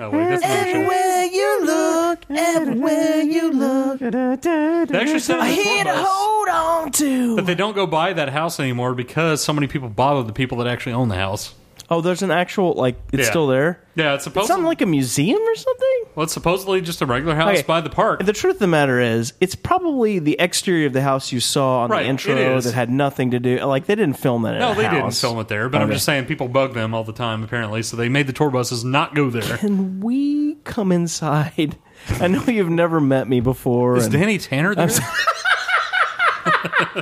[SPEAKER 2] Oh,
[SPEAKER 10] Mm.
[SPEAKER 2] wait, that's not Michelle.
[SPEAKER 5] Everywhere you look, everywhere you look.
[SPEAKER 2] They actually said
[SPEAKER 5] I
[SPEAKER 2] it was
[SPEAKER 5] hear to
[SPEAKER 2] Corvus.
[SPEAKER 5] hold on to.
[SPEAKER 2] But they don't go buy that house anymore because so many people bother the people that actually own the house.
[SPEAKER 10] Oh, there's an actual like it's
[SPEAKER 2] Yeah.
[SPEAKER 10] still there.
[SPEAKER 2] Yeah, it's
[SPEAKER 10] It's
[SPEAKER 2] supposed.
[SPEAKER 10] something like a museum or something.
[SPEAKER 2] well, it's supposedly just a regular house
[SPEAKER 10] Okay.
[SPEAKER 2] by the park.
[SPEAKER 10] The truth of the matter is, it's probably the exterior of the house you saw on
[SPEAKER 2] Right,
[SPEAKER 10] the
[SPEAKER 2] it
[SPEAKER 10] intro
[SPEAKER 2] is.
[SPEAKER 10] that had nothing to do. Like they didn't film that.
[SPEAKER 2] No,
[SPEAKER 10] at a
[SPEAKER 2] they didn't
[SPEAKER 10] house.
[SPEAKER 2] film it there, but I'm
[SPEAKER 10] Okay.
[SPEAKER 2] just saying people bug them all the time, apparently, so they made the tour buses not go
[SPEAKER 10] [LAUGHS]
[SPEAKER 2] there.
[SPEAKER 10] Can we come inside? [LAUGHS] I know you've never met me before.
[SPEAKER 2] Is
[SPEAKER 10] and-
[SPEAKER 2] Danny Tanner there?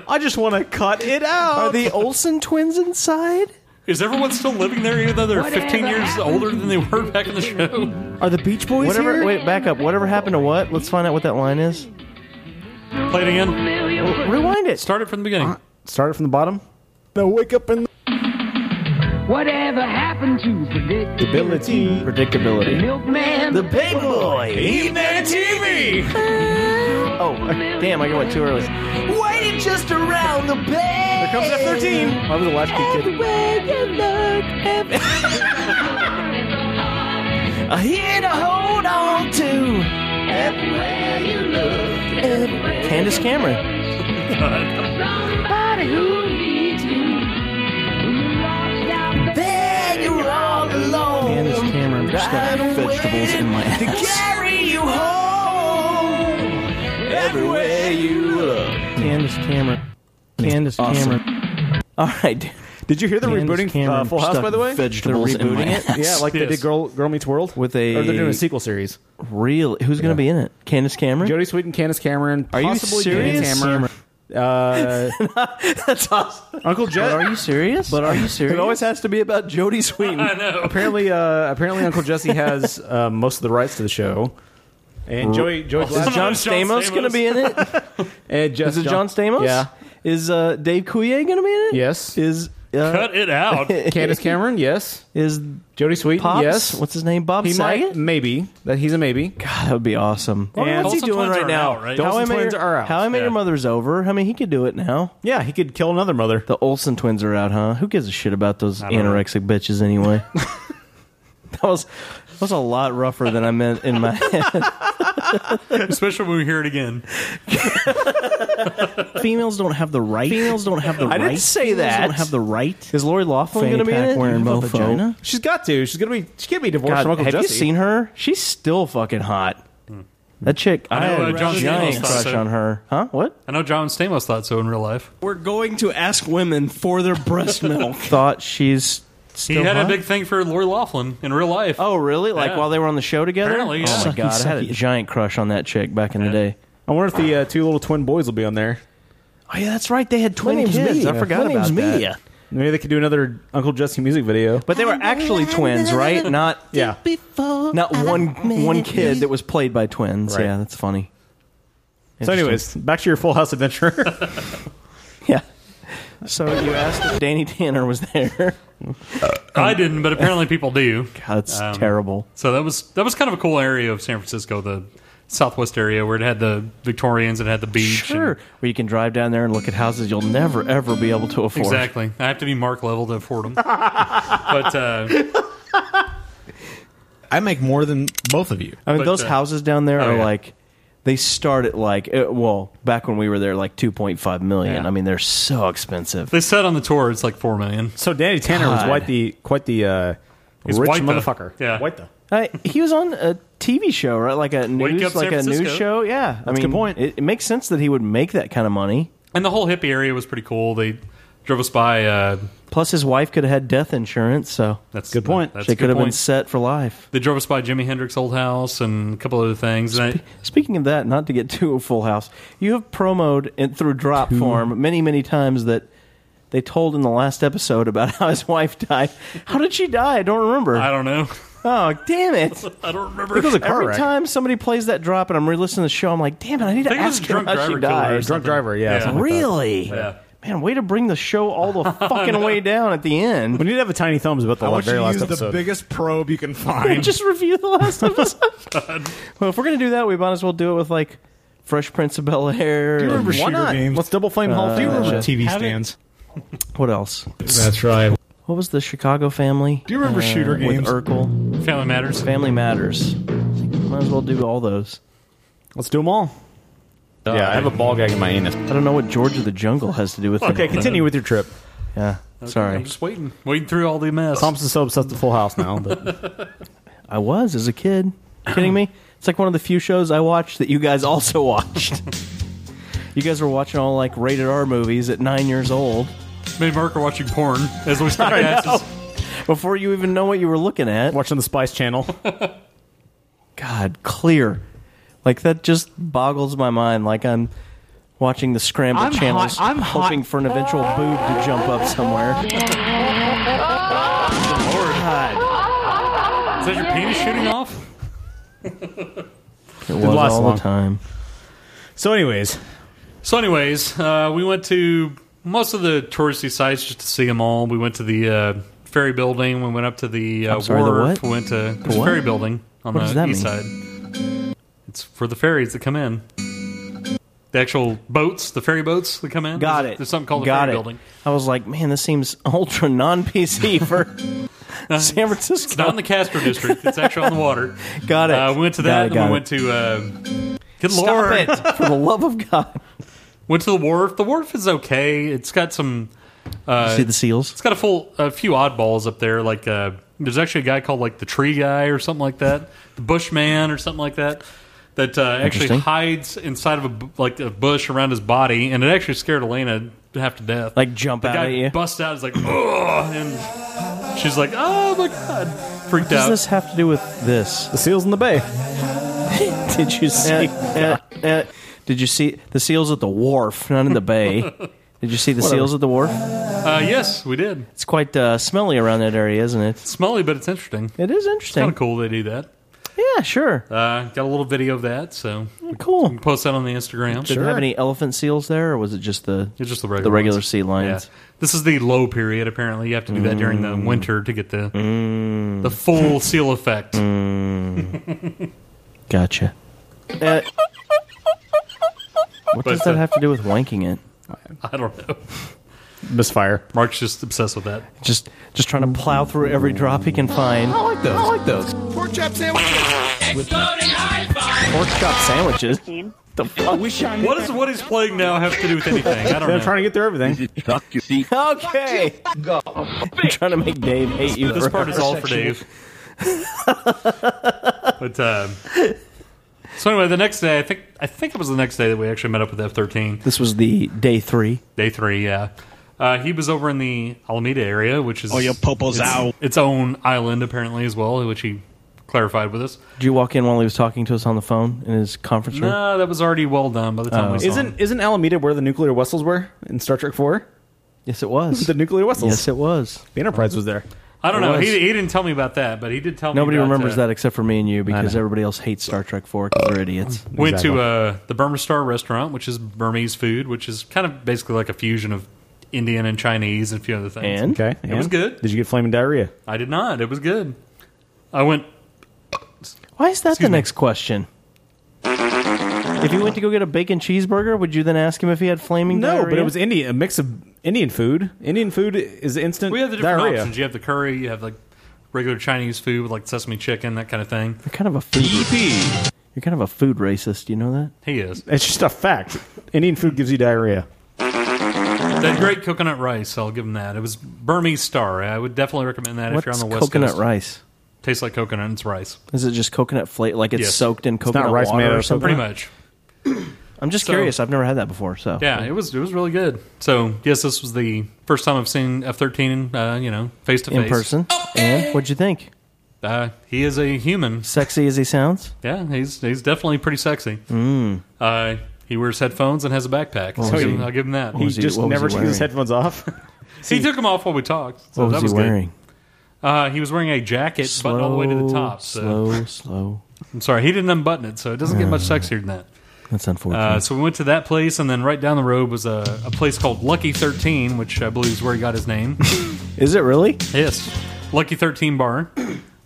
[SPEAKER 10] I just want to cut it out. Are the Olsen twins inside?
[SPEAKER 2] Is everyone still living there even though they're
[SPEAKER 10] Whatever
[SPEAKER 2] 15 years older than they were back in the show?
[SPEAKER 10] Are the Beach Boys Whatever,
[SPEAKER 2] here?
[SPEAKER 10] Wait, back up. Whatever happened to what? Let's find out what that line is.
[SPEAKER 2] Play it again.
[SPEAKER 10] Rewind it.
[SPEAKER 2] Start it from the beginning.
[SPEAKER 10] Uh,
[SPEAKER 3] Start it from the bottom. Now wake up in the...
[SPEAKER 5] Whatever happened to
[SPEAKER 10] Predictability. Predictability.
[SPEAKER 5] Milkman, the Paperboy, Evening TV.
[SPEAKER 10] Oh, damn, I got it too early.
[SPEAKER 5] Waiting just around the bend. Here
[SPEAKER 10] comes F-13. I was a latchkey kid.
[SPEAKER 5] Everywhere you look, every- I hear to hold on to. Everywhere you look, everywhere.
[SPEAKER 10] Candace Cameron.
[SPEAKER 5] Somebody who needs you. There you're all alone.
[SPEAKER 10] Candace Cameron just got vegetables in my
[SPEAKER 5] to
[SPEAKER 10] ass.
[SPEAKER 5] carry you home. Everywhere you look.
[SPEAKER 10] Candace Cameron. Candace
[SPEAKER 3] Awesome.
[SPEAKER 10] Cameron. All right.
[SPEAKER 3] Did you hear they're
[SPEAKER 10] Candace
[SPEAKER 3] rebooting uh,
[SPEAKER 10] Cameron
[SPEAKER 3] Full House,
[SPEAKER 10] stuck
[SPEAKER 3] by the way?
[SPEAKER 10] vegetables
[SPEAKER 3] they're
[SPEAKER 10] in
[SPEAKER 3] rebooting
[SPEAKER 10] my
[SPEAKER 3] it?
[SPEAKER 10] ass.
[SPEAKER 3] Yeah, like they
[SPEAKER 10] Yes.
[SPEAKER 3] did Girl, Girl Meets World.
[SPEAKER 10] With a
[SPEAKER 3] Or they're doing a sequel series.
[SPEAKER 10] Real? Who's going to be in it? Candace Cameron.
[SPEAKER 3] Jodie Sweet and Candace Cameron.
[SPEAKER 10] Are you
[SPEAKER 3] possibly
[SPEAKER 10] serious?
[SPEAKER 3] James
[SPEAKER 10] [LAUGHS]
[SPEAKER 3] Hammer. [LAUGHS] Uh,
[SPEAKER 10] That's awesome.
[SPEAKER 3] Uncle
[SPEAKER 10] But
[SPEAKER 3] Jet.
[SPEAKER 10] are you serious? But [LAUGHS] are you serious? It always has to be about Jodie Sweetin. [LAUGHS] I
[SPEAKER 2] know.
[SPEAKER 3] apparently, uh, apparently, Uncle Jesse has uh, most of the rights to the show. Oh. And Joey, Joey
[SPEAKER 10] Is John,
[SPEAKER 3] Gladstone-
[SPEAKER 10] Stamos, going to be in it? [LAUGHS]
[SPEAKER 3] And just
[SPEAKER 10] Is it John Stamos?
[SPEAKER 3] Yeah.
[SPEAKER 10] Is uh, Dave Coulier going to be in it?
[SPEAKER 3] Yes.
[SPEAKER 10] Is uh,
[SPEAKER 2] Cut it [LAUGHS]
[SPEAKER 10] [LAUGHS]
[SPEAKER 2] out.
[SPEAKER 3] Candace Cameron. Yes.
[SPEAKER 10] Is
[SPEAKER 3] Jodie Sweet.
[SPEAKER 10] Pops?
[SPEAKER 3] Yes.
[SPEAKER 10] What's his name? Bob
[SPEAKER 3] he
[SPEAKER 10] Saget?
[SPEAKER 3] might, maybe that he's a maybe.
[SPEAKER 10] God, that would be awesome.
[SPEAKER 3] And-
[SPEAKER 10] what's
[SPEAKER 3] Dawson
[SPEAKER 10] he doing
[SPEAKER 3] Twins
[SPEAKER 10] right
[SPEAKER 3] are
[SPEAKER 10] now?
[SPEAKER 3] out, right?
[SPEAKER 10] How I
[SPEAKER 3] Dawson
[SPEAKER 10] Met
[SPEAKER 3] Twins
[SPEAKER 10] Your,
[SPEAKER 3] are out.
[SPEAKER 10] How I Met
[SPEAKER 3] Yeah.
[SPEAKER 10] Your Mother's over. I mean, he could do it now.
[SPEAKER 3] Yeah, he could kill another mother.
[SPEAKER 10] The Olsen twins are out, huh? Who gives a shit about those
[SPEAKER 3] don't know.
[SPEAKER 10] anorexic bitches [LAUGHS] anyway? that was that was a lot rougher than I meant in my head.
[SPEAKER 2] Especially when we hear it again.
[SPEAKER 10] [LAUGHS] Females don't have the right. Females don't have the
[SPEAKER 3] I
[SPEAKER 10] right.
[SPEAKER 3] didn't say
[SPEAKER 10] Females
[SPEAKER 3] that.
[SPEAKER 10] Don't have the right. Is Lori Laughlin
[SPEAKER 3] Fanny
[SPEAKER 10] going to be in
[SPEAKER 3] pack
[SPEAKER 10] it?
[SPEAKER 3] wearing
[SPEAKER 10] You have a
[SPEAKER 3] mofo.
[SPEAKER 10] vagina?
[SPEAKER 3] She's got to. She's gonna be. She can't be divorced
[SPEAKER 10] God,
[SPEAKER 3] from Uncle
[SPEAKER 10] have
[SPEAKER 3] Jesse.
[SPEAKER 10] you seen her? She's still fucking hot. Hmm. That chick, I,
[SPEAKER 2] I know,
[SPEAKER 10] had
[SPEAKER 2] uh,
[SPEAKER 10] a
[SPEAKER 2] John Stamos
[SPEAKER 10] giant
[SPEAKER 2] thought
[SPEAKER 10] crush
[SPEAKER 2] so.
[SPEAKER 10] on her. Huh? What?
[SPEAKER 2] I know John Stamos thought so in real life. [LAUGHS]
[SPEAKER 10] We're going to ask women for their breast milk. Thought she's Still
[SPEAKER 2] he had
[SPEAKER 10] hot?
[SPEAKER 2] a big thing for Lori Laughlin in real life.
[SPEAKER 10] Oh, really? Like while they were on the show together?
[SPEAKER 2] Apparently, yeah.
[SPEAKER 10] Oh my god, I had a giant crush on that chick back in the day.
[SPEAKER 3] I wonder if the uh, two little twin boys will be on there.
[SPEAKER 10] Oh yeah, that's right. They had twin
[SPEAKER 3] name's
[SPEAKER 10] kids. I
[SPEAKER 3] Mia.
[SPEAKER 10] forgot
[SPEAKER 3] My
[SPEAKER 10] about
[SPEAKER 3] name's
[SPEAKER 10] that.
[SPEAKER 3] Mia. Maybe they could do another Uncle Jesse music video.
[SPEAKER 10] But they were actually twins, right? Not
[SPEAKER 3] yeah.
[SPEAKER 10] not one one kid that was played by twins.
[SPEAKER 3] Right.
[SPEAKER 10] Yeah, that's funny.
[SPEAKER 3] So, anyways, back to your Full House adventure.
[SPEAKER 10] [LAUGHS]
[SPEAKER 3] [LAUGHS]
[SPEAKER 10] yeah. So you asked if Danny Tanner was there. [LAUGHS]
[SPEAKER 2] I didn't, but apparently people do.
[SPEAKER 10] God, that's terrible.
[SPEAKER 2] um, [LAUGHS] So that was that was kind of a cool area of San Francisco, the southwest area where it had the Victorians, it had the beach.
[SPEAKER 10] Sure, where you can drive down there and look at houses you'll never ever be able to afford.
[SPEAKER 2] Exactly. I have to be Mark level to afford [LAUGHS] them. but uh,
[SPEAKER 23] I make more than both of you.
[SPEAKER 10] I mean,
[SPEAKER 23] But,
[SPEAKER 10] those
[SPEAKER 23] uh,
[SPEAKER 10] houses down there
[SPEAKER 23] oh,
[SPEAKER 10] are
[SPEAKER 23] yeah.
[SPEAKER 10] like they start at like uh, well, back when we were there, like two point five million.
[SPEAKER 2] Yeah.
[SPEAKER 10] I mean, they're so expensive.
[SPEAKER 2] they said on the tour it's like four million.
[SPEAKER 3] So Danny Tanner was
[SPEAKER 10] God.
[SPEAKER 3] quite the quite the uh,
[SPEAKER 2] He's
[SPEAKER 3] rich
[SPEAKER 2] white, though.
[SPEAKER 3] motherfucker.
[SPEAKER 2] Yeah.
[SPEAKER 3] White though.
[SPEAKER 10] Uh, he was on a TV show, right? Like a
[SPEAKER 2] Wake Up
[SPEAKER 10] news, like
[SPEAKER 2] San
[SPEAKER 10] a news
[SPEAKER 2] Francisco.
[SPEAKER 10] show. Yeah, I
[SPEAKER 2] That's a
[SPEAKER 10] mean,
[SPEAKER 2] good point.
[SPEAKER 10] It, it makes sense that he would make that kind of money.
[SPEAKER 2] And the whole hippie area was pretty cool. They drove us by. Uh,
[SPEAKER 10] Plus, his wife could have had death insurance, so
[SPEAKER 2] that's
[SPEAKER 10] good point.
[SPEAKER 2] that's a
[SPEAKER 10] she
[SPEAKER 2] good
[SPEAKER 10] could have been
[SPEAKER 2] point.
[SPEAKER 10] set for life.
[SPEAKER 2] they drove us by Jimi Hendrix old house and a couple other things. And I,
[SPEAKER 10] Speaking of that, not to get [LAUGHS] too full house, you have promoed and through drop form many, many times that they told in the last episode about [LAUGHS] how his wife died. How did she die? I don't remember. I
[SPEAKER 2] don't know. [LAUGHS]
[SPEAKER 10] Oh, damn it.
[SPEAKER 2] I don't remember.
[SPEAKER 10] Every time somebody plays that drop and I'm re-listening to the show, I'm like, damn it, I need to
[SPEAKER 2] I think it was
[SPEAKER 10] ask her
[SPEAKER 2] Drunk
[SPEAKER 10] how
[SPEAKER 2] Driver
[SPEAKER 10] she
[SPEAKER 2] Killer or
[SPEAKER 10] died.
[SPEAKER 2] something. Drunk Driver, yeah, Yeah. something like that.
[SPEAKER 10] Really?
[SPEAKER 2] Yeah.
[SPEAKER 10] Man, way to bring the show all the fucking way down at the end.
[SPEAKER 3] We need to have a tiny thumbs about the
[SPEAKER 23] I
[SPEAKER 3] la-
[SPEAKER 23] want you
[SPEAKER 3] very
[SPEAKER 23] to
[SPEAKER 3] last
[SPEAKER 23] use the
[SPEAKER 3] episode.
[SPEAKER 23] biggest probe you can
[SPEAKER 10] [LAUGHS]
[SPEAKER 23] find.
[SPEAKER 10] Just review the last episode. well, if we're gonna do that, we might as well do it with like Fresh Prince of Bel Air.
[SPEAKER 23] Do you remember shooter games?
[SPEAKER 10] Let's double flame
[SPEAKER 3] Uh,
[SPEAKER 23] Do you
[SPEAKER 10] Oh,
[SPEAKER 23] remember TV
[SPEAKER 10] have it-
[SPEAKER 23] stands?
[SPEAKER 10] What else?
[SPEAKER 23] That's right.
[SPEAKER 10] What was the Chicago family? Do
[SPEAKER 23] you remember shooter games?
[SPEAKER 10] with Urkel?
[SPEAKER 2] Family Matters.
[SPEAKER 10] Family Matters. Might as well do all those.
[SPEAKER 3] Let's do them all. yeah, I have a ball gag in my anus.
[SPEAKER 10] I don't know what George of the Jungle has to do with.
[SPEAKER 3] Okay,
[SPEAKER 10] it.
[SPEAKER 3] continue with your trip.
[SPEAKER 10] Yeah, sorry.
[SPEAKER 2] I'm just waiting, waiting through all the mess.
[SPEAKER 3] Thompson's so obsessed with Full House now, [LAUGHS] but
[SPEAKER 10] I was as a kid. kidding me? It's like one of the few shows I watched that you guys also [LAUGHS] watched. you guys were watching all like rated R movies at nine years old.
[SPEAKER 2] Me and Mark are watching porn as
[SPEAKER 10] [LAUGHS]
[SPEAKER 2] we stack asses.
[SPEAKER 10] Before you even know what you were looking at.
[SPEAKER 3] watching the Spice Channel.
[SPEAKER 10] God, clear. Like that just boggles my mind. Like I'm watching the scramble
[SPEAKER 5] I'm hot-
[SPEAKER 10] channels,
[SPEAKER 5] I'm hot.
[SPEAKER 10] hoping for an eventual boob to jump up somewhere. God,
[SPEAKER 2] Is that your penis shooting off?
[SPEAKER 10] it was
[SPEAKER 3] last
[SPEAKER 10] all
[SPEAKER 3] long.
[SPEAKER 10] the time.
[SPEAKER 3] So, anyways,
[SPEAKER 2] So, anyways, uh, we went to most of the touristy sites just to see them all. We went to the uh, ferry building. We went up to the uh,
[SPEAKER 10] I'm sorry, the
[SPEAKER 2] wharf.
[SPEAKER 10] what?
[SPEAKER 2] We went to there's a
[SPEAKER 10] what?
[SPEAKER 2] ferry building on
[SPEAKER 10] What
[SPEAKER 2] the
[SPEAKER 10] does that
[SPEAKER 2] east side. It's for the ferries that come in. The actual boats, the ferry boats that come in.
[SPEAKER 10] Got
[SPEAKER 2] There's-
[SPEAKER 10] it.
[SPEAKER 2] There's something called the
[SPEAKER 10] Got
[SPEAKER 2] ferry
[SPEAKER 10] it.
[SPEAKER 2] building.
[SPEAKER 10] I was like, man, this seems ultra
[SPEAKER 2] [LAUGHS]
[SPEAKER 10] non PC for San Francisco.
[SPEAKER 2] It's not in the Castro district. It's actually on the water.
[SPEAKER 10] [LAUGHS] Got it.
[SPEAKER 2] Uh, we went to
[SPEAKER 10] Got
[SPEAKER 2] that.
[SPEAKER 10] it,
[SPEAKER 2] and
[SPEAKER 10] got
[SPEAKER 2] we
[SPEAKER 10] it.
[SPEAKER 2] went to. Uh, good
[SPEAKER 10] Stop
[SPEAKER 2] lord!
[SPEAKER 10] it, for the love of [LAUGHS] God.
[SPEAKER 2] Went to the wharf. The wharf is okay. It's got some. Uh,
[SPEAKER 10] See the seals?
[SPEAKER 2] It's got a full a few oddballs up there. Like uh, there's actually a guy called like the Tree Guy or something like that, the Bushman or something like that. That uh, actually
[SPEAKER 10] Interesting.
[SPEAKER 2] hides inside of a bu- like a bush around his body, and it actually scared Elena half to death.
[SPEAKER 10] Like jump
[SPEAKER 2] the
[SPEAKER 10] out
[SPEAKER 2] guy
[SPEAKER 10] at you.
[SPEAKER 2] busts out, is like, oh, and she's like, oh my god, freaked
[SPEAKER 10] What does
[SPEAKER 2] out.
[SPEAKER 10] this have to do with this?
[SPEAKER 3] The seals in the bay.
[SPEAKER 10] Did you see? uh, did you see the seals at the wharf, not in
[SPEAKER 2] [LAUGHS]
[SPEAKER 10] the bay? Did you see the
[SPEAKER 2] Whatever.
[SPEAKER 10] seals at the wharf?
[SPEAKER 2] Uh, yes, we did.
[SPEAKER 10] It's quite uh, smelly around that area, isn't it?
[SPEAKER 2] Smelly, but it's interesting.
[SPEAKER 10] It is
[SPEAKER 2] It's kind
[SPEAKER 10] interesting.
[SPEAKER 2] of cool they do that.
[SPEAKER 10] Yeah, sure.
[SPEAKER 2] Uh, got a little video of that, so
[SPEAKER 10] Cool.
[SPEAKER 2] we can post that on the Instagram.
[SPEAKER 10] Did it have any elephant seals there, or was it just the
[SPEAKER 2] It's just the regular
[SPEAKER 10] the regular
[SPEAKER 2] ones.
[SPEAKER 10] sea lions?
[SPEAKER 2] Yeah. This is the low period. Apparently, you have to do that during the winter to get the the full seal effect.
[SPEAKER 10] Gotcha. Uh,
[SPEAKER 2] But,
[SPEAKER 10] what does that
[SPEAKER 2] uh,
[SPEAKER 10] have to do with wanking it?
[SPEAKER 2] I don't know.
[SPEAKER 3] Misfire.
[SPEAKER 2] Mark's just obsessed with that.
[SPEAKER 10] Just just trying to plow through every drop he can find.
[SPEAKER 23] I like those. I like those.
[SPEAKER 13] Pork chop sandwich.
[SPEAKER 10] Pork chop sandwiches. the fuck?
[SPEAKER 2] What is what he's playing now have to do with anything? I don't
[SPEAKER 3] They're
[SPEAKER 2] know.
[SPEAKER 3] trying to get through [LAUGHS] everything.
[SPEAKER 10] Okay. I'm trying to make Dave hate you.
[SPEAKER 2] this part is all for
[SPEAKER 10] forever.
[SPEAKER 2] Dave. but um, so anyway, the next day, I think I think it was the next day that we actually met up with F thirteen.
[SPEAKER 10] This was the day three.
[SPEAKER 2] Day three, yeah. Uh, he was over in the Alameda area, which is
[SPEAKER 19] Oh, your popo's
[SPEAKER 2] its,
[SPEAKER 19] out.
[SPEAKER 2] its own island apparently as well, which he clarified with us.
[SPEAKER 10] Did you walk in while he was talking to us on the phone in his conference room?
[SPEAKER 2] No, that was already well done by the
[SPEAKER 10] Oh.
[SPEAKER 2] time we saw
[SPEAKER 3] isn't isn't Alameda where the nuclear vessels were in Star Trek Four?
[SPEAKER 10] Yes, it was
[SPEAKER 3] the nuclear vessels.
[SPEAKER 10] Yes, it was.
[SPEAKER 3] The Enterprise was there.
[SPEAKER 2] I don't
[SPEAKER 10] It
[SPEAKER 2] know.
[SPEAKER 10] was.
[SPEAKER 2] He, he didn't tell me about that, but he did tell
[SPEAKER 10] Nobody
[SPEAKER 2] me. about,
[SPEAKER 10] remembers
[SPEAKER 2] uh,
[SPEAKER 10] that except for me and you because
[SPEAKER 2] know.
[SPEAKER 10] everybody else hates Star Trek 4 because they're idiots.
[SPEAKER 2] Went to uh, the Burma Star restaurant, which is Burmese food, which is kind of basically like a fusion of Indian and Chinese and a few other things.
[SPEAKER 3] And okay,
[SPEAKER 2] it was good.
[SPEAKER 3] Did you get flaming diarrhea?
[SPEAKER 2] I did not. It was good. I went.
[SPEAKER 10] Why is that the next question? If you went to go get a bacon cheeseburger, would you then ask him if he had flaming
[SPEAKER 3] No,
[SPEAKER 10] diarrhea?
[SPEAKER 3] but it was Indian, a mix of Indian food. Indian food is instant
[SPEAKER 2] We have the different
[SPEAKER 3] diarrhea.
[SPEAKER 2] options. You have the curry. You have like regular Chinese food with like sesame chicken, that kind of thing.
[SPEAKER 10] You're kind of a food. You're kind of a food racist. You know that?
[SPEAKER 2] He is.
[SPEAKER 3] It's just a fact. Indian food gives you diarrhea.
[SPEAKER 2] That great coconut rice. I'll give him that. It was Burmese Star. I would definitely recommend that if you're on
[SPEAKER 10] What's
[SPEAKER 2] the west
[SPEAKER 10] coconut
[SPEAKER 2] coast.
[SPEAKER 10] rice?
[SPEAKER 2] Tastes like coconut. and It's rice.
[SPEAKER 10] Is it just coconut flavor? Like it's
[SPEAKER 2] Yes.
[SPEAKER 10] soaked in
[SPEAKER 2] It's not
[SPEAKER 10] coconut
[SPEAKER 2] rice
[SPEAKER 10] water
[SPEAKER 2] made out
[SPEAKER 10] or
[SPEAKER 2] of
[SPEAKER 10] something?
[SPEAKER 2] coconut. Pretty much.
[SPEAKER 10] I'm just
[SPEAKER 2] So-
[SPEAKER 10] curious. I've never had that before. So
[SPEAKER 2] Yeah, it was it was really good. So yes, this was the first time I've seen F thirteen. Uh, you know, face to face
[SPEAKER 10] in person. And what'd you think?
[SPEAKER 2] Uh, he is a human.
[SPEAKER 10] Sexy as he sounds.
[SPEAKER 2] Yeah, he's he's definitely pretty sexy.
[SPEAKER 10] Mm.
[SPEAKER 2] Uh, he wears headphones and has a backpack.
[SPEAKER 10] What
[SPEAKER 2] So
[SPEAKER 10] was
[SPEAKER 2] I'll give
[SPEAKER 10] he-
[SPEAKER 2] him- I'll give him that.
[SPEAKER 10] what was He just what was never he takes his wearing?
[SPEAKER 3] headphones off.
[SPEAKER 2] he took them off while we talked. So
[SPEAKER 10] What was
[SPEAKER 2] that
[SPEAKER 10] he
[SPEAKER 2] good.
[SPEAKER 10] wearing?
[SPEAKER 2] Uh, he was wearing a jacket buttoned all the way to the top. So.
[SPEAKER 10] Slow, Uh. slow.
[SPEAKER 2] I'm sorry, he didn't unbutton it, so it doesn't get much sexier than that.
[SPEAKER 10] That's unfortunate.
[SPEAKER 2] Uh, so we went to that place, and then right down the road was a, a place called Lucky 13, which I believe is where he got his name.
[SPEAKER 10] is it really?
[SPEAKER 2] yes, Lucky 13 Bar,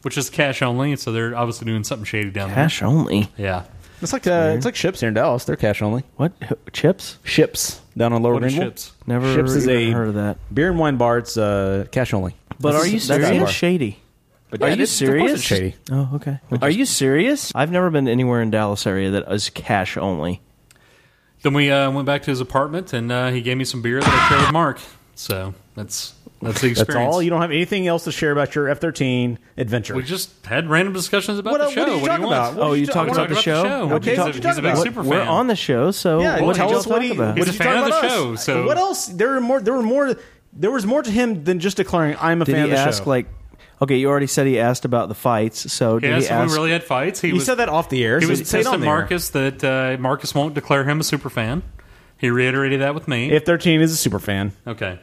[SPEAKER 2] which is cash only, so they're obviously doing something shady down
[SPEAKER 10] Cash only.
[SPEAKER 2] there. Yeah.
[SPEAKER 3] [LAUGHS] It's like uh, it's like ships here in Dallas. They're cash only.
[SPEAKER 10] What chips?
[SPEAKER 3] Ships down on Lower
[SPEAKER 2] What are
[SPEAKER 3] Greenville.
[SPEAKER 2] ships?
[SPEAKER 10] Never
[SPEAKER 3] Ships is a
[SPEAKER 10] even heard of that.
[SPEAKER 3] beer and wine bar. It's uh, cash only.
[SPEAKER 10] But
[SPEAKER 3] That's-
[SPEAKER 10] are you
[SPEAKER 3] that's that bar.
[SPEAKER 10] serious? Shady.
[SPEAKER 3] But
[SPEAKER 10] are
[SPEAKER 3] yeah,
[SPEAKER 10] you
[SPEAKER 3] it's- of course
[SPEAKER 10] serious?
[SPEAKER 3] it's shady.
[SPEAKER 10] Oh, okay. Are you serious? I've never been anywhere in Dallas area that is cash only.
[SPEAKER 2] Then we uh, went back to his apartment, and uh, he gave me some beer that I shared with Mark. So that's that's the experience.
[SPEAKER 3] That's all. You don't have anything else to share about your F thirteen adventure.
[SPEAKER 2] We just had random discussions about
[SPEAKER 3] What-
[SPEAKER 2] the
[SPEAKER 3] what
[SPEAKER 2] show.
[SPEAKER 3] are you
[SPEAKER 2] do
[SPEAKER 3] talking
[SPEAKER 2] want?
[SPEAKER 3] about? What
[SPEAKER 10] oh,
[SPEAKER 3] are
[SPEAKER 10] you
[SPEAKER 3] you
[SPEAKER 10] talking about
[SPEAKER 2] talking
[SPEAKER 10] the
[SPEAKER 2] about
[SPEAKER 10] show?
[SPEAKER 2] the show?
[SPEAKER 10] What
[SPEAKER 2] Okay,
[SPEAKER 10] you
[SPEAKER 2] he's a-
[SPEAKER 10] talk-
[SPEAKER 2] he's a big
[SPEAKER 10] What-
[SPEAKER 2] super
[SPEAKER 10] We're
[SPEAKER 2] fan.
[SPEAKER 10] on the show, so
[SPEAKER 3] Yeah,
[SPEAKER 10] Oh, what
[SPEAKER 3] tell
[SPEAKER 10] did you
[SPEAKER 3] us what
[SPEAKER 10] talk
[SPEAKER 3] he,
[SPEAKER 10] about?
[SPEAKER 3] what
[SPEAKER 2] He's
[SPEAKER 3] did
[SPEAKER 2] a
[SPEAKER 3] you talk
[SPEAKER 2] fan of the
[SPEAKER 3] about us?
[SPEAKER 2] show, so-
[SPEAKER 3] what else? There were more. There were more. There was more to him than just declaring I'm a
[SPEAKER 10] Did
[SPEAKER 3] fan
[SPEAKER 10] he
[SPEAKER 3] of the
[SPEAKER 10] ask
[SPEAKER 3] show.
[SPEAKER 10] like? Okay, you already said he asked about the fights, so
[SPEAKER 2] He
[SPEAKER 10] did
[SPEAKER 2] asked
[SPEAKER 10] he
[SPEAKER 2] if
[SPEAKER 10] ask?
[SPEAKER 2] we really had fights. He,
[SPEAKER 3] He
[SPEAKER 2] was,
[SPEAKER 3] said that off the air.
[SPEAKER 2] He
[SPEAKER 3] so
[SPEAKER 2] was
[SPEAKER 3] say it
[SPEAKER 2] pissed
[SPEAKER 3] on
[SPEAKER 2] at
[SPEAKER 3] the air.
[SPEAKER 2] Marcus that uh, Marcus won't declare him a super fan. He reiterated that with me.
[SPEAKER 3] If 13 is a super fan,
[SPEAKER 2] okay.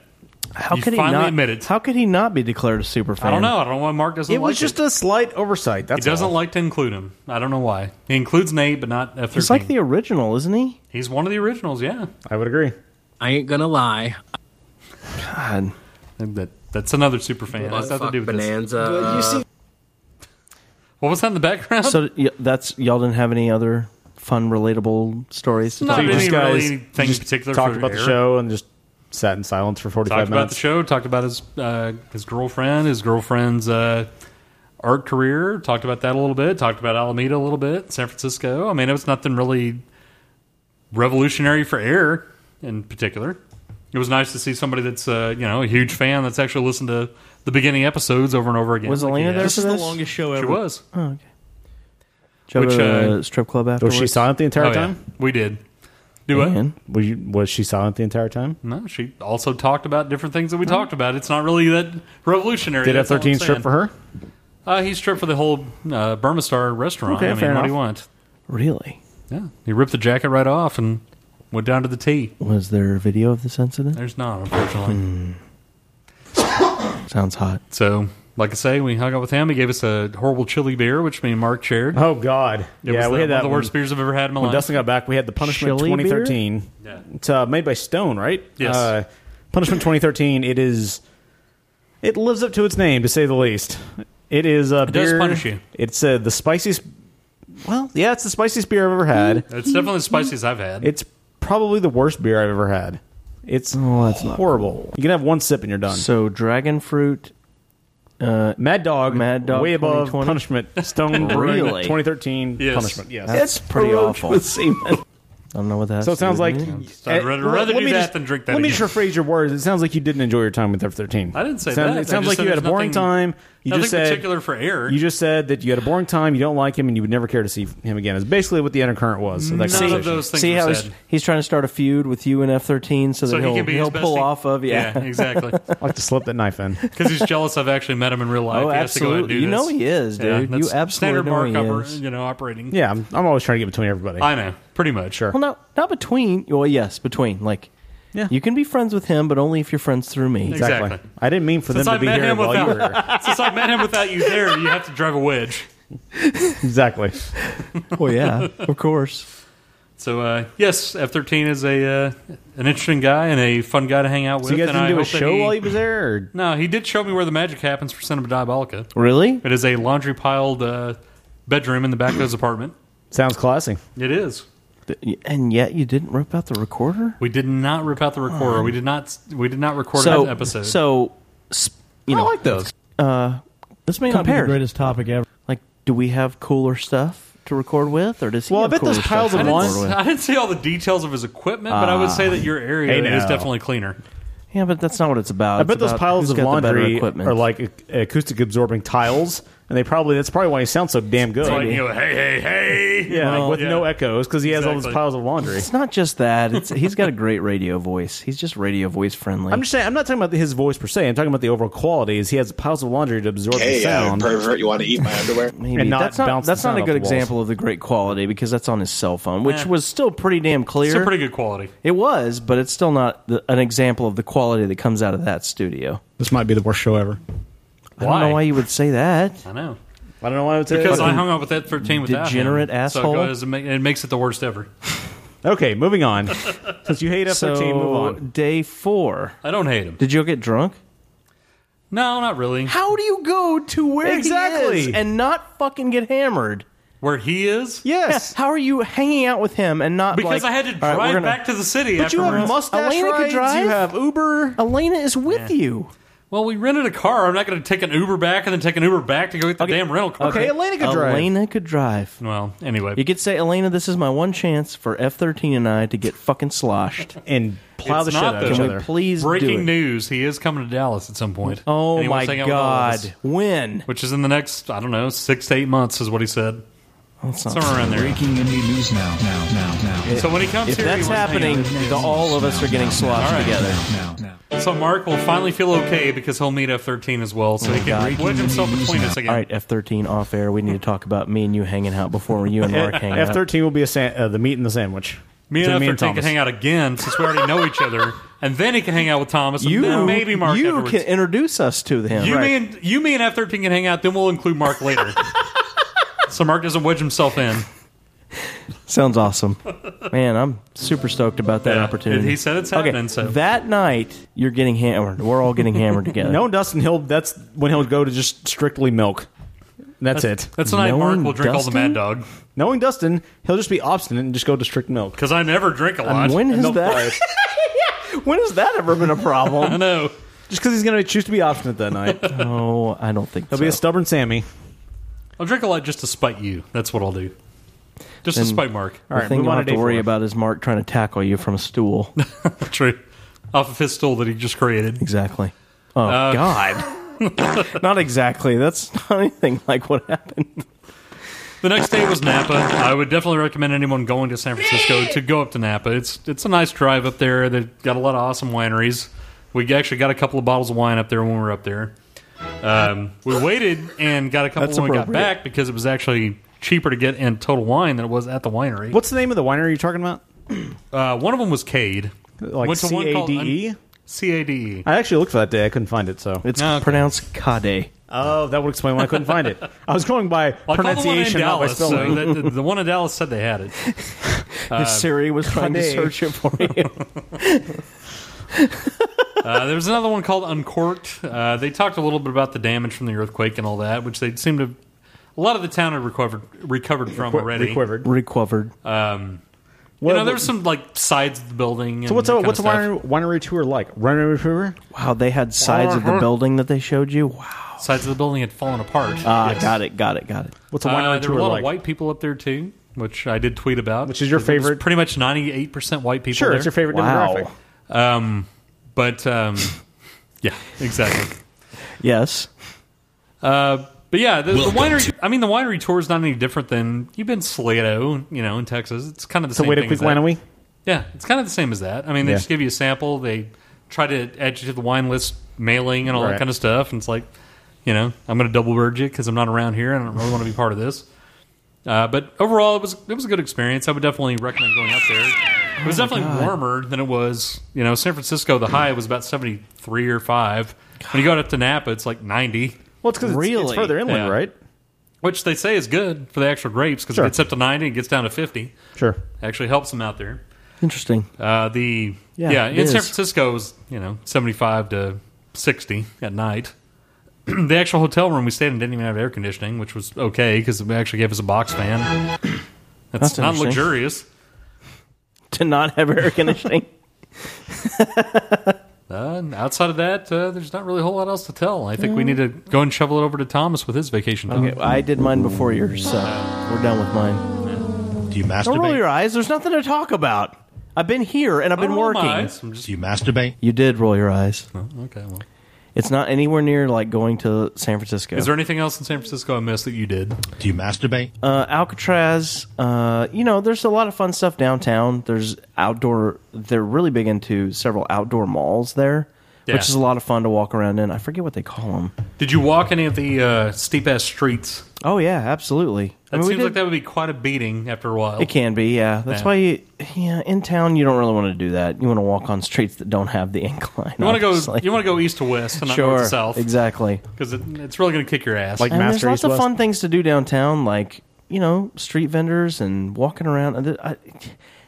[SPEAKER 10] how
[SPEAKER 2] you
[SPEAKER 10] could he
[SPEAKER 2] finally
[SPEAKER 10] not?
[SPEAKER 2] admit
[SPEAKER 10] How could he not be declared a super fan?
[SPEAKER 2] I don't know. I don't know why Mark doesn't
[SPEAKER 3] it
[SPEAKER 2] like
[SPEAKER 3] was just a slight oversight.
[SPEAKER 2] He
[SPEAKER 3] That's
[SPEAKER 2] doesn't
[SPEAKER 3] all.
[SPEAKER 2] like to include him. I don't know why. He includes Nate, but not F13.
[SPEAKER 10] He's like the original, isn't he?
[SPEAKER 2] He's one of the originals, yeah.
[SPEAKER 3] I would agree.
[SPEAKER 8] I ain't gonna lie.
[SPEAKER 10] God,
[SPEAKER 2] that that's another super fan. That's nothing to do with this.
[SPEAKER 8] Bonanza.
[SPEAKER 2] What was that in the background?
[SPEAKER 10] So y- that's y'all didn't have any other fun, relatable stories to
[SPEAKER 2] Not
[SPEAKER 10] talk
[SPEAKER 2] really
[SPEAKER 10] about?
[SPEAKER 2] These guys anything
[SPEAKER 3] just
[SPEAKER 2] particular
[SPEAKER 3] Talked
[SPEAKER 2] for
[SPEAKER 3] about
[SPEAKER 2] air.
[SPEAKER 3] the show and just sat in silence for 45
[SPEAKER 2] [LAUGHS] talked about
[SPEAKER 3] minutes.
[SPEAKER 2] the show. Talked about his uh, his girlfriend, his girlfriend's uh, art career. Talked about that a little bit. Talked about Alameda a little bit. San Francisco. I mean, it was nothing really revolutionary for air in particular. It was nice to see somebody that's uh, you know a huge fan that's actually listened to the beginning episodes over and over again.
[SPEAKER 10] Was Elena there
[SPEAKER 2] has.
[SPEAKER 10] for This is the this?
[SPEAKER 8] longest show
[SPEAKER 2] She
[SPEAKER 8] ever.
[SPEAKER 2] was.
[SPEAKER 10] Oh, okay. Did you
[SPEAKER 2] Which,
[SPEAKER 10] go to
[SPEAKER 2] uh,
[SPEAKER 10] the strip club afterwards?
[SPEAKER 3] Was she silent the entire
[SPEAKER 2] Oh, yeah.
[SPEAKER 3] time?
[SPEAKER 2] We did. Do what?
[SPEAKER 10] Man.
[SPEAKER 3] Were you, was she silent the entire time?
[SPEAKER 2] No, she also talked about different things that we talked about. It's not really that revolutionary.
[SPEAKER 3] Did
[SPEAKER 2] that's all I'm
[SPEAKER 3] F13 strip
[SPEAKER 2] saying.
[SPEAKER 3] for her?
[SPEAKER 2] Uh, he stripped for the whole uh, Burma Star restaurant.
[SPEAKER 3] Okay,
[SPEAKER 2] I mean,
[SPEAKER 3] fair
[SPEAKER 2] what do
[SPEAKER 3] enough.
[SPEAKER 2] you want?
[SPEAKER 10] Really?
[SPEAKER 2] Yeah. He ripped the jacket right off and went down to the tee.
[SPEAKER 10] Was there a video of this incident?
[SPEAKER 2] There's not, unfortunately.
[SPEAKER 3] Hmm.
[SPEAKER 10] Sounds hot.
[SPEAKER 2] So, like I say, we hung out with him. He gave us a horrible chili beer, which me and Mark shared.
[SPEAKER 3] Oh, God.
[SPEAKER 2] It
[SPEAKER 3] yeah,
[SPEAKER 2] was
[SPEAKER 3] we
[SPEAKER 2] the-
[SPEAKER 3] had that
[SPEAKER 2] one of the worst
[SPEAKER 3] when-
[SPEAKER 2] beers I've ever had in my
[SPEAKER 3] when
[SPEAKER 2] life.
[SPEAKER 3] Dustin got back, we had the Punishment
[SPEAKER 10] Chili beer?
[SPEAKER 3] 2013.
[SPEAKER 2] Yeah.
[SPEAKER 3] It's uh, made by Stone, right?
[SPEAKER 2] Yes.
[SPEAKER 3] Uh, Punishment 2013. It is. It lives up to its name, to say the least. It is a
[SPEAKER 2] It
[SPEAKER 3] beer.
[SPEAKER 2] does punish you.
[SPEAKER 3] It's uh, the spiciest. Well, yeah, it's the spiciest beer I've ever had.
[SPEAKER 2] It's definitely the spiciest I've had.
[SPEAKER 3] It's probably the worst beer I've ever had. It's
[SPEAKER 10] Oh,
[SPEAKER 3] horrible. You can have one sip and you're done.
[SPEAKER 10] So dragon fruit, uh,
[SPEAKER 3] Mad Dog,
[SPEAKER 10] Mad Dog,
[SPEAKER 3] way above
[SPEAKER 10] 2020?
[SPEAKER 3] punishment.
[SPEAKER 10] [LAUGHS]
[SPEAKER 3] Stone Brewing
[SPEAKER 10] Really?
[SPEAKER 3] 2013
[SPEAKER 2] Yes.
[SPEAKER 3] punishment. Yes,
[SPEAKER 10] That's pretty awful. I don't know what that.
[SPEAKER 3] So it sounds like
[SPEAKER 2] I'd Mm-hmm. rather-
[SPEAKER 3] Eh,
[SPEAKER 2] rather
[SPEAKER 3] let
[SPEAKER 2] do
[SPEAKER 3] me
[SPEAKER 2] that
[SPEAKER 3] just-
[SPEAKER 2] than drink that
[SPEAKER 3] Let me
[SPEAKER 2] again.
[SPEAKER 3] just rephrase your words. It sounds like you didn't enjoy your time with F thirteen.
[SPEAKER 2] I didn't say
[SPEAKER 3] It sounds-
[SPEAKER 2] that.
[SPEAKER 3] It
[SPEAKER 2] I
[SPEAKER 3] sounds
[SPEAKER 2] just
[SPEAKER 3] like
[SPEAKER 2] said
[SPEAKER 3] you had a
[SPEAKER 2] there's
[SPEAKER 3] boring
[SPEAKER 2] nothing-
[SPEAKER 3] time.
[SPEAKER 2] Nothing particular for Eric.
[SPEAKER 3] You just said that you had a boring time, you don't like him, and you would never care to see him again. It's basically what the undercurrent was. of that
[SPEAKER 2] None of
[SPEAKER 3] conversation.
[SPEAKER 2] those things
[SPEAKER 10] See
[SPEAKER 2] were
[SPEAKER 10] how he's,
[SPEAKER 2] said.
[SPEAKER 10] he's trying to start a feud with you and F thirteen so that
[SPEAKER 2] So he
[SPEAKER 10] he'll,
[SPEAKER 2] can be his
[SPEAKER 10] will
[SPEAKER 2] bestie?
[SPEAKER 10] pull off of yeah,
[SPEAKER 3] [LAUGHS]
[SPEAKER 2] Yeah, exactly.
[SPEAKER 3] I like to slip that knife in.
[SPEAKER 2] Because he's jealous I've actually met him in real life.
[SPEAKER 10] Oh,
[SPEAKER 2] he has to go out and do
[SPEAKER 10] absolutely. You
[SPEAKER 2] this.
[SPEAKER 10] know he is, dude.
[SPEAKER 2] Yeah,
[SPEAKER 10] You
[SPEAKER 2] that's
[SPEAKER 10] absolutely
[SPEAKER 2] standard
[SPEAKER 10] know he
[SPEAKER 2] markup,
[SPEAKER 10] is.
[SPEAKER 2] you know, operating.
[SPEAKER 3] Yeah, I'm, I'm always trying to get between everybody.
[SPEAKER 2] I know. Pretty much. Sure.
[SPEAKER 10] [LAUGHS] Well, no, not between. Well, yes, between. Like, yeah. you can be friends with him, but only if you're friends through me.
[SPEAKER 2] Exactly. Exactly.
[SPEAKER 3] I didn't mean for
[SPEAKER 2] Since
[SPEAKER 3] them
[SPEAKER 2] I
[SPEAKER 3] to be
[SPEAKER 2] met
[SPEAKER 3] here
[SPEAKER 2] him
[SPEAKER 3] while you were here. [LAUGHS]
[SPEAKER 2] without, [LAUGHS] since I met him without you there, you have to drive a wedge.
[SPEAKER 3] Exactly.
[SPEAKER 10] Well, Oh, yeah, of course.
[SPEAKER 2] So uh, yes, F thirteen is a uh, an interesting guy and a fun guy to hang out with.
[SPEAKER 3] So you guys
[SPEAKER 2] and
[SPEAKER 3] didn't
[SPEAKER 2] I
[SPEAKER 3] do a
[SPEAKER 2] hope that
[SPEAKER 3] show
[SPEAKER 2] he-
[SPEAKER 3] while he was there? Or?
[SPEAKER 2] No, he did show me where the magic happens for Cinema Diabolica. [LAUGHS]
[SPEAKER 10] Really?
[SPEAKER 2] It is a laundry piled uh, bedroom in the back of his apartment.
[SPEAKER 3] Sounds classy.
[SPEAKER 2] It is.
[SPEAKER 10] Th- And yet you didn't rip out the recorder.
[SPEAKER 2] We did not rip out the recorder. We did not. We did not record
[SPEAKER 10] Um, so,
[SPEAKER 2] an episode.
[SPEAKER 10] So, s- you know, Uh, this may
[SPEAKER 21] Compare
[SPEAKER 10] compare.
[SPEAKER 21] the greatest topic ever.
[SPEAKER 10] like, do we have cooler stuff to record with, or does he?
[SPEAKER 3] Well, I
[SPEAKER 10] have
[SPEAKER 3] bet
[SPEAKER 10] cooler
[SPEAKER 3] those piles
[SPEAKER 10] stuff
[SPEAKER 3] of
[SPEAKER 10] to
[SPEAKER 3] lawn-
[SPEAKER 10] record with?
[SPEAKER 2] I didn't see all the details of his equipment, but I would
[SPEAKER 10] Ah.
[SPEAKER 2] say that your area
[SPEAKER 3] Hey,
[SPEAKER 2] is
[SPEAKER 3] now.
[SPEAKER 2] definitely cleaner.
[SPEAKER 10] Yeah, but that's not what it's about.
[SPEAKER 3] I
[SPEAKER 10] It's
[SPEAKER 3] bet those
[SPEAKER 10] about
[SPEAKER 3] piles
[SPEAKER 10] who's
[SPEAKER 3] of
[SPEAKER 10] got the better
[SPEAKER 3] laundry
[SPEAKER 10] equipment.
[SPEAKER 3] are like ac- acoustic absorbing tiles, and they probably that's probably why he sounds so damn good.
[SPEAKER 2] It's like you know, hey, hey, hey.
[SPEAKER 3] yeah, like
[SPEAKER 2] Well,
[SPEAKER 3] with
[SPEAKER 2] yeah.
[SPEAKER 3] no echoes because he has all those
[SPEAKER 2] Exactly.
[SPEAKER 3] piles of laundry.
[SPEAKER 10] It's not just that. It's, he's got a great radio voice. He's just radio voice friendly.
[SPEAKER 3] I'm just saying, I'm not talking about his voice per se. I'm talking about the overall quality. Is he has piles of laundry to absorb the
[SPEAKER 14] Hey, uh,
[SPEAKER 3] sound?
[SPEAKER 14] pervert, you want to eat my underwear?
[SPEAKER 10] Maybe.
[SPEAKER 3] and not
[SPEAKER 10] that's not,
[SPEAKER 3] bounce the
[SPEAKER 10] that's not
[SPEAKER 3] sound
[SPEAKER 10] a
[SPEAKER 3] off
[SPEAKER 10] good
[SPEAKER 3] the walls.
[SPEAKER 10] example of the great quality because that's on his cell phone,
[SPEAKER 2] Eh.
[SPEAKER 10] which was still pretty damn clear.
[SPEAKER 2] Still pretty good quality.
[SPEAKER 10] It was, but it's still not the, an example of the quality that comes out of that studio.
[SPEAKER 22] This might be the worst show ever.
[SPEAKER 10] I don't know why you would say that.
[SPEAKER 2] I know.
[SPEAKER 3] I don't know why I would say
[SPEAKER 2] Because
[SPEAKER 3] that.
[SPEAKER 2] I hung out with that 13 without
[SPEAKER 10] Degenerate
[SPEAKER 2] him.
[SPEAKER 10] asshole.
[SPEAKER 2] So it, goes, it ma- it makes it the worst ever.
[SPEAKER 3] Okay, moving
[SPEAKER 2] [LAUGHS]
[SPEAKER 3] on. Since you hate F13, move
[SPEAKER 10] So,
[SPEAKER 3] on.
[SPEAKER 10] day four.
[SPEAKER 2] I don't hate him.
[SPEAKER 10] Did you get drunk?
[SPEAKER 2] No, not really.
[SPEAKER 10] How do you go to where he
[SPEAKER 3] Exactly.
[SPEAKER 10] is and not fucking get hammered?
[SPEAKER 2] Where he is?
[SPEAKER 3] Yes.
[SPEAKER 10] How are you hanging out with him and not
[SPEAKER 2] Because
[SPEAKER 10] like,
[SPEAKER 2] I had to
[SPEAKER 10] "All
[SPEAKER 2] drive
[SPEAKER 10] right, we're gonna-
[SPEAKER 2] back to the city
[SPEAKER 3] But you
[SPEAKER 2] afterwards.
[SPEAKER 3] have mustache
[SPEAKER 10] Elena could
[SPEAKER 3] rides,
[SPEAKER 10] drive?
[SPEAKER 3] You have Uber.
[SPEAKER 10] Elena is with you.
[SPEAKER 2] well, we rented a car. I'm not going to take an Uber back and then take an Uber back to go get the damn rental car.
[SPEAKER 3] Okay, Elena could drive.
[SPEAKER 10] Elena could drive.
[SPEAKER 2] Well, anyway.
[SPEAKER 10] You could say, Elena, this is my one chance for F thirteen and I to get fucking sloshed.
[SPEAKER 3] and plow
[SPEAKER 2] It's
[SPEAKER 3] the shit out
[SPEAKER 2] not,
[SPEAKER 3] of
[SPEAKER 2] though.
[SPEAKER 3] each
[SPEAKER 10] Can we
[SPEAKER 3] other.
[SPEAKER 10] please do
[SPEAKER 2] Breaking
[SPEAKER 10] it?
[SPEAKER 2] news. He is coming to Dallas at some point.
[SPEAKER 10] Oh
[SPEAKER 2] And he
[SPEAKER 10] my
[SPEAKER 2] wants to hang out with all of us,
[SPEAKER 10] god! When?
[SPEAKER 2] Which is in the next, I don't know, six to eight months, is what he said.
[SPEAKER 10] That's not-
[SPEAKER 2] Somewhere around
[SPEAKER 10] [LAUGHS]
[SPEAKER 2] there.
[SPEAKER 6] Breaking indie news now, now, now, now.
[SPEAKER 2] So when he comes
[SPEAKER 10] If
[SPEAKER 2] here, he wants
[SPEAKER 10] that's
[SPEAKER 2] to hang out
[SPEAKER 10] happening,
[SPEAKER 2] with us.
[SPEAKER 10] the, all of us are getting sloshed
[SPEAKER 2] All right.
[SPEAKER 10] together.
[SPEAKER 6] Now, now.
[SPEAKER 2] So Mark will finally feel okay because he'll meet F thirteen as well, so he can
[SPEAKER 10] Oh God.
[SPEAKER 2] wedge himself between us
[SPEAKER 10] All
[SPEAKER 2] again.
[SPEAKER 10] right, F thirteen off air. We need to talk about me and you hanging out before you
[SPEAKER 2] [LAUGHS]
[SPEAKER 10] and Mark hang out.
[SPEAKER 3] F13 will be a san- uh, the meat and the sandwich.
[SPEAKER 2] Me and F
[SPEAKER 3] Between
[SPEAKER 2] thirteen can
[SPEAKER 3] Thomas.
[SPEAKER 2] hang out again since we already know each other, and then he can hang out with Thomas. And then maybe Mark.
[SPEAKER 10] You
[SPEAKER 2] afterwards.
[SPEAKER 10] can introduce us to him.
[SPEAKER 2] you me and you me and F thirteen can hang out. Then we'll include Mark
[SPEAKER 10] [LAUGHS]
[SPEAKER 2] later. so Mark doesn't wedge himself in. [LAUGHS]
[SPEAKER 10] Sounds awesome, man. I'm super stoked about that
[SPEAKER 2] Yeah,
[SPEAKER 10] opportunity.
[SPEAKER 2] he said it's happening,
[SPEAKER 10] Okay,
[SPEAKER 2] so-
[SPEAKER 10] that night you're getting hammered. We're all getting
[SPEAKER 2] [LAUGHS]
[SPEAKER 10] hammered together.
[SPEAKER 3] No, Dustin. He'll that's when he'll go to just strictly milk. That's, it.
[SPEAKER 2] That's the night Mark
[SPEAKER 10] Knowing
[SPEAKER 2] will drink all the Mad
[SPEAKER 10] Dustin?
[SPEAKER 2] Dog
[SPEAKER 3] Knowing Dustin, he'll just be obstinate and just go to strict milk.
[SPEAKER 2] because I never drink a lot.
[SPEAKER 10] And when has
[SPEAKER 3] Milk
[SPEAKER 10] that?
[SPEAKER 3] price.
[SPEAKER 10] when has that ever been
[SPEAKER 2] [LAUGHS]
[SPEAKER 10] a
[SPEAKER 2] I
[SPEAKER 10] problem?
[SPEAKER 2] know.
[SPEAKER 3] just because he's going to choose to be obstinate that night. He'll
[SPEAKER 10] [LAUGHS] no, I don't think so.
[SPEAKER 3] be a stubborn Sammy.
[SPEAKER 2] I'll drink a lot just to spite you. That's what I'll do. Just to
[SPEAKER 10] Then-
[SPEAKER 2] spite Mark.
[SPEAKER 10] the
[SPEAKER 3] All right,
[SPEAKER 10] thing
[SPEAKER 3] move
[SPEAKER 10] you'll
[SPEAKER 3] on to
[SPEAKER 10] have
[SPEAKER 3] day
[SPEAKER 10] to worry
[SPEAKER 3] four.
[SPEAKER 10] about is Mark trying to tackle you from a stool.
[SPEAKER 2] [LAUGHS] True. Off of his stool that he just created.
[SPEAKER 10] exactly. Oh
[SPEAKER 2] Uh, [LAUGHS]
[SPEAKER 10] God. not exactly. That's not anything like what happened.
[SPEAKER 2] The next day was Napa. I would definitely recommend anyone going to San Francisco to go up to Napa. It's it's a nice drive up there. They've got a lot of awesome wineries. We actually got a couple of bottles of wine up there when we were up there. Um, we waited and got a couple
[SPEAKER 3] That's
[SPEAKER 2] when we got
[SPEAKER 3] appropriate.
[SPEAKER 2] back because it was actually cheaper to get in total wine than it was at the winery.
[SPEAKER 3] What's the name of the winery you're talking about?
[SPEAKER 2] Uh, one of them was Cade.
[SPEAKER 3] Like
[SPEAKER 2] Went to one called-
[SPEAKER 3] C-A-D-E?
[SPEAKER 2] C A D E.
[SPEAKER 3] I actually looked for that day. I couldn't find it. So
[SPEAKER 10] It's
[SPEAKER 2] No, okay. Uh,
[SPEAKER 10] pronounced Kade.
[SPEAKER 3] oh, that would explain why I couldn't find it. [LAUGHS] I was going by
[SPEAKER 2] Well, I called the one in
[SPEAKER 3] pronunciation, not by
[SPEAKER 2] Dallas. So
[SPEAKER 3] spelling.
[SPEAKER 2] that- the, the one in Dallas said they had it.
[SPEAKER 10] Siri was trying to
[SPEAKER 3] Kade.
[SPEAKER 10] search it for you.
[SPEAKER 2] Uh, there was another one called Uncorked. Uh, they talked a little bit about the damage from the earthquake and all that, which they seemed to. A lot of the town had recovered recovered from already.
[SPEAKER 3] Requivered.
[SPEAKER 10] Recovered.
[SPEAKER 2] Um,
[SPEAKER 3] Well,
[SPEAKER 2] you know, there was some like sides of the building. And
[SPEAKER 3] so what's
[SPEAKER 2] that
[SPEAKER 3] a,
[SPEAKER 2] kind of
[SPEAKER 3] what's a
[SPEAKER 2] stuff.
[SPEAKER 3] winery, winery tour like? Winery tour?
[SPEAKER 10] Wow, they had sides of
[SPEAKER 2] uh-huh.
[SPEAKER 10] the building that they showed you. Wow.
[SPEAKER 2] Sides of the building had fallen apart.
[SPEAKER 3] Uh,
[SPEAKER 10] Ah, got it, got it, got it.
[SPEAKER 3] What's a winery
[SPEAKER 2] Uh, there
[SPEAKER 3] tour
[SPEAKER 2] were a lot
[SPEAKER 3] like?
[SPEAKER 2] of white people up there too, which I did tweet about.
[SPEAKER 3] Which is your
[SPEAKER 2] It was
[SPEAKER 3] favorite-
[SPEAKER 2] Pretty much ninety eight percent white people.
[SPEAKER 3] Sure,
[SPEAKER 2] there.
[SPEAKER 3] it's your favorite
[SPEAKER 10] Wow.
[SPEAKER 3] demographic.
[SPEAKER 2] [LAUGHS] Um, but um, yeah, exactly.
[SPEAKER 10] Yes.
[SPEAKER 2] Uh, but yeah, the, the
[SPEAKER 5] Welcome
[SPEAKER 2] winery. I mean, the winery tour is not any different than you've been Salado, you know, in Texas. It's kind of the same
[SPEAKER 3] Toledo
[SPEAKER 2] thing.
[SPEAKER 3] Creek
[SPEAKER 2] as that.
[SPEAKER 3] Winery?
[SPEAKER 2] Yeah, it's kind of the same as that. I mean, they
[SPEAKER 3] Yeah.
[SPEAKER 2] just give you a sample. They try to add you to the wine list mailing and all
[SPEAKER 3] Right.
[SPEAKER 2] that kind of stuff. And it's like, you know, I'm going to double bird you because I'm not around here. and I don't really want to be part of this. Uh, but overall, it was it was a good experience. I would definitely recommend going up there. It was
[SPEAKER 5] Oh my
[SPEAKER 2] definitely
[SPEAKER 5] God.
[SPEAKER 2] warmer than it was. You know, San Francisco. The high was about seventy three or five. When you go up to Napa, it's like ninety.
[SPEAKER 3] Well, it's because it's, further inland,
[SPEAKER 2] Yeah.
[SPEAKER 3] right?
[SPEAKER 2] Which they say is good for the actual grapes because
[SPEAKER 3] Sure.
[SPEAKER 2] it gets up to ninety, it gets down to fifty.
[SPEAKER 3] Sure.
[SPEAKER 2] actually helps them out there.
[SPEAKER 10] Interesting.
[SPEAKER 2] Uh, the
[SPEAKER 10] Yeah,
[SPEAKER 2] yeah,
[SPEAKER 10] it
[SPEAKER 2] in San
[SPEAKER 10] is.
[SPEAKER 2] Francisco it was you know seventy five to sixty at night. [CLEARS THROAT] the actual hotel room we stayed in didn't even have air conditioning, which was okay because they actually gave us a box
[SPEAKER 10] [CLEARS THROAT]
[SPEAKER 2] fan. That's,
[SPEAKER 10] That's
[SPEAKER 2] not
[SPEAKER 10] interesting.
[SPEAKER 2] luxurious.
[SPEAKER 10] [LAUGHS] to not have air conditioning.
[SPEAKER 2] [LAUGHS] Uh, and outside of that, uh, there's not really a whole lot else to tell. I think we need to go and shovel it over to Thomas with his vacation. Time.
[SPEAKER 10] Okay, I did mine before yours, so
[SPEAKER 2] Uh,
[SPEAKER 10] we're done with mine.
[SPEAKER 2] Do you
[SPEAKER 10] Don't roll your eyes. There's nothing to talk about. I've been here and I've
[SPEAKER 2] Oh,
[SPEAKER 10] been working.
[SPEAKER 2] Do you
[SPEAKER 10] masturbate? You did roll your eyes.
[SPEAKER 2] Oh, okay. Well.
[SPEAKER 10] It's not anywhere near like going to San Francisco.
[SPEAKER 2] Is there anything else in San Francisco I missed that you did?
[SPEAKER 10] Do you masturbate? Uh, Alcatraz. Uh, you know, there's a lot of fun stuff downtown. There's outdoor. They're really big into several outdoor malls there,
[SPEAKER 2] Yeah.
[SPEAKER 10] which is a lot of fun to walk around in. I forget what they call them.
[SPEAKER 2] Did you walk any of the uh, steep ass streets?
[SPEAKER 10] Oh yeah, absolutely.
[SPEAKER 2] That
[SPEAKER 10] I mean, we
[SPEAKER 2] seems like
[SPEAKER 10] did-
[SPEAKER 2] that would be quite a beating after a while.
[SPEAKER 10] It can be, yeah. That's
[SPEAKER 2] Yeah.
[SPEAKER 10] why, you, yeah, in town you don't really want to do that. You want to walk on streets that don't have the [LAUGHS] incline.
[SPEAKER 2] You want to go?
[SPEAKER 10] obviously.
[SPEAKER 2] You want to go east to west and not
[SPEAKER 10] sure,
[SPEAKER 2] north to south?
[SPEAKER 10] exactly.
[SPEAKER 2] Because it, it's really going to kick your ass.
[SPEAKER 10] and there's lots of fun things to do downtown, like you know, street vendors and walking around. And I,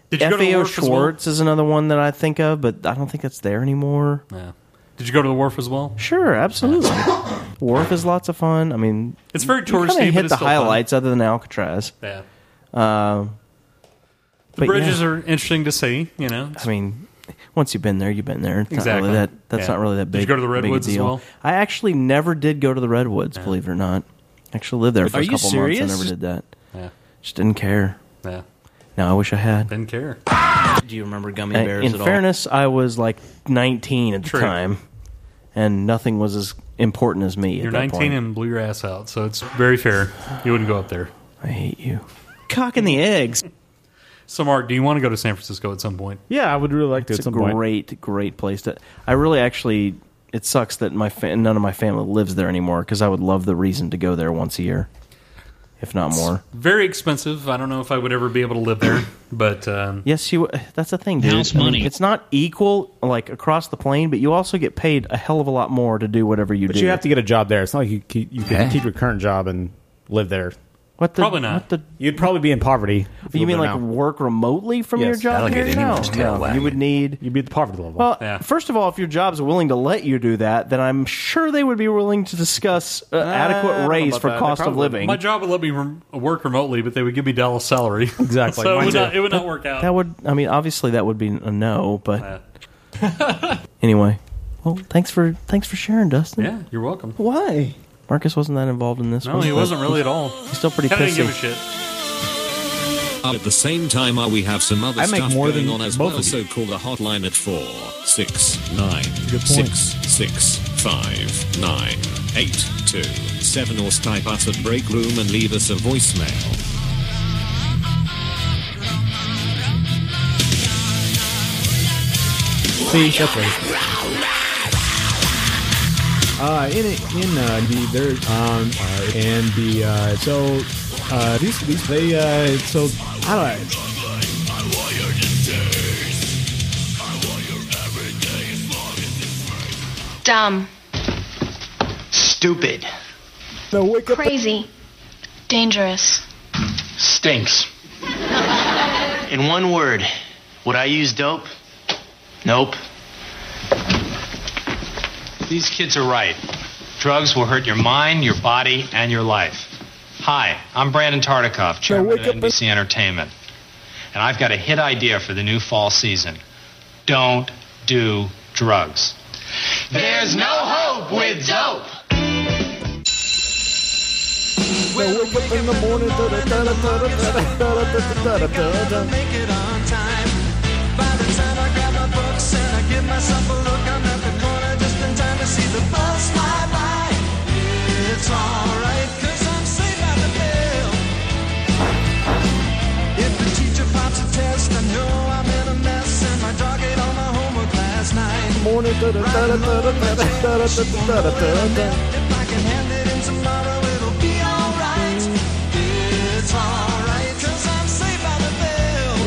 [SPEAKER 2] Did you go to the
[SPEAKER 10] FAO
[SPEAKER 2] wharf as well?
[SPEAKER 10] Schwartz is another one that I think of, but I don't think that's there anymore.
[SPEAKER 2] Yeah. Did you go to the wharf as well? [LAUGHS]
[SPEAKER 10] Sure, absolutely. Wharf is lots of fun. I mean,
[SPEAKER 2] It's very
[SPEAKER 10] you kinda
[SPEAKER 2] touristy, but
[SPEAKER 10] Hit
[SPEAKER 2] it's
[SPEAKER 10] the
[SPEAKER 2] still fun.
[SPEAKER 10] highlights, other than Alcatraz.
[SPEAKER 2] Yeah.
[SPEAKER 10] Um,
[SPEAKER 2] The bridges are interesting to see. You know,
[SPEAKER 10] I mean, once you've been there, you've been there. It's
[SPEAKER 2] Exactly.
[SPEAKER 10] Not really that, that's
[SPEAKER 2] Yeah.
[SPEAKER 10] not really that
[SPEAKER 2] Did
[SPEAKER 10] big.
[SPEAKER 2] you go to the
[SPEAKER 10] big a
[SPEAKER 2] Redwoods as
[SPEAKER 10] deal.
[SPEAKER 2] well?
[SPEAKER 10] I actually never did go to the Redwoods, believe it or not. I actually lived there for
[SPEAKER 2] Are
[SPEAKER 10] a
[SPEAKER 2] you
[SPEAKER 10] couple
[SPEAKER 2] serious?
[SPEAKER 10] months. I never did that.
[SPEAKER 2] Yeah.
[SPEAKER 10] Just didn't care.
[SPEAKER 2] Yeah.
[SPEAKER 10] No, I wish I had.
[SPEAKER 2] didn't care.
[SPEAKER 21] Do you remember gummy
[SPEAKER 10] I-
[SPEAKER 21] bears
[SPEAKER 10] Uh, In
[SPEAKER 21] at all?
[SPEAKER 10] fairness, I was like 19 at the
[SPEAKER 2] True.
[SPEAKER 10] time, and nothing was as important as me. at
[SPEAKER 2] You're
[SPEAKER 10] that
[SPEAKER 2] 19
[SPEAKER 10] point.
[SPEAKER 2] and blew your ass out, so it's very fair. You wouldn't go up there.
[SPEAKER 10] I hate you.
[SPEAKER 21] Cock in the eggs.
[SPEAKER 2] So, Mark, do you want to go to San Francisco at some point?
[SPEAKER 10] Yeah, I would really like to. It's
[SPEAKER 2] at some
[SPEAKER 10] a
[SPEAKER 2] point.
[SPEAKER 10] great, great place to. I really actually. It sucks that my fa- none of my family lives there anymore because I would love the reason to go there once a year, if not more.
[SPEAKER 2] Very expensive. I don't know if I would ever be able to live there, [COUGHS] but um,
[SPEAKER 10] Yes, you. uh, That's the thing, dude.
[SPEAKER 2] House
[SPEAKER 10] I mean,
[SPEAKER 2] money.
[SPEAKER 10] it's not equal like across the plane, but you also get paid a hell of a lot more to do whatever you
[SPEAKER 3] But
[SPEAKER 10] do.
[SPEAKER 3] you have to get a job there. It's not like you keep, you can
[SPEAKER 10] Yeah.
[SPEAKER 3] keep your current job and live there.
[SPEAKER 10] What the-
[SPEAKER 3] probably
[SPEAKER 10] not. what
[SPEAKER 3] You'd probably be in poverty. if
[SPEAKER 10] you mean
[SPEAKER 3] live
[SPEAKER 10] like
[SPEAKER 3] there now.
[SPEAKER 10] work remotely from your
[SPEAKER 3] Yes.
[SPEAKER 10] job?
[SPEAKER 3] That'll get
[SPEAKER 10] here?
[SPEAKER 3] anyone's tail
[SPEAKER 10] no, no. You would need.
[SPEAKER 3] You'd be at the poverty level.
[SPEAKER 10] Well, first of all, if your job's willing to let you do that, then I'm sure they would be willing to discuss uh,
[SPEAKER 2] I don't
[SPEAKER 10] adequate
[SPEAKER 2] know
[SPEAKER 10] raise
[SPEAKER 2] about
[SPEAKER 10] for
[SPEAKER 2] that. They
[SPEAKER 10] cost of
[SPEAKER 2] probably-
[SPEAKER 10] living.
[SPEAKER 2] My job would let me rem- work remotely, but they would give me dollar salary. [LAUGHS]
[SPEAKER 10] Exactly.
[SPEAKER 2] so it
[SPEAKER 10] Mine
[SPEAKER 2] would,
[SPEAKER 10] too.
[SPEAKER 2] not, it would not work out.
[SPEAKER 10] That would, I mean, obviously that would be a no, but anyway. Well, thanks for thanks for sharing, Dustin.
[SPEAKER 2] yeah, you're welcome.
[SPEAKER 10] Why? Marcus wasn't that involved in this.
[SPEAKER 2] No,
[SPEAKER 10] was
[SPEAKER 2] he wasn't really at all.
[SPEAKER 10] He's
[SPEAKER 2] [LAUGHS]
[SPEAKER 10] still pretty
[SPEAKER 2] Kinda
[SPEAKER 10] pissy.
[SPEAKER 2] didn't give a shit.
[SPEAKER 8] At the same time, uh, we have some other
[SPEAKER 10] I make
[SPEAKER 8] stuff
[SPEAKER 10] more
[SPEAKER 8] going
[SPEAKER 10] than
[SPEAKER 8] on as
[SPEAKER 10] both
[SPEAKER 8] well.
[SPEAKER 10] of
[SPEAKER 8] So call the hotline at four six nine
[SPEAKER 10] Good point.
[SPEAKER 8] six six five nine eight two seven or Skype us at break room and leave us a voicemail.
[SPEAKER 24] See, that's right. Uh, in it, in uh, the there um uh, and the uh, so uh, these these they uh, so I don't know.
[SPEAKER 15] Dumb.
[SPEAKER 25] Stupid.
[SPEAKER 24] No, wake
[SPEAKER 25] Crazy. Dangerous. Stinks. In one word, would I use dope? Nope. These kids are right. Drugs will hurt your mind, your body, and your life. Hi, I'm Brandon Tartikoff, chairman of NBC Entertainment. And I've got a hit idea for the new fall season. Don't do drugs.
[SPEAKER 5] There's no hope with dope.
[SPEAKER 24] Well, wake up in the morning.
[SPEAKER 5] Make it on time. By the time I grab my books and I give myself a look, I'm at the corner just in time to see the bus fly by. It's all morning. If I can hand it in tomorrow, it'll be alright. It's alright, cause I'm saved by the bell.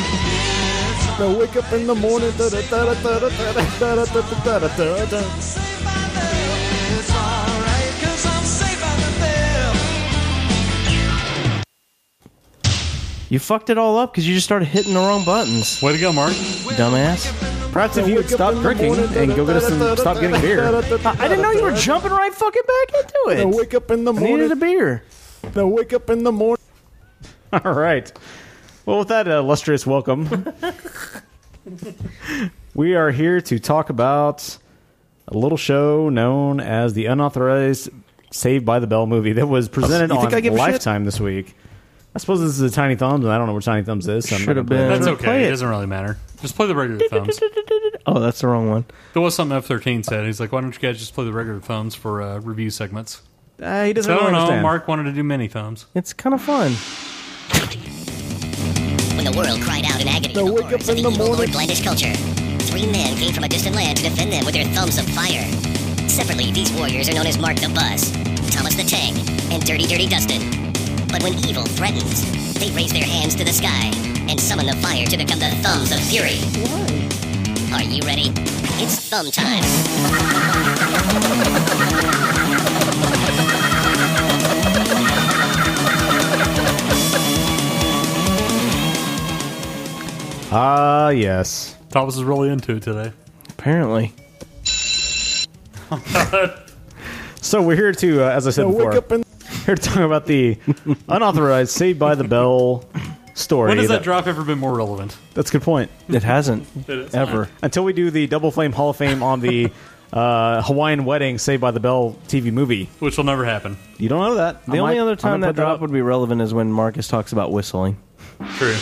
[SPEAKER 24] I wake up in the morning.
[SPEAKER 5] Saved by the bell. It's alright, cause I'm saved by the bell.
[SPEAKER 10] You fucked it all up because you just started hitting the wrong buttons.
[SPEAKER 2] Way to go, Mark.
[SPEAKER 10] Dumbass.
[SPEAKER 3] Perhaps if you would stop drinking and go get us some, stop getting beer.
[SPEAKER 10] I I didn't know you were jumping right fucking back into it.
[SPEAKER 24] I [LAUGHS] wake up in the
[SPEAKER 10] I needed
[SPEAKER 24] morning.
[SPEAKER 10] a beer.
[SPEAKER 24] I wake up in the morning.
[SPEAKER 3] [LAUGHS] All right. Well, with that uh, illustrious
[SPEAKER 10] [LAUGHS]
[SPEAKER 3] welcome, we are here to talk about a little show known as the unauthorized Saved by the Bell movie that was presented
[SPEAKER 10] Oh, You think
[SPEAKER 3] on
[SPEAKER 10] I give a shit?
[SPEAKER 3] Lifetime this week. I suppose this is a Tiny Thumbs, and I don't know where Tiny Thumbs is. So I'm not
[SPEAKER 10] Should've
[SPEAKER 3] gonna play
[SPEAKER 10] been.
[SPEAKER 3] it.
[SPEAKER 2] That's okay.
[SPEAKER 10] Play
[SPEAKER 2] It.
[SPEAKER 10] it.
[SPEAKER 2] doesn't really matter. Just play the regular thumbs.
[SPEAKER 10] [LAUGHS] Oh, that's the wrong one.
[SPEAKER 2] There was something F thirteen said. He's like, "Why don't you guys just play the regular thumbs for uh, review segments?"
[SPEAKER 10] Uh, he doesn't
[SPEAKER 2] So, I don't
[SPEAKER 10] really
[SPEAKER 2] know.
[SPEAKER 10] understand.
[SPEAKER 2] Mark wanted to do many thumbs.
[SPEAKER 10] It's kind of fun.
[SPEAKER 4] When the world cried out in agony, the wake up in the morning. Outlandish culture. Three men came from a distant land to defend them with their thumbs of fire. Separately, these warriors are known as Mark the Bus, Thomas the Tank, and Dirty Dirty Dustin. But when evil threatens, they raise their hands to the sky and summon the fire to become the thumbs of fury. Are you ready? It's thumb time.
[SPEAKER 3] Ah, yes.
[SPEAKER 2] Thomas is really into it today.
[SPEAKER 10] Apparently.
[SPEAKER 3] So we're here to, uh, as I said
[SPEAKER 2] Now wake
[SPEAKER 3] before,
[SPEAKER 2] up and-
[SPEAKER 3] here to talk about the
[SPEAKER 2] [LAUGHS]
[SPEAKER 3] unauthorized Saved by the Bell story.
[SPEAKER 2] When has that
[SPEAKER 3] that-
[SPEAKER 2] drop ever been more relevant?
[SPEAKER 3] That's a good point.
[SPEAKER 10] It hasn't
[SPEAKER 2] It's ever. not.
[SPEAKER 3] until we do the Double Flame Hall of Fame on [LAUGHS] the uh, Hawaiian Wedding Saved by the Bell TV movie.
[SPEAKER 2] Which will never happen.
[SPEAKER 3] You don't know that.
[SPEAKER 10] The only other time that drop would be relevant is when Marcus talks about whistling.
[SPEAKER 2] True.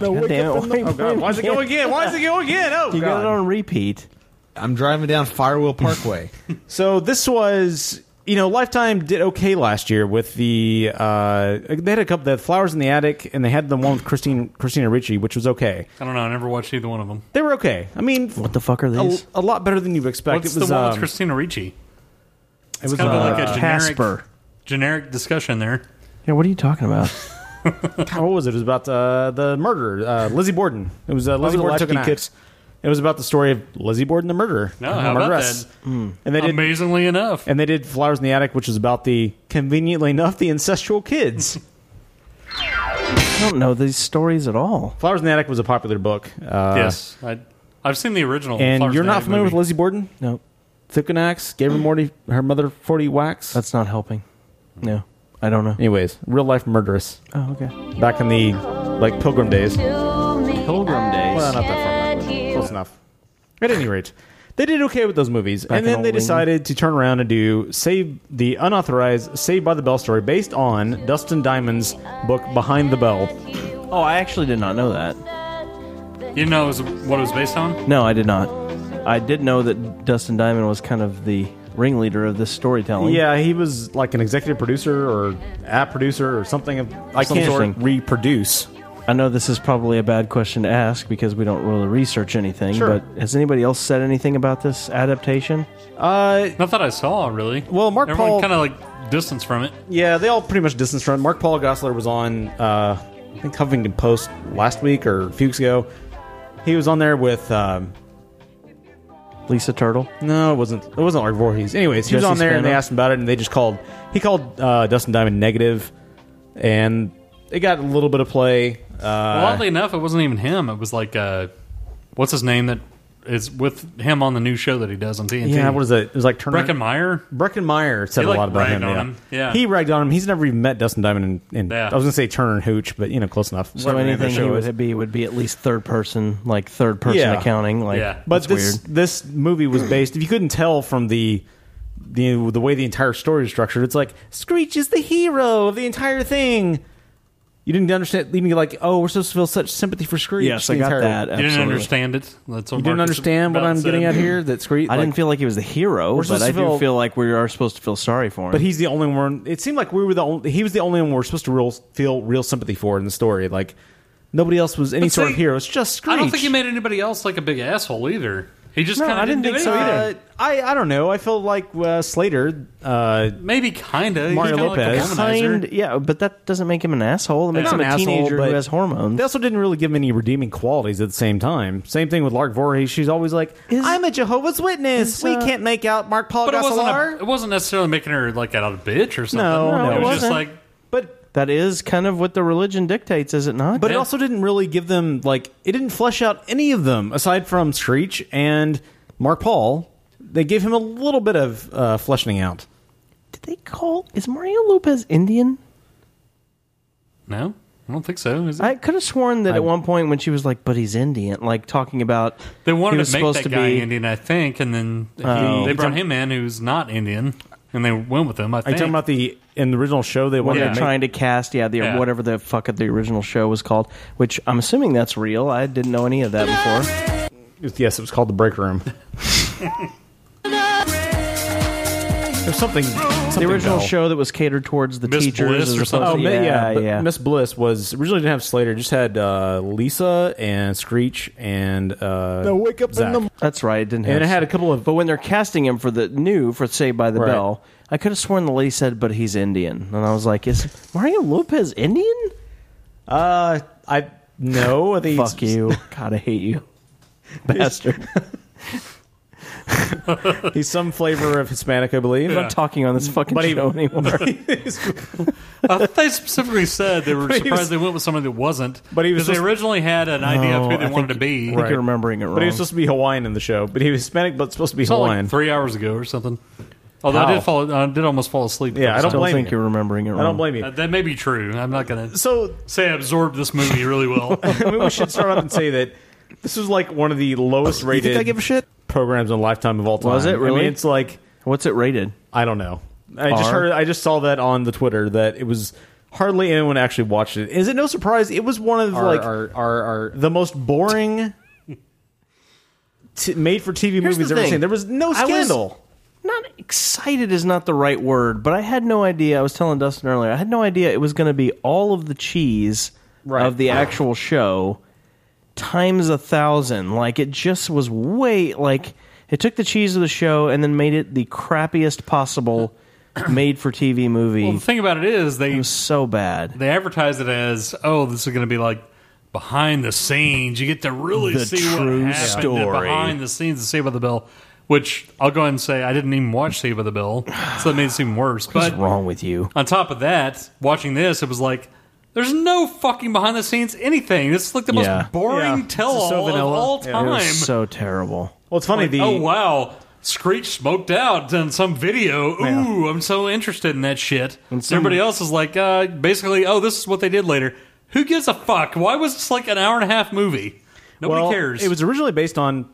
[SPEAKER 10] God damn it.
[SPEAKER 3] Oh God! Why does it go again? Why does it go again? Oh
[SPEAKER 10] You got
[SPEAKER 3] God!
[SPEAKER 10] it on repeat.
[SPEAKER 23] I'm driving down Firewheel Parkway.
[SPEAKER 3] So this was, you know, Lifetime did okay last year with the uh, they had a couple, they had Flowers in the Attic, and they had the one with Christine Christina Ricci, which was okay.
[SPEAKER 2] I don't know. I never watched either one of them.
[SPEAKER 3] They were okay. I mean,
[SPEAKER 10] what the fuck are
[SPEAKER 3] a,
[SPEAKER 10] these?
[SPEAKER 3] a lot better than you expect.
[SPEAKER 2] What's
[SPEAKER 3] it was
[SPEAKER 2] the one with
[SPEAKER 3] um,
[SPEAKER 2] Christina Ricci? It's
[SPEAKER 3] was,
[SPEAKER 2] kind of
[SPEAKER 3] uh,
[SPEAKER 2] like a generic,
[SPEAKER 3] Casper.
[SPEAKER 2] generic discussion there.
[SPEAKER 10] Yeah, what are you talking about?
[SPEAKER 3] what was it? It was about uh, the murder. Uh, Lizzie Borden. It was uh, Lizzie
[SPEAKER 2] the
[SPEAKER 3] Borden took an
[SPEAKER 2] latchkey kid.
[SPEAKER 3] axe. It was about the story of Lizzie Borden, the murderer.
[SPEAKER 2] No,
[SPEAKER 3] and
[SPEAKER 2] how
[SPEAKER 3] the
[SPEAKER 2] about
[SPEAKER 3] murderess.
[SPEAKER 2] that? Mm.
[SPEAKER 3] And they did,
[SPEAKER 2] Amazingly enough,
[SPEAKER 3] and they did Flowers in the Attic, which is about the conveniently enough the incestual
[SPEAKER 2] [LAUGHS]
[SPEAKER 3] kids.
[SPEAKER 10] I don't know these stories at all.
[SPEAKER 3] Flowers in the Attic was a popular book. Uh,
[SPEAKER 2] yes, I, I've seen the original.
[SPEAKER 3] And
[SPEAKER 2] Flowers
[SPEAKER 3] you're
[SPEAKER 2] in the
[SPEAKER 3] not
[SPEAKER 2] Attic
[SPEAKER 3] familiar
[SPEAKER 2] movie.
[SPEAKER 3] with Lizzie Borden?
[SPEAKER 10] No.
[SPEAKER 3] Thick an axe, gave her Morty her mother forty whacks.
[SPEAKER 10] That's not helping. No, I don't know.
[SPEAKER 3] Anyways, real life murderess.
[SPEAKER 10] Oh, okay.
[SPEAKER 3] Back in the like Pilgrim days.
[SPEAKER 10] Pilgrim Days.
[SPEAKER 3] Well, not that far. back. Close enough. At any rate, they did okay with those movies, and
[SPEAKER 10] Back in
[SPEAKER 3] then
[SPEAKER 10] old
[SPEAKER 3] they
[SPEAKER 10] England.
[SPEAKER 3] decided to turn around and do save the unauthorized Saved by the Bell story based on Dustin Diamond's book Behind the Bell.
[SPEAKER 10] Oh, I actually did not know that.
[SPEAKER 2] You know it was- what it was based on?
[SPEAKER 10] No, I did not. I did know that Dustin Diamond was kind of the ringleader of this storytelling.
[SPEAKER 3] Yeah, he was like an executive producer or app producer or something of I
[SPEAKER 10] Some
[SPEAKER 3] can't
[SPEAKER 10] sort.
[SPEAKER 3] reproduce.
[SPEAKER 10] I know this is probably a bad question to ask because we don't really research anything,
[SPEAKER 3] Sure.
[SPEAKER 10] but has anybody else said anything about this adaptation?
[SPEAKER 3] Uh,
[SPEAKER 2] not that I saw really.
[SPEAKER 3] Well, Mark
[SPEAKER 2] Everyone
[SPEAKER 3] Paul-
[SPEAKER 2] kind of like distanced from it.
[SPEAKER 3] Yeah, they all pretty much distance from it. Mark Paul Gosselaar was on, uh, I think Huffington Post last week or a few weeks ago. He was on there with um,
[SPEAKER 10] Lisa Turtle.
[SPEAKER 3] No, it wasn't. It wasn't Mark Voorhees. Anyways, he was
[SPEAKER 10] Jesse
[SPEAKER 3] on there and they
[SPEAKER 10] Spano?
[SPEAKER 3] asked him about it, and they just called. He called uh, Dustin Diamond negative, and it got a little bit of play. Uh,
[SPEAKER 2] well, oddly enough, it wasn't even him. It was like uh, what's his name that is with him on the new show that he does on TNT.
[SPEAKER 3] yeah, what is it? It was like Turner.
[SPEAKER 2] Breckenmeyer.
[SPEAKER 3] Breckenmeyer said
[SPEAKER 2] He,
[SPEAKER 3] a
[SPEAKER 2] like,
[SPEAKER 3] lot about
[SPEAKER 2] ragged
[SPEAKER 3] him.
[SPEAKER 2] on
[SPEAKER 3] yeah.
[SPEAKER 2] him. Yeah.
[SPEAKER 3] he ragged on him. He's never even met Dustin Diamond. And, and
[SPEAKER 2] Yeah.
[SPEAKER 3] I was gonna say Turner and Hooch, but you know, close enough.
[SPEAKER 10] So
[SPEAKER 3] Whatever the name of
[SPEAKER 10] anything
[SPEAKER 3] the
[SPEAKER 10] he
[SPEAKER 3] show is.
[SPEAKER 10] would be would be at least third person, like third person accounting. Like,
[SPEAKER 3] but
[SPEAKER 10] that's
[SPEAKER 3] this
[SPEAKER 10] weird.
[SPEAKER 3] this movie
[SPEAKER 10] [CLEARS THROAT]
[SPEAKER 3] was based. If you couldn't tell from the the the way the entire story is structured, it's like Screech is the hero of the entire thing. You didn't understand. Even like, oh, we're supposed to feel such sympathy for Screech.
[SPEAKER 10] Yes,
[SPEAKER 3] the
[SPEAKER 10] I got
[SPEAKER 3] entire-
[SPEAKER 10] that,
[SPEAKER 2] You didn't understand it. That's what
[SPEAKER 3] You didn't
[SPEAKER 2] Marcus
[SPEAKER 3] understand what
[SPEAKER 2] about
[SPEAKER 3] I'm
[SPEAKER 2] said.
[SPEAKER 3] getting at here. That Screech.
[SPEAKER 10] I didn't feel like he was the hero,
[SPEAKER 3] We're
[SPEAKER 10] but
[SPEAKER 3] supposed
[SPEAKER 10] I
[SPEAKER 3] to feel-
[SPEAKER 10] do feel like we are supposed to feel sorry for him.
[SPEAKER 3] But he's the only one. It seemed like we were the only. He was the only one we're supposed to real, feel real sympathy for in the story. Like nobody else was any
[SPEAKER 2] But
[SPEAKER 3] sort
[SPEAKER 2] see,
[SPEAKER 3] of hero. It's just Screech.
[SPEAKER 2] I don't think he made anybody else like a big asshole either. He just
[SPEAKER 3] No,
[SPEAKER 2] kind
[SPEAKER 3] I
[SPEAKER 2] of
[SPEAKER 3] didn't
[SPEAKER 2] do
[SPEAKER 3] think so
[SPEAKER 2] anything.
[SPEAKER 3] either. I, I don't know. I feel like uh, Slater. Uh,
[SPEAKER 2] Maybe kind of
[SPEAKER 3] Mario Lopez.
[SPEAKER 10] Kind, yeah, but that doesn't make him an asshole. It makes
[SPEAKER 3] Not
[SPEAKER 10] him
[SPEAKER 3] an
[SPEAKER 10] a
[SPEAKER 3] asshole,
[SPEAKER 10] teenager
[SPEAKER 3] but
[SPEAKER 10] who has hormones.
[SPEAKER 3] They also didn't really give him any redeeming qualities at the same time. Same thing with Lark Voorhees. She's always like, "I'm a Jehovah's Witness. we can't make out Mark Paul
[SPEAKER 2] But it wasn't,
[SPEAKER 3] Gosselaar."
[SPEAKER 2] a, it wasn't necessarily making her like out of a bitch or something.
[SPEAKER 3] No, no,
[SPEAKER 2] it
[SPEAKER 3] it
[SPEAKER 2] was just
[SPEAKER 3] wasn't.
[SPEAKER 2] like
[SPEAKER 10] That is kind of what the religion dictates, is it not?
[SPEAKER 3] But it also didn't really give them like it didn't flesh out any of them aside from Screech and Mark Paul. They gave him a little bit of uh, fleshing out.
[SPEAKER 10] they call is Mario Lopez Indian?
[SPEAKER 2] no, I don't think so. Is it?
[SPEAKER 10] I could have sworn that at one point when she was like, "But he's Indian," like talking about
[SPEAKER 2] They
[SPEAKER 10] he
[SPEAKER 2] wanted
[SPEAKER 10] was
[SPEAKER 2] to make
[SPEAKER 10] supposed
[SPEAKER 2] that
[SPEAKER 10] to
[SPEAKER 2] guy
[SPEAKER 10] be.
[SPEAKER 2] Indian, I think, and then he-
[SPEAKER 10] Oh.
[SPEAKER 2] they brought him in who's not Indian, and they went with him. I
[SPEAKER 3] Are you
[SPEAKER 2] think.
[SPEAKER 3] talking about the in the original show they
[SPEAKER 10] When
[SPEAKER 3] wanted
[SPEAKER 10] they're
[SPEAKER 3] to
[SPEAKER 10] trying
[SPEAKER 3] make?
[SPEAKER 10] to cast, yeah, the
[SPEAKER 3] Yeah.
[SPEAKER 10] whatever the fuck the original show was called, which I'm assuming that's real. I didn't know any of that before.
[SPEAKER 3] Yes, it was called the break
[SPEAKER 2] [LAUGHS]
[SPEAKER 3] room. There's something, something
[SPEAKER 10] the original
[SPEAKER 3] Bell.
[SPEAKER 10] show that was catered towards the teachers
[SPEAKER 3] Bliss
[SPEAKER 10] as
[SPEAKER 3] or
[SPEAKER 10] opposed
[SPEAKER 3] something.
[SPEAKER 10] to- Oh, yeah,
[SPEAKER 3] Oh, but
[SPEAKER 10] yeah.
[SPEAKER 3] Miss Bliss was originally didn't have Slater, just had uh, Lisa and Screech and uh,
[SPEAKER 10] No, wake up in
[SPEAKER 3] Zach.
[SPEAKER 10] the m- That's right. It didn't.
[SPEAKER 3] And it had
[SPEAKER 10] a couple of. But when they're casting him for the new for Saved by the
[SPEAKER 3] Right.
[SPEAKER 10] Bell, I could have sworn the lady said, "But he's Indian," and I was like, "Is Mario Lopez Indian?"
[SPEAKER 3] Uh, I no. I think [LAUGHS]
[SPEAKER 10] Fuck you. God, I hate you, bastard.
[SPEAKER 3] He's some flavor of Hispanic, I believe.
[SPEAKER 10] I'm not talking on this
[SPEAKER 3] [LAUGHS]
[SPEAKER 10] fucking
[SPEAKER 3] But he- [LAUGHS]
[SPEAKER 10] show anymore.
[SPEAKER 2] I thought they specifically said they were
[SPEAKER 3] [LAUGHS] But he
[SPEAKER 2] surprised
[SPEAKER 3] was-
[SPEAKER 2] they went with somebody that wasn't.
[SPEAKER 3] But he was
[SPEAKER 2] because they
[SPEAKER 3] supposed-
[SPEAKER 2] originally had an idea of who they wanted to be.
[SPEAKER 3] But he was supposed to be Hawaiian in the show. But he was Hispanic, but supposed to be
[SPEAKER 2] It's not like
[SPEAKER 3] Hawaiian.
[SPEAKER 2] three hours ago or something. Although
[SPEAKER 3] How?
[SPEAKER 2] I did fall, I did almost fall asleep.
[SPEAKER 3] Yeah, I don't blame you. I don't blame you.
[SPEAKER 2] Uh, that may be true. I'm not going to
[SPEAKER 3] so
[SPEAKER 2] say I absorbed this movie really well.
[SPEAKER 3] [LAUGHS] I mean, we should start off and say that this is like one of the lowest rated.
[SPEAKER 2] I give
[SPEAKER 3] a shit? Programs on Lifetime of all time.
[SPEAKER 10] Was it
[SPEAKER 3] I
[SPEAKER 10] really?
[SPEAKER 3] mean, it's like
[SPEAKER 10] what's it rated?
[SPEAKER 3] I don't know. I just
[SPEAKER 10] R?
[SPEAKER 3] heard. I just saw that on the Twitter that it was hardly anyone actually watched it. Is it no surprise? It was one of
[SPEAKER 10] R,
[SPEAKER 3] like
[SPEAKER 10] R,
[SPEAKER 3] the most boring t- made for TV
[SPEAKER 10] Here's
[SPEAKER 3] movies
[SPEAKER 10] the
[SPEAKER 3] ever
[SPEAKER 10] thing.
[SPEAKER 3] seen. There was no
[SPEAKER 10] I was-
[SPEAKER 3] scandal.
[SPEAKER 10] not excited is not the right word, but I had no idea. I was telling Dustin earlier, I had no idea it was going to be all of the cheese of the actual show times a thousand. Like it just was way like it took the cheese of the show and then made it the
[SPEAKER 2] [COUGHS]
[SPEAKER 10] crappiest possible made for TV movie.
[SPEAKER 2] Well, the thing about it is they
[SPEAKER 10] so bad.
[SPEAKER 2] They advertise it as, oh, this is going to be like behind the scenes. You get to really
[SPEAKER 10] The
[SPEAKER 2] see what
[SPEAKER 10] true
[SPEAKER 2] happened
[SPEAKER 10] story.
[SPEAKER 2] behind the scenes of Saved by the Bell. Which I'll go ahead and say I didn't even watch Saved by the Bell, so that made it seem worse.
[SPEAKER 10] What's
[SPEAKER 2] but
[SPEAKER 10] wrong with you?
[SPEAKER 2] on top of that, watching this, it was like. There's no fucking behind the scenes anything. This is like the
[SPEAKER 10] Yeah.
[SPEAKER 2] most boring
[SPEAKER 10] Yeah.
[SPEAKER 2] tell all
[SPEAKER 10] This is so
[SPEAKER 2] of
[SPEAKER 10] vanilla.
[SPEAKER 2] all
[SPEAKER 10] Yeah. It
[SPEAKER 2] time.
[SPEAKER 10] was so terrible.
[SPEAKER 3] Well, it's funny.
[SPEAKER 2] Like,
[SPEAKER 3] the
[SPEAKER 2] oh wow, Screech smoked out in some video. Ooh, I'm so interested in that shit.
[SPEAKER 10] some-
[SPEAKER 2] Everybody else is like, uh, basically, oh, this is what they did later. Who gives a fuck? Why was this like an hour and a half movie? Nobody
[SPEAKER 3] well,
[SPEAKER 2] cares.
[SPEAKER 3] It was originally based on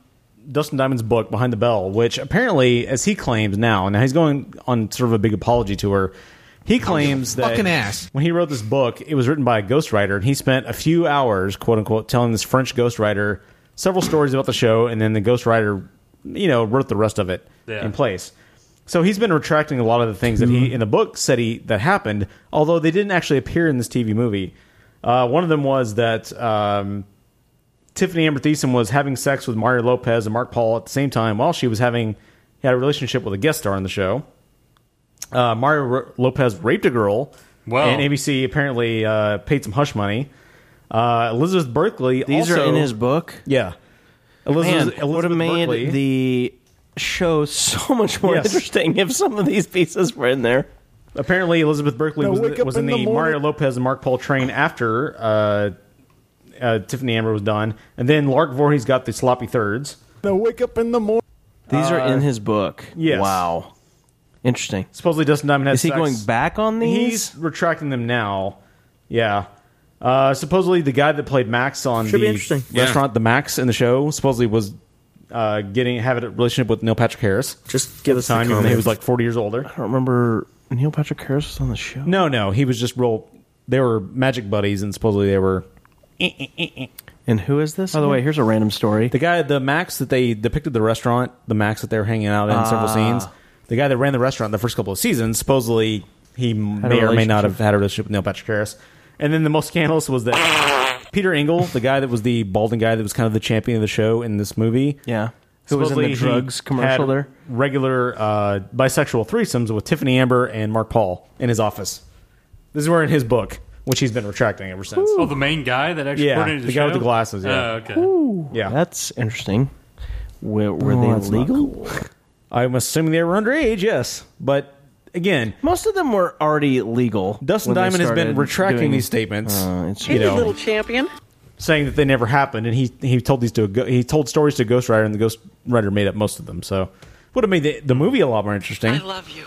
[SPEAKER 3] Dustin Diamond's book Behind the Bell, which apparently, as he claims now, now he's going on sort of a big apology tour.
[SPEAKER 2] Oh,
[SPEAKER 3] He claims that
[SPEAKER 23] fucking ass.
[SPEAKER 3] when he wrote this book, it was written by a ghostwriter, and he spent a few hours, quote unquote, telling this French ghostwriter several stories about the show, and then the ghostwriter, you know, wrote the rest of it
[SPEAKER 2] Yeah. Mm-hmm.
[SPEAKER 3] in place. So he's been retracting a lot of the things that he in the book said he that happened, although they didn't actually appear in this TV movie. Uh, one of them was that um, Tiffany Amber Thiessen was having sex with Mario Lopez and Mark Paul at the same time while she was having had a relationship with a guest star on the show. Uh, Mario R- Lopez raped a girl,
[SPEAKER 2] Wow.
[SPEAKER 3] and ABC apparently uh, paid some hush money. Uh, Elizabeth Berkley.
[SPEAKER 10] These are
[SPEAKER 3] also-
[SPEAKER 10] in his book.
[SPEAKER 3] Yeah, Elizabeth,
[SPEAKER 10] Man, would have made
[SPEAKER 3] Berkley-
[SPEAKER 10] the show so [LAUGHS] much more
[SPEAKER 3] Yes.
[SPEAKER 10] interesting if some of these pieces were in there.
[SPEAKER 3] Apparently, Elizabeth Berkley
[SPEAKER 10] Now
[SPEAKER 3] was,
[SPEAKER 10] wake up
[SPEAKER 3] was in,
[SPEAKER 10] in
[SPEAKER 3] the,
[SPEAKER 10] the morning.
[SPEAKER 3] Mario Lopez and Mark Paul train after uh, uh, Tiffany Amber was done, and then Lark Voorhees got the sloppy thirds.
[SPEAKER 22] Now wake up in the morning.
[SPEAKER 10] These are
[SPEAKER 3] Uh,
[SPEAKER 10] in his book.
[SPEAKER 3] yes.
[SPEAKER 10] Wow. Interesting.
[SPEAKER 3] Supposedly, Dustin Diamond has.
[SPEAKER 10] Is he
[SPEAKER 3] sex.
[SPEAKER 10] going back on these?
[SPEAKER 3] He's retracting them now. Yeah. Uh, supposedly, the guy that played Max on
[SPEAKER 10] Should be
[SPEAKER 3] the
[SPEAKER 10] interesting.
[SPEAKER 3] restaurant, the Max in the show, supposedly was uh, getting having a relationship with Neil Patrick Harris. Just give us time. even though he was like forty years older. I
[SPEAKER 10] don't remember Neil Patrick Harris was on the show.
[SPEAKER 3] No, no, he was just real they were magic buddies, and supposedly they were.
[SPEAKER 10] Eh, And who is this? By the way, here's a random story.
[SPEAKER 3] The guy, the Max that they depicted the restaurant, the Max that they were hanging out in several
[SPEAKER 10] Ah.
[SPEAKER 3] scenes. The guy that ran the restaurant the first couple of seasons, supposedly he
[SPEAKER 10] a
[SPEAKER 3] may or may not
[SPEAKER 10] relationship.
[SPEAKER 3] have had a relationship with Neil Patrick Harris. And then the most scandalous was
[SPEAKER 10] [COUGHS]
[SPEAKER 3] that Peter Engel, the guy that was the balding guy that was kind of the champion of the show in this movie,
[SPEAKER 10] Yeah. Who was in the
[SPEAKER 3] supposedly he
[SPEAKER 10] drugs commercial
[SPEAKER 3] had
[SPEAKER 10] there?
[SPEAKER 3] Regular uh, bisexual threesomes with Tiffany Amber and Mark Paul in his office. This is where in his book, which he's been retracting ever since.
[SPEAKER 2] Oh, the main guy that actually
[SPEAKER 3] Yeah,
[SPEAKER 2] put it in
[SPEAKER 3] the guy with
[SPEAKER 2] show?
[SPEAKER 3] the glasses, yeah.
[SPEAKER 2] Oh, okay.
[SPEAKER 3] Yeah, Oh,
[SPEAKER 10] that's interesting. Were, were they legal?
[SPEAKER 3] I'm assuming they were underage. Yes, but again,
[SPEAKER 10] most of them were already legal.
[SPEAKER 3] Dustin
[SPEAKER 10] when they
[SPEAKER 3] Diamond has been
[SPEAKER 10] started
[SPEAKER 3] retracting
[SPEAKER 10] doing-
[SPEAKER 3] these statements.
[SPEAKER 10] Uh, it's-
[SPEAKER 3] you know,
[SPEAKER 11] champion.
[SPEAKER 3] saying that they never happened, and he he told these to a go- he told stories to a ghostwriter, and the ghostwriter made up most of them. So would have made the, the movie a lot more interesting. I love you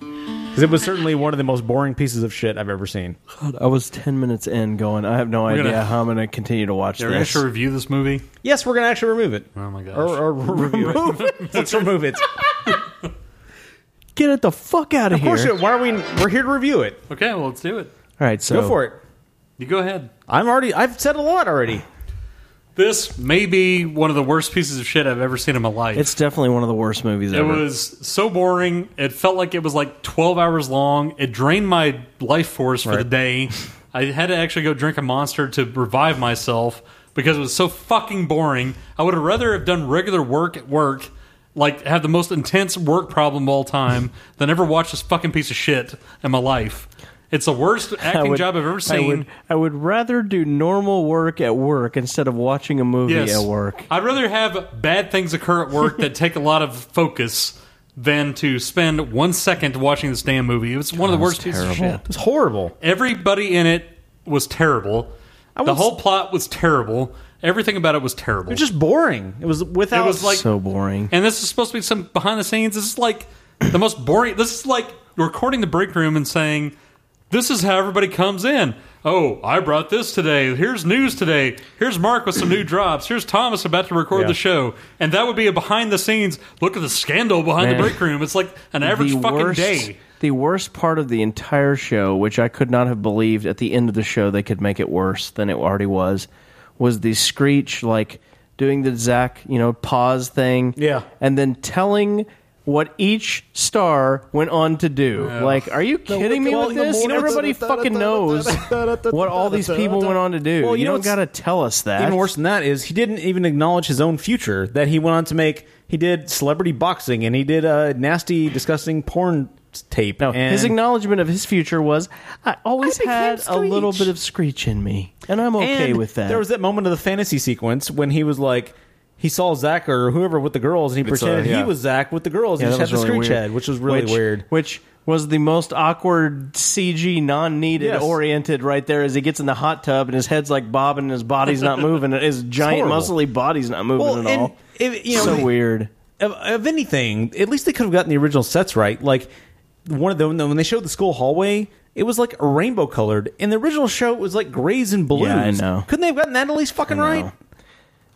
[SPEAKER 3] because it was certainly one of the most boring pieces of shit I've ever seen.
[SPEAKER 10] God, I was ten minutes in, going. I have no
[SPEAKER 3] We're
[SPEAKER 10] idea
[SPEAKER 3] gonna-
[SPEAKER 10] how I'm going to continue to watch
[SPEAKER 2] They're
[SPEAKER 10] this.
[SPEAKER 2] actually review this movie.
[SPEAKER 3] Yes, we're gonna actually remove it.
[SPEAKER 2] Oh my gosh!
[SPEAKER 3] Or,
[SPEAKER 10] [LAUGHS]
[SPEAKER 3] or review it. [LAUGHS] Let's remove it.
[SPEAKER 10] Get it the fuck out
[SPEAKER 3] Of
[SPEAKER 10] of,
[SPEAKER 3] course,
[SPEAKER 10] here!
[SPEAKER 3] why are we? We're here to review it.
[SPEAKER 2] Okay, well, let's do it.
[SPEAKER 10] All right, so
[SPEAKER 3] Go for it.
[SPEAKER 2] You go ahead.
[SPEAKER 3] I'm already. I've said a lot already.
[SPEAKER 2] This may be one of the worst pieces of shit I've ever seen in my life.
[SPEAKER 10] It's definitely one of the worst movies
[SPEAKER 2] It
[SPEAKER 10] ever. [LAUGHS]
[SPEAKER 2] was so boring. It felt like it was like 12 hours long. It drained my life force for the
[SPEAKER 10] Right.
[SPEAKER 2] day. I had to actually go drink a monster to revive myself because it was so fucking boring. I would have rather have done regular work at work, like have the most intense work problem of all time, than ever watch this fucking piece of shit in my life. It's the worst acting
[SPEAKER 10] would-
[SPEAKER 2] job I've ever seen.
[SPEAKER 10] I would, I would rather do normal work at work instead of watching a movie at work.
[SPEAKER 2] I'd rather have bad things occur at work that take a lot of focus than to spend one second watching this damn movie. It was one of the worst pieces of shit.
[SPEAKER 3] It's horrible.
[SPEAKER 2] Everybody in it was terrible. the
[SPEAKER 3] was-
[SPEAKER 2] whole plot was terrible. Everything about it was terrible.
[SPEAKER 3] It was just boring. It was without.
[SPEAKER 2] It was like- So
[SPEAKER 10] boring.
[SPEAKER 2] and this is supposed to be some behind the scenes. This is like the most boring. This is like recording the break room and saying, "This is how everybody comes in." Oh, I brought this today. Here's news today. Here's Mark
[SPEAKER 3] [CLEARS THROAT]
[SPEAKER 2] with some new drops. Here's Thomas about to record
[SPEAKER 10] Yeah.
[SPEAKER 2] the show, and that would be a behind the scenes look at the scandal behind
[SPEAKER 10] Man.
[SPEAKER 2] the break room. It's like an average
[SPEAKER 10] The
[SPEAKER 2] fucking
[SPEAKER 10] worst-
[SPEAKER 2] day.
[SPEAKER 10] The worst part of the entire show, which I could not have believed at the end of the show they could make it worse than it already was, was the screech like doing the Zach, you know, pause thing. Yeah. And then telling what each star went on to do. Like, are you kidding me with this?
[SPEAKER 3] [LAUGHS]
[SPEAKER 10] Everybody fucking knows what all these people went on to do.
[SPEAKER 3] Well, you
[SPEAKER 10] you,
[SPEAKER 3] know
[SPEAKER 10] don't
[SPEAKER 3] what's-
[SPEAKER 10] got to tell us that.
[SPEAKER 3] Even worse than that is he didn't even acknowledge his own future that he went on to make. He did celebrity boxing and he did a nasty, disgusting porn tape. No,
[SPEAKER 10] His acknowledgement of his future was, "I always
[SPEAKER 3] became
[SPEAKER 10] had a little
[SPEAKER 3] Screech."
[SPEAKER 10] bit of screech in me, and I'm okay
[SPEAKER 3] And
[SPEAKER 10] with that."
[SPEAKER 3] There was that moment of the fantasy sequence when he was like, he saw Zach or whoever with the girls, and he
[SPEAKER 10] It's, uh,
[SPEAKER 3] pretended
[SPEAKER 10] yeah.
[SPEAKER 3] he was Zach with the girls.
[SPEAKER 10] Yeah,
[SPEAKER 3] and he
[SPEAKER 10] that
[SPEAKER 3] just had
[SPEAKER 10] was
[SPEAKER 3] the
[SPEAKER 10] really
[SPEAKER 3] screech
[SPEAKER 10] weird.
[SPEAKER 3] head, which was really
[SPEAKER 10] Which-
[SPEAKER 3] weird.
[SPEAKER 10] Which was the most awkward CG, non-needed
[SPEAKER 3] Yes.
[SPEAKER 10] oriented right there. As he gets in the hot tub and his head's like bobbing, and his body's not moving.
[SPEAKER 3] [LAUGHS]
[SPEAKER 10] and His giant
[SPEAKER 3] horrible.
[SPEAKER 10] muscly body's not moving
[SPEAKER 3] Well,
[SPEAKER 10] at
[SPEAKER 3] and
[SPEAKER 10] all.
[SPEAKER 3] if- you know,
[SPEAKER 10] so
[SPEAKER 3] the-
[SPEAKER 10] weird.
[SPEAKER 3] of, of anything, at least they could have gotten the original sets right. Like one of them when they showed the school hallway, it was like rainbow colored. In the original show, it was like grays and blues.
[SPEAKER 10] Yeah, I know.
[SPEAKER 3] Couldn't they have gotten that at least fucking right?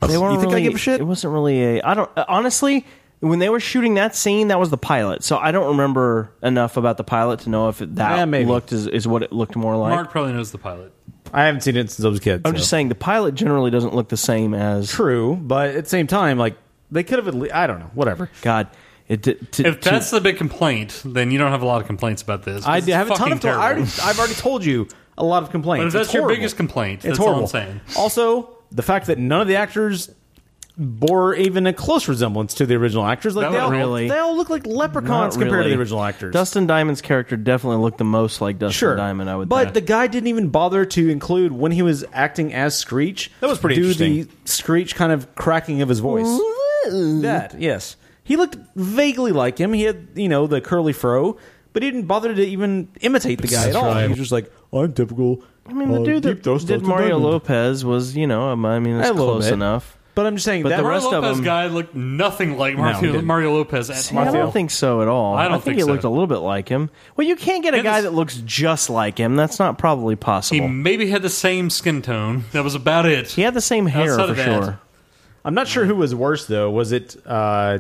[SPEAKER 10] They weren't
[SPEAKER 3] You think I
[SPEAKER 10] really-
[SPEAKER 3] give a shit?
[SPEAKER 10] It wasn't really a. I don't honestly. When they were shooting that scene, that was the pilot. So I don't remember enough about the pilot to know if it, that
[SPEAKER 3] Yeah, maybe.
[SPEAKER 10] looked is, is what it looked more like.
[SPEAKER 2] Mark probably knows the pilot.
[SPEAKER 3] I haven't seen it since I was a kid.
[SPEAKER 10] I'm
[SPEAKER 3] so.
[SPEAKER 10] just saying the pilot generally doesn't look the same as
[SPEAKER 3] true, but at the same time, like they could have at least I don't know, whatever.
[SPEAKER 10] God, it did.
[SPEAKER 2] If that's the big complaint, then you don't have a lot of complaints about this.
[SPEAKER 3] I
[SPEAKER 2] It's
[SPEAKER 3] have a ton
[SPEAKER 2] fucking
[SPEAKER 3] of. I already,
[SPEAKER 2] terrible.
[SPEAKER 3] I've already told you a lot of complaints.
[SPEAKER 2] But if that's
[SPEAKER 3] It's
[SPEAKER 2] your
[SPEAKER 3] horrible.
[SPEAKER 2] biggest
[SPEAKER 3] it's
[SPEAKER 2] complaint, that's all I'm
[SPEAKER 3] horrible.
[SPEAKER 2] saying.
[SPEAKER 3] Also, the fact that none of the actors bore even a close resemblance to the original actors. Like
[SPEAKER 10] Not
[SPEAKER 3] they all,
[SPEAKER 10] really.
[SPEAKER 3] they all look like leprechauns
[SPEAKER 10] Not
[SPEAKER 3] compared to
[SPEAKER 10] really.
[SPEAKER 3] the original actors.
[SPEAKER 10] Dustin Diamond's character definitely looked the most like Dustin
[SPEAKER 3] Sure.
[SPEAKER 10] Diamond. I would,
[SPEAKER 3] but
[SPEAKER 10] think.
[SPEAKER 3] the guy didn't even bother to include when he was acting as Screech. That was
[SPEAKER 10] pretty
[SPEAKER 3] do
[SPEAKER 10] interesting.
[SPEAKER 3] the Screech kind of cracking of his voice. that yes, he looked vaguely like him. He had you know the curly fro, but he didn't bother to even imitate the guy
[SPEAKER 22] That's
[SPEAKER 3] at all.
[SPEAKER 22] right.
[SPEAKER 3] He was just like, I'm typical.
[SPEAKER 10] I mean, the
[SPEAKER 22] uh,
[SPEAKER 10] dude
[SPEAKER 22] deep throat
[SPEAKER 10] that did
[SPEAKER 22] Dustin
[SPEAKER 10] Mario
[SPEAKER 22] Diamond.
[SPEAKER 10] Lopez was, you know, I mean, it's
[SPEAKER 2] A little
[SPEAKER 10] close
[SPEAKER 2] bit.
[SPEAKER 10] enough.
[SPEAKER 3] But I'm just saying
[SPEAKER 10] But
[SPEAKER 2] that
[SPEAKER 10] the
[SPEAKER 2] Mario
[SPEAKER 10] rest of
[SPEAKER 2] Lopez
[SPEAKER 10] them-
[SPEAKER 2] guy looked nothing like
[SPEAKER 10] No, he
[SPEAKER 2] Mario,
[SPEAKER 10] didn't.
[SPEAKER 2] Mario Lopez at
[SPEAKER 10] See, I
[SPEAKER 2] Mario.
[SPEAKER 10] don't think so at all.
[SPEAKER 2] I don't
[SPEAKER 10] think,
[SPEAKER 2] think
[SPEAKER 10] he
[SPEAKER 2] so.
[SPEAKER 10] looked a little bit like him. Well, you can't get a guy that looks just like him. That's not probably
[SPEAKER 2] He
[SPEAKER 10] possible.
[SPEAKER 2] maybe had the same skin tone. That was about it. He
[SPEAKER 10] had the same hair for sure.
[SPEAKER 3] I'm not sure who was worse though. Was it uh,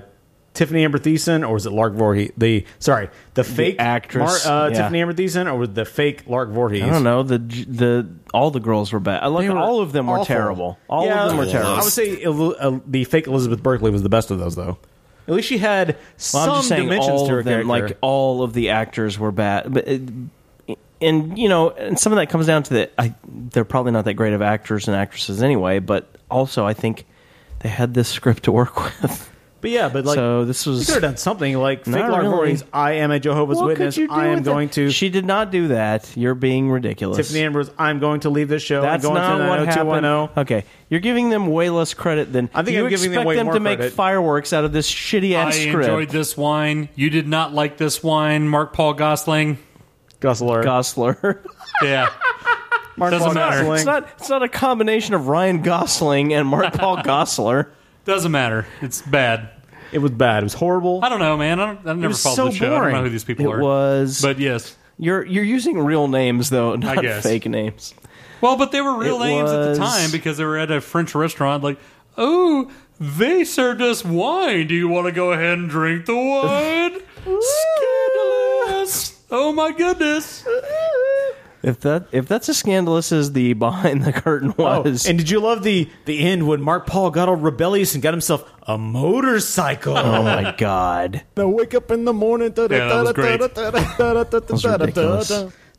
[SPEAKER 3] Tiffany Amber Thiessen or was it Lark Voorhees? The sorry, the fake
[SPEAKER 10] actress,
[SPEAKER 3] Mar- uh,
[SPEAKER 10] yeah.
[SPEAKER 3] Tiffany Amber Thiessen or was the fake Lark Voorhees?
[SPEAKER 10] I don't know. The the all the girls were bad. I like all of them were
[SPEAKER 3] Awful.
[SPEAKER 10] terrible. All
[SPEAKER 3] Yeah,
[SPEAKER 10] of them were terrible.
[SPEAKER 3] I would say El- El- the fake Elizabeth Berkley was the best of those, though. At least she had
[SPEAKER 10] Well,
[SPEAKER 3] some
[SPEAKER 10] I'm just saying
[SPEAKER 3] dimensions
[SPEAKER 10] all
[SPEAKER 3] to her
[SPEAKER 10] of them,
[SPEAKER 3] character.
[SPEAKER 10] like all of the actors were bad. But it- and you know, and some of that comes down to that I, they're probably not that great of actors and actresses anyway. But also, I think they had this script to work [LAUGHS] with.
[SPEAKER 3] But yeah, but like
[SPEAKER 10] So this was-
[SPEAKER 3] you could have done something like fake
[SPEAKER 10] Not
[SPEAKER 3] Lark
[SPEAKER 10] really.
[SPEAKER 3] Voorhees. I am a Jehovah's
[SPEAKER 10] What could
[SPEAKER 3] Witness.
[SPEAKER 10] you do
[SPEAKER 3] I am
[SPEAKER 10] with that?
[SPEAKER 3] going to
[SPEAKER 10] She did not do that. You're being ridiculous.
[SPEAKER 3] Tiffany Ambrose. I'm going to leave this show.
[SPEAKER 10] That's
[SPEAKER 3] I'm going
[SPEAKER 10] not
[SPEAKER 3] to
[SPEAKER 10] what
[SPEAKER 3] 90210.
[SPEAKER 10] happened. Okay, you're giving them way less credit than
[SPEAKER 3] I think
[SPEAKER 10] you
[SPEAKER 3] I'm giving them
[SPEAKER 10] expect
[SPEAKER 3] way
[SPEAKER 10] them
[SPEAKER 3] more
[SPEAKER 10] to make
[SPEAKER 3] credit.
[SPEAKER 10] fireworks out of this shitty
[SPEAKER 2] I
[SPEAKER 10] ass script.
[SPEAKER 2] enjoyed this wine. You did not like this wine, Mark Paul Gosling.
[SPEAKER 3] Gosler.
[SPEAKER 10] Gosler. [LAUGHS]
[SPEAKER 2] yeah. [LAUGHS] Doesn't
[SPEAKER 10] Paul
[SPEAKER 2] matter.
[SPEAKER 10] Gosling. It's not. It's not a combination of Ryan Gosling
[SPEAKER 2] [LAUGHS]
[SPEAKER 10] and Mark Paul Gosler.
[SPEAKER 2] Doesn't matter. It's bad.
[SPEAKER 3] It was bad. It was horrible.
[SPEAKER 2] I don't know, man. I don't, I
[SPEAKER 10] It
[SPEAKER 2] never
[SPEAKER 10] was
[SPEAKER 2] followed
[SPEAKER 10] so
[SPEAKER 2] the show. I don't
[SPEAKER 10] boring.
[SPEAKER 2] know who these people
[SPEAKER 10] it
[SPEAKER 2] are.
[SPEAKER 10] was.
[SPEAKER 2] But yes,
[SPEAKER 10] you're you're using real names though, not
[SPEAKER 2] guess.
[SPEAKER 10] fake names.
[SPEAKER 2] Well, but they were real
[SPEAKER 10] It
[SPEAKER 2] names at the
[SPEAKER 10] was-
[SPEAKER 2] time because they were at a French restaurant. Like, oh, they served us wine. Do you want to go ahead and drink the wine?
[SPEAKER 10] [LAUGHS]
[SPEAKER 2] Scandalous! Oh my
[SPEAKER 10] [LAUGHS]
[SPEAKER 2] goodness!
[SPEAKER 10] If that if that's as scandalous as the [LAUGHS] behind the curtain was,
[SPEAKER 3] Oh, and did you love the the end when Mark Paul got all rebellious and got himself a motorcycle? [LAUGHS]
[SPEAKER 10] oh my god!
[SPEAKER 22] No, wake up in the morning.
[SPEAKER 3] Yeah, that was great.
[SPEAKER 10] was ridiculous.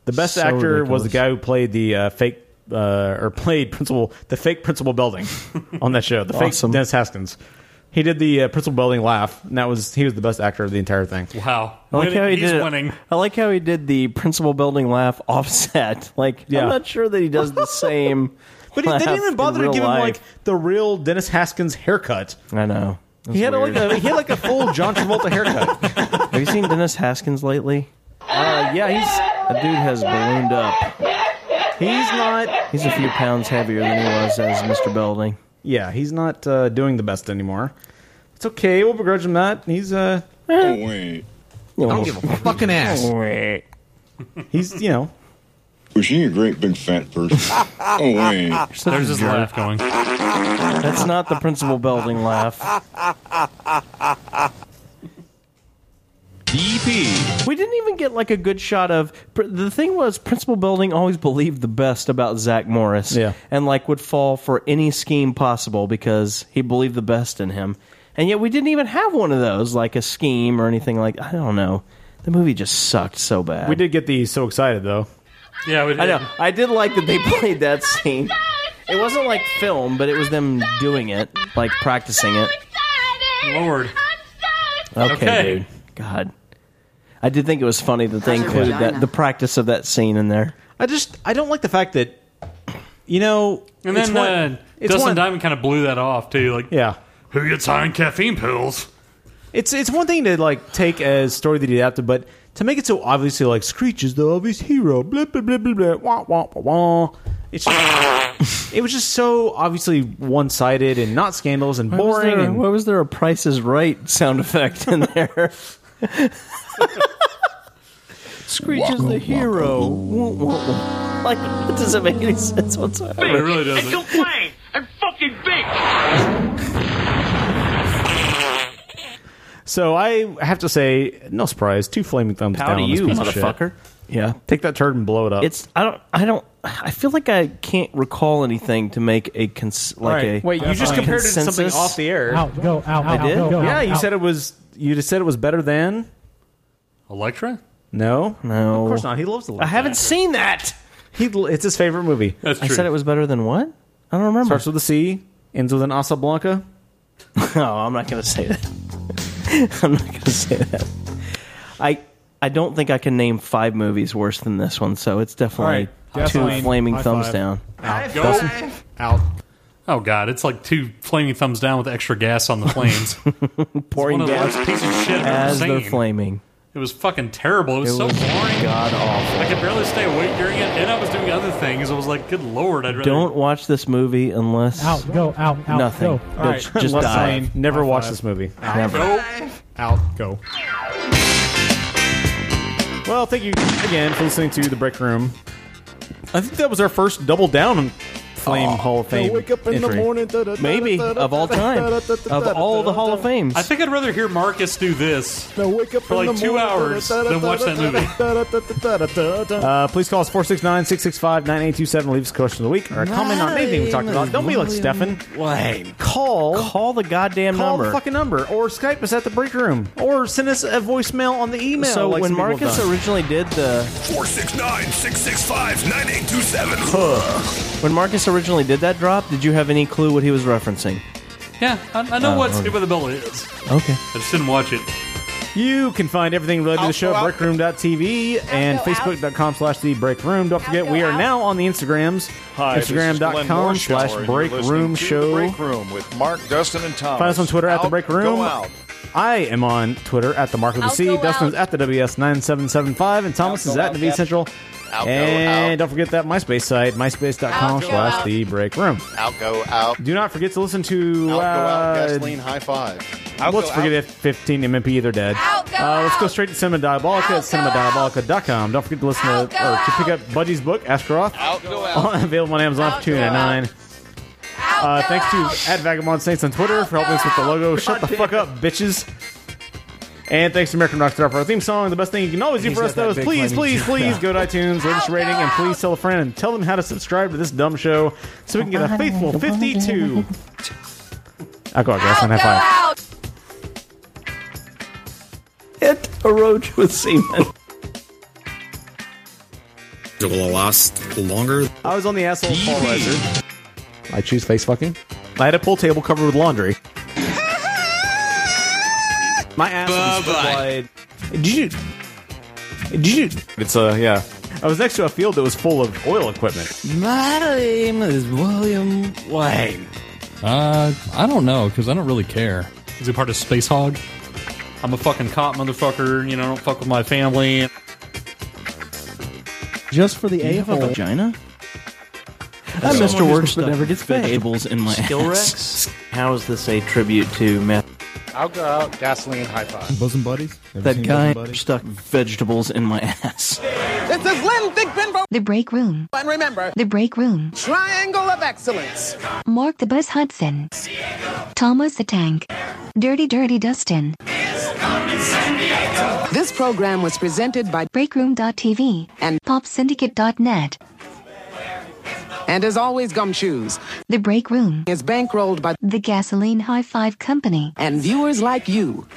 [SPEAKER 3] The best
[SPEAKER 10] So
[SPEAKER 3] actor was the
[SPEAKER 10] ridiculous.
[SPEAKER 3] guy who played the uh, fake uh, or played principal the fake principal
[SPEAKER 10] [LAUGHS]
[SPEAKER 3] Belding on that show. The
[SPEAKER 10] Awesome.
[SPEAKER 3] fake Dennis Haskins. He did the uh, principal Belding laugh, and that was he was the best actor of the entire
[SPEAKER 10] [LAUGHS]
[SPEAKER 3] thing.
[SPEAKER 2] Wow,
[SPEAKER 10] I like
[SPEAKER 2] Winning-
[SPEAKER 10] how he
[SPEAKER 2] he's
[SPEAKER 10] did. it-
[SPEAKER 2] winning.
[SPEAKER 10] I like how he did the principal building laugh [LAUGHS] offset. Like
[SPEAKER 3] Yeah.
[SPEAKER 10] I'm not sure that he does the same.
[SPEAKER 3] [LAUGHS] But he, they
[SPEAKER 10] laugh
[SPEAKER 3] didn't even
[SPEAKER 10] in
[SPEAKER 3] bother to
[SPEAKER 10] real
[SPEAKER 3] give him
[SPEAKER 10] life.
[SPEAKER 3] like the real Dennis Haskins haircut.
[SPEAKER 10] I know.
[SPEAKER 3] He had like a he had like a full
[SPEAKER 10] [LAUGHS]
[SPEAKER 3] John Travolta haircut.
[SPEAKER 10] Have you seen Dennis Haskins lately? Uh, yeah, he's a dude has ballooned up.
[SPEAKER 3] He's not.
[SPEAKER 10] He's a few pounds heavier than he was as Mr. Belding.
[SPEAKER 3] Yeah, he's not uh, doing the best anymore. It's okay. We'll begrudge him that. He's uh,
[SPEAKER 14] Wait.
[SPEAKER 3] I
[SPEAKER 10] don't give
[SPEAKER 11] Oh.
[SPEAKER 3] a fucking ass. He's you know
[SPEAKER 14] Was she a great big fat person? oh, wait.
[SPEAKER 2] There's his laugh going.
[SPEAKER 10] That's not the principal Belding laugh.
[SPEAKER 8] DP.
[SPEAKER 10] We didn't even get like a good shot of. pr- The thing was, Principal Belding always believed the best about Zach Morris,
[SPEAKER 3] Yeah.
[SPEAKER 10] and like would fall for any scheme possible because he believed the best in him. And yet, we didn't even have one of those, like a scheme or anything like. I don't know. The movie just sucked so bad.
[SPEAKER 3] we did get the so excited though.
[SPEAKER 2] Yeah, we did.
[SPEAKER 10] I know. I did like that they [LAUGHS] played that scene. It wasn't like film, but it was them doing it, like practicing it.
[SPEAKER 2] Lord.
[SPEAKER 10] Okay,
[SPEAKER 2] Okay.
[SPEAKER 10] dude. God. I did think it was funny that they
[SPEAKER 2] How's your
[SPEAKER 10] included that
[SPEAKER 2] vagina?
[SPEAKER 10] the practice of that scene in there.
[SPEAKER 3] I just I don't like the fact that you know
[SPEAKER 2] And
[SPEAKER 3] it's
[SPEAKER 2] then
[SPEAKER 3] one-
[SPEAKER 2] uh,
[SPEAKER 3] it's
[SPEAKER 2] Dustin
[SPEAKER 3] one-
[SPEAKER 2] Diamond kind of blew that off too. Like,
[SPEAKER 3] yeah.
[SPEAKER 2] who gets high on caffeine pills?
[SPEAKER 3] It's it's one thing to like take a story that he adapted, but to make it so obviously like Screech is the obvious hero, blah blah blah blah blah, wah wah wah. wah. It's it was just [LAUGHS] so obviously one sided and not scandalous and
[SPEAKER 10] Why was
[SPEAKER 3] boring.
[SPEAKER 10] there-
[SPEAKER 3] and,
[SPEAKER 10] why was there a Price is Right sound effect in [LAUGHS] there? Screech is the hero. like, that doesn't make any sense whatsoever.
[SPEAKER 2] It really doesn't.
[SPEAKER 5] complain and fucking big.
[SPEAKER 3] So I have to say, no surprise, two flaming thumbs
[SPEAKER 10] How
[SPEAKER 3] down.
[SPEAKER 10] do
[SPEAKER 3] on this
[SPEAKER 10] you,
[SPEAKER 3] piece of shit.
[SPEAKER 10] motherfucker? Yeah,
[SPEAKER 3] take that turd and blow it up.
[SPEAKER 10] It's I don't I don't I feel like I can't recall anything to make a cons- like
[SPEAKER 3] Right.
[SPEAKER 10] a
[SPEAKER 3] wait. You just compared it to something
[SPEAKER 10] consensus.
[SPEAKER 3] off the air.
[SPEAKER 10] Out,
[SPEAKER 24] go out.
[SPEAKER 10] I did? go,
[SPEAKER 3] yeah,
[SPEAKER 10] out,
[SPEAKER 3] you
[SPEAKER 10] out.
[SPEAKER 3] said it was. You just said it was better than.
[SPEAKER 2] Electra?
[SPEAKER 3] No,
[SPEAKER 10] no,
[SPEAKER 3] of course not. He loves the.
[SPEAKER 10] I haven't seen that.
[SPEAKER 3] He it's his favorite movie.
[SPEAKER 2] That's
[SPEAKER 10] I said it was better than what? I don't remember.
[SPEAKER 3] Starts with a C, ends with an Casablanca.
[SPEAKER 10] [LAUGHS] no, I'm not going to say that. [LAUGHS] I'm not going to say that. I I don't think I can name five movies worse than this one, so it's definitely
[SPEAKER 24] All right.
[SPEAKER 10] two
[SPEAKER 24] Gasoline.
[SPEAKER 10] flaming
[SPEAKER 24] High
[SPEAKER 10] thumbs
[SPEAKER 24] five.
[SPEAKER 10] down.
[SPEAKER 2] Go.
[SPEAKER 3] Out.
[SPEAKER 2] Oh god, it's like two flaming thumbs down with extra gas on the
[SPEAKER 10] [LAUGHS]
[SPEAKER 2] flames. It's one
[SPEAKER 10] Pouring
[SPEAKER 2] of the
[SPEAKER 10] gas
[SPEAKER 2] worst pieces of shit I've ever
[SPEAKER 10] as they're
[SPEAKER 2] seen.
[SPEAKER 10] flaming.
[SPEAKER 2] it was fucking terrible. It was
[SPEAKER 10] It
[SPEAKER 2] so
[SPEAKER 10] was
[SPEAKER 2] boring.
[SPEAKER 10] god awful.
[SPEAKER 2] I could barely stay awake during it, and I was doing other things. I was like, good lord, I'd rather
[SPEAKER 10] Don't watch this movie unless
[SPEAKER 24] Out, go, out, out,
[SPEAKER 10] nothing.
[SPEAKER 24] go.
[SPEAKER 10] Just-
[SPEAKER 24] All right.
[SPEAKER 10] Just
[SPEAKER 3] Left
[SPEAKER 10] die.
[SPEAKER 3] lane. Never watch this movie.
[SPEAKER 10] Never.
[SPEAKER 24] Out, go.
[SPEAKER 3] Well, thank you again for listening to the Break Room. I think that was our first double down Flame Hall of Fame entry.
[SPEAKER 10] Maybe of all time, of all the Hall of Fames.
[SPEAKER 2] I think I'd rather hear Marcus do this for
[SPEAKER 10] in
[SPEAKER 2] like
[SPEAKER 10] the
[SPEAKER 2] two
[SPEAKER 10] morning,
[SPEAKER 2] hours than watch that movie.
[SPEAKER 3] Uh, please call us 469 665 9827. Leave us a question of the week or a comment on anything we talked about. Don't be like Stefan. Lame. Call. Call
[SPEAKER 10] the goddamn
[SPEAKER 3] call
[SPEAKER 10] number.
[SPEAKER 3] the fucking number. Or Skype us at the break room. Or send us a voicemail on the email.
[SPEAKER 10] So
[SPEAKER 3] like
[SPEAKER 10] when
[SPEAKER 3] some people
[SPEAKER 10] Marcus
[SPEAKER 3] have done.
[SPEAKER 10] originally did the
[SPEAKER 13] 469 665 9827.
[SPEAKER 10] when Marcus originally did that drop, did you have any clue what he was referencing?
[SPEAKER 2] Yeah, I, I know
[SPEAKER 10] Oh,
[SPEAKER 2] what
[SPEAKER 10] okay.
[SPEAKER 2] Skip with the Bill is.
[SPEAKER 10] Okay.
[SPEAKER 2] I just didn't watch it.
[SPEAKER 3] You can find everything related to the show at breakroom.tv and facebook.com slash the break room. Don't forget, we are now on the Instagrams.
[SPEAKER 11] Hi, this is Glenn
[SPEAKER 3] Instagram.com
[SPEAKER 11] Morshower,
[SPEAKER 3] slash
[SPEAKER 11] and you're
[SPEAKER 3] break
[SPEAKER 11] listening
[SPEAKER 3] room
[SPEAKER 11] to The
[SPEAKER 3] show.
[SPEAKER 11] Break Room with Mark, Dustin, and Thomas.
[SPEAKER 3] Find us on Twitter at the
[SPEAKER 11] Out,
[SPEAKER 3] Break Room.
[SPEAKER 11] Go out.
[SPEAKER 3] I am on Twitter at the Mark of the
[SPEAKER 11] I'll
[SPEAKER 3] C.
[SPEAKER 11] go
[SPEAKER 3] Dustin's at the WS nine seven seven five, and Thomas is
[SPEAKER 11] go
[SPEAKER 3] at
[SPEAKER 11] out,
[SPEAKER 3] the V
[SPEAKER 11] Captain.
[SPEAKER 3] Central.
[SPEAKER 11] I'll go
[SPEAKER 3] and don't forget that MySpace site, myspace.com
[SPEAKER 11] I'll go
[SPEAKER 3] slash
[SPEAKER 11] out.
[SPEAKER 3] the break room.
[SPEAKER 11] I'll go out.
[SPEAKER 3] Do not forget to listen to.
[SPEAKER 11] I'll go out.
[SPEAKER 3] uh,
[SPEAKER 11] Gasoline. High five.
[SPEAKER 3] let's forget if 15 MMP, they're dead. uh, let's go straight to Cinema Diabolica at cinemadiabolica.com. Don't forget to listen to, or to pick up Budgie's book, Askaroth. [LAUGHS] available on Amazon for two ninety nine. Uh, thanks to at Vagabond Saints on Twitter for helping us with the logo. Shut the fuck up, bitches. And thanks to American Rockstar for our theme song. The best thing you can always do
[SPEAKER 11] He's
[SPEAKER 3] for us,
[SPEAKER 11] got that
[SPEAKER 3] though, is
[SPEAKER 11] big
[SPEAKER 3] please,
[SPEAKER 11] money.
[SPEAKER 3] please, please
[SPEAKER 11] Yeah. [LAUGHS]
[SPEAKER 3] go to iTunes, leave us a rating, and please tell a friend and tell them how to subscribe to this dumb show so we can get a faithful 52. Alcohol, gas, and high five.
[SPEAKER 10] Hit a roach with semen.
[SPEAKER 8] It will last longer.
[SPEAKER 3] I was on the asshole of Paul Reiser.
[SPEAKER 22] I choose face fucking.
[SPEAKER 3] I had a pool table covered with laundry. My ass was wide. Did you? Did you? It's uh, yeah. I was next to a field that was full of oil equipment.
[SPEAKER 22] My name is William
[SPEAKER 3] Wayne.
[SPEAKER 2] Uh, I don't know because I don't really care. Is he part of Space Hog? I'm a fucking cop, motherfucker. You know, I don't fuck with my family.
[SPEAKER 21] Just for the
[SPEAKER 2] You have a
[SPEAKER 21] a-hole. vagina? Someone
[SPEAKER 10] That
[SPEAKER 21] who's
[SPEAKER 10] Mr. Words
[SPEAKER 21] supposed to
[SPEAKER 10] that never
[SPEAKER 21] have
[SPEAKER 10] gets paid.
[SPEAKER 21] vegetables in my
[SPEAKER 10] Skill
[SPEAKER 21] ass.
[SPEAKER 10] Rex? How is this a tribute to Matt?
[SPEAKER 11] I'll go out. Gasoline. High five.
[SPEAKER 21] Bosom buddies.
[SPEAKER 10] Ever
[SPEAKER 21] that
[SPEAKER 10] seen
[SPEAKER 21] guy
[SPEAKER 10] Bosom Buddies?
[SPEAKER 21] stuck vegetables in my ass.
[SPEAKER 17] This is Little Dick Benbow. The break room. And remember, the break room. Triangle of excellence.
[SPEAKER 16] Mark the Buzz Hudson. Thomas the Tank. Dirty Dirty Dustin.
[SPEAKER 17] This program was presented by
[SPEAKER 16] Breakroom.tv and PopSyndicate.net.
[SPEAKER 17] and as always gumshoes.
[SPEAKER 16] The Break Room
[SPEAKER 17] is bankrolled by
[SPEAKER 16] the Gasoline High Five Company
[SPEAKER 17] and viewers like you.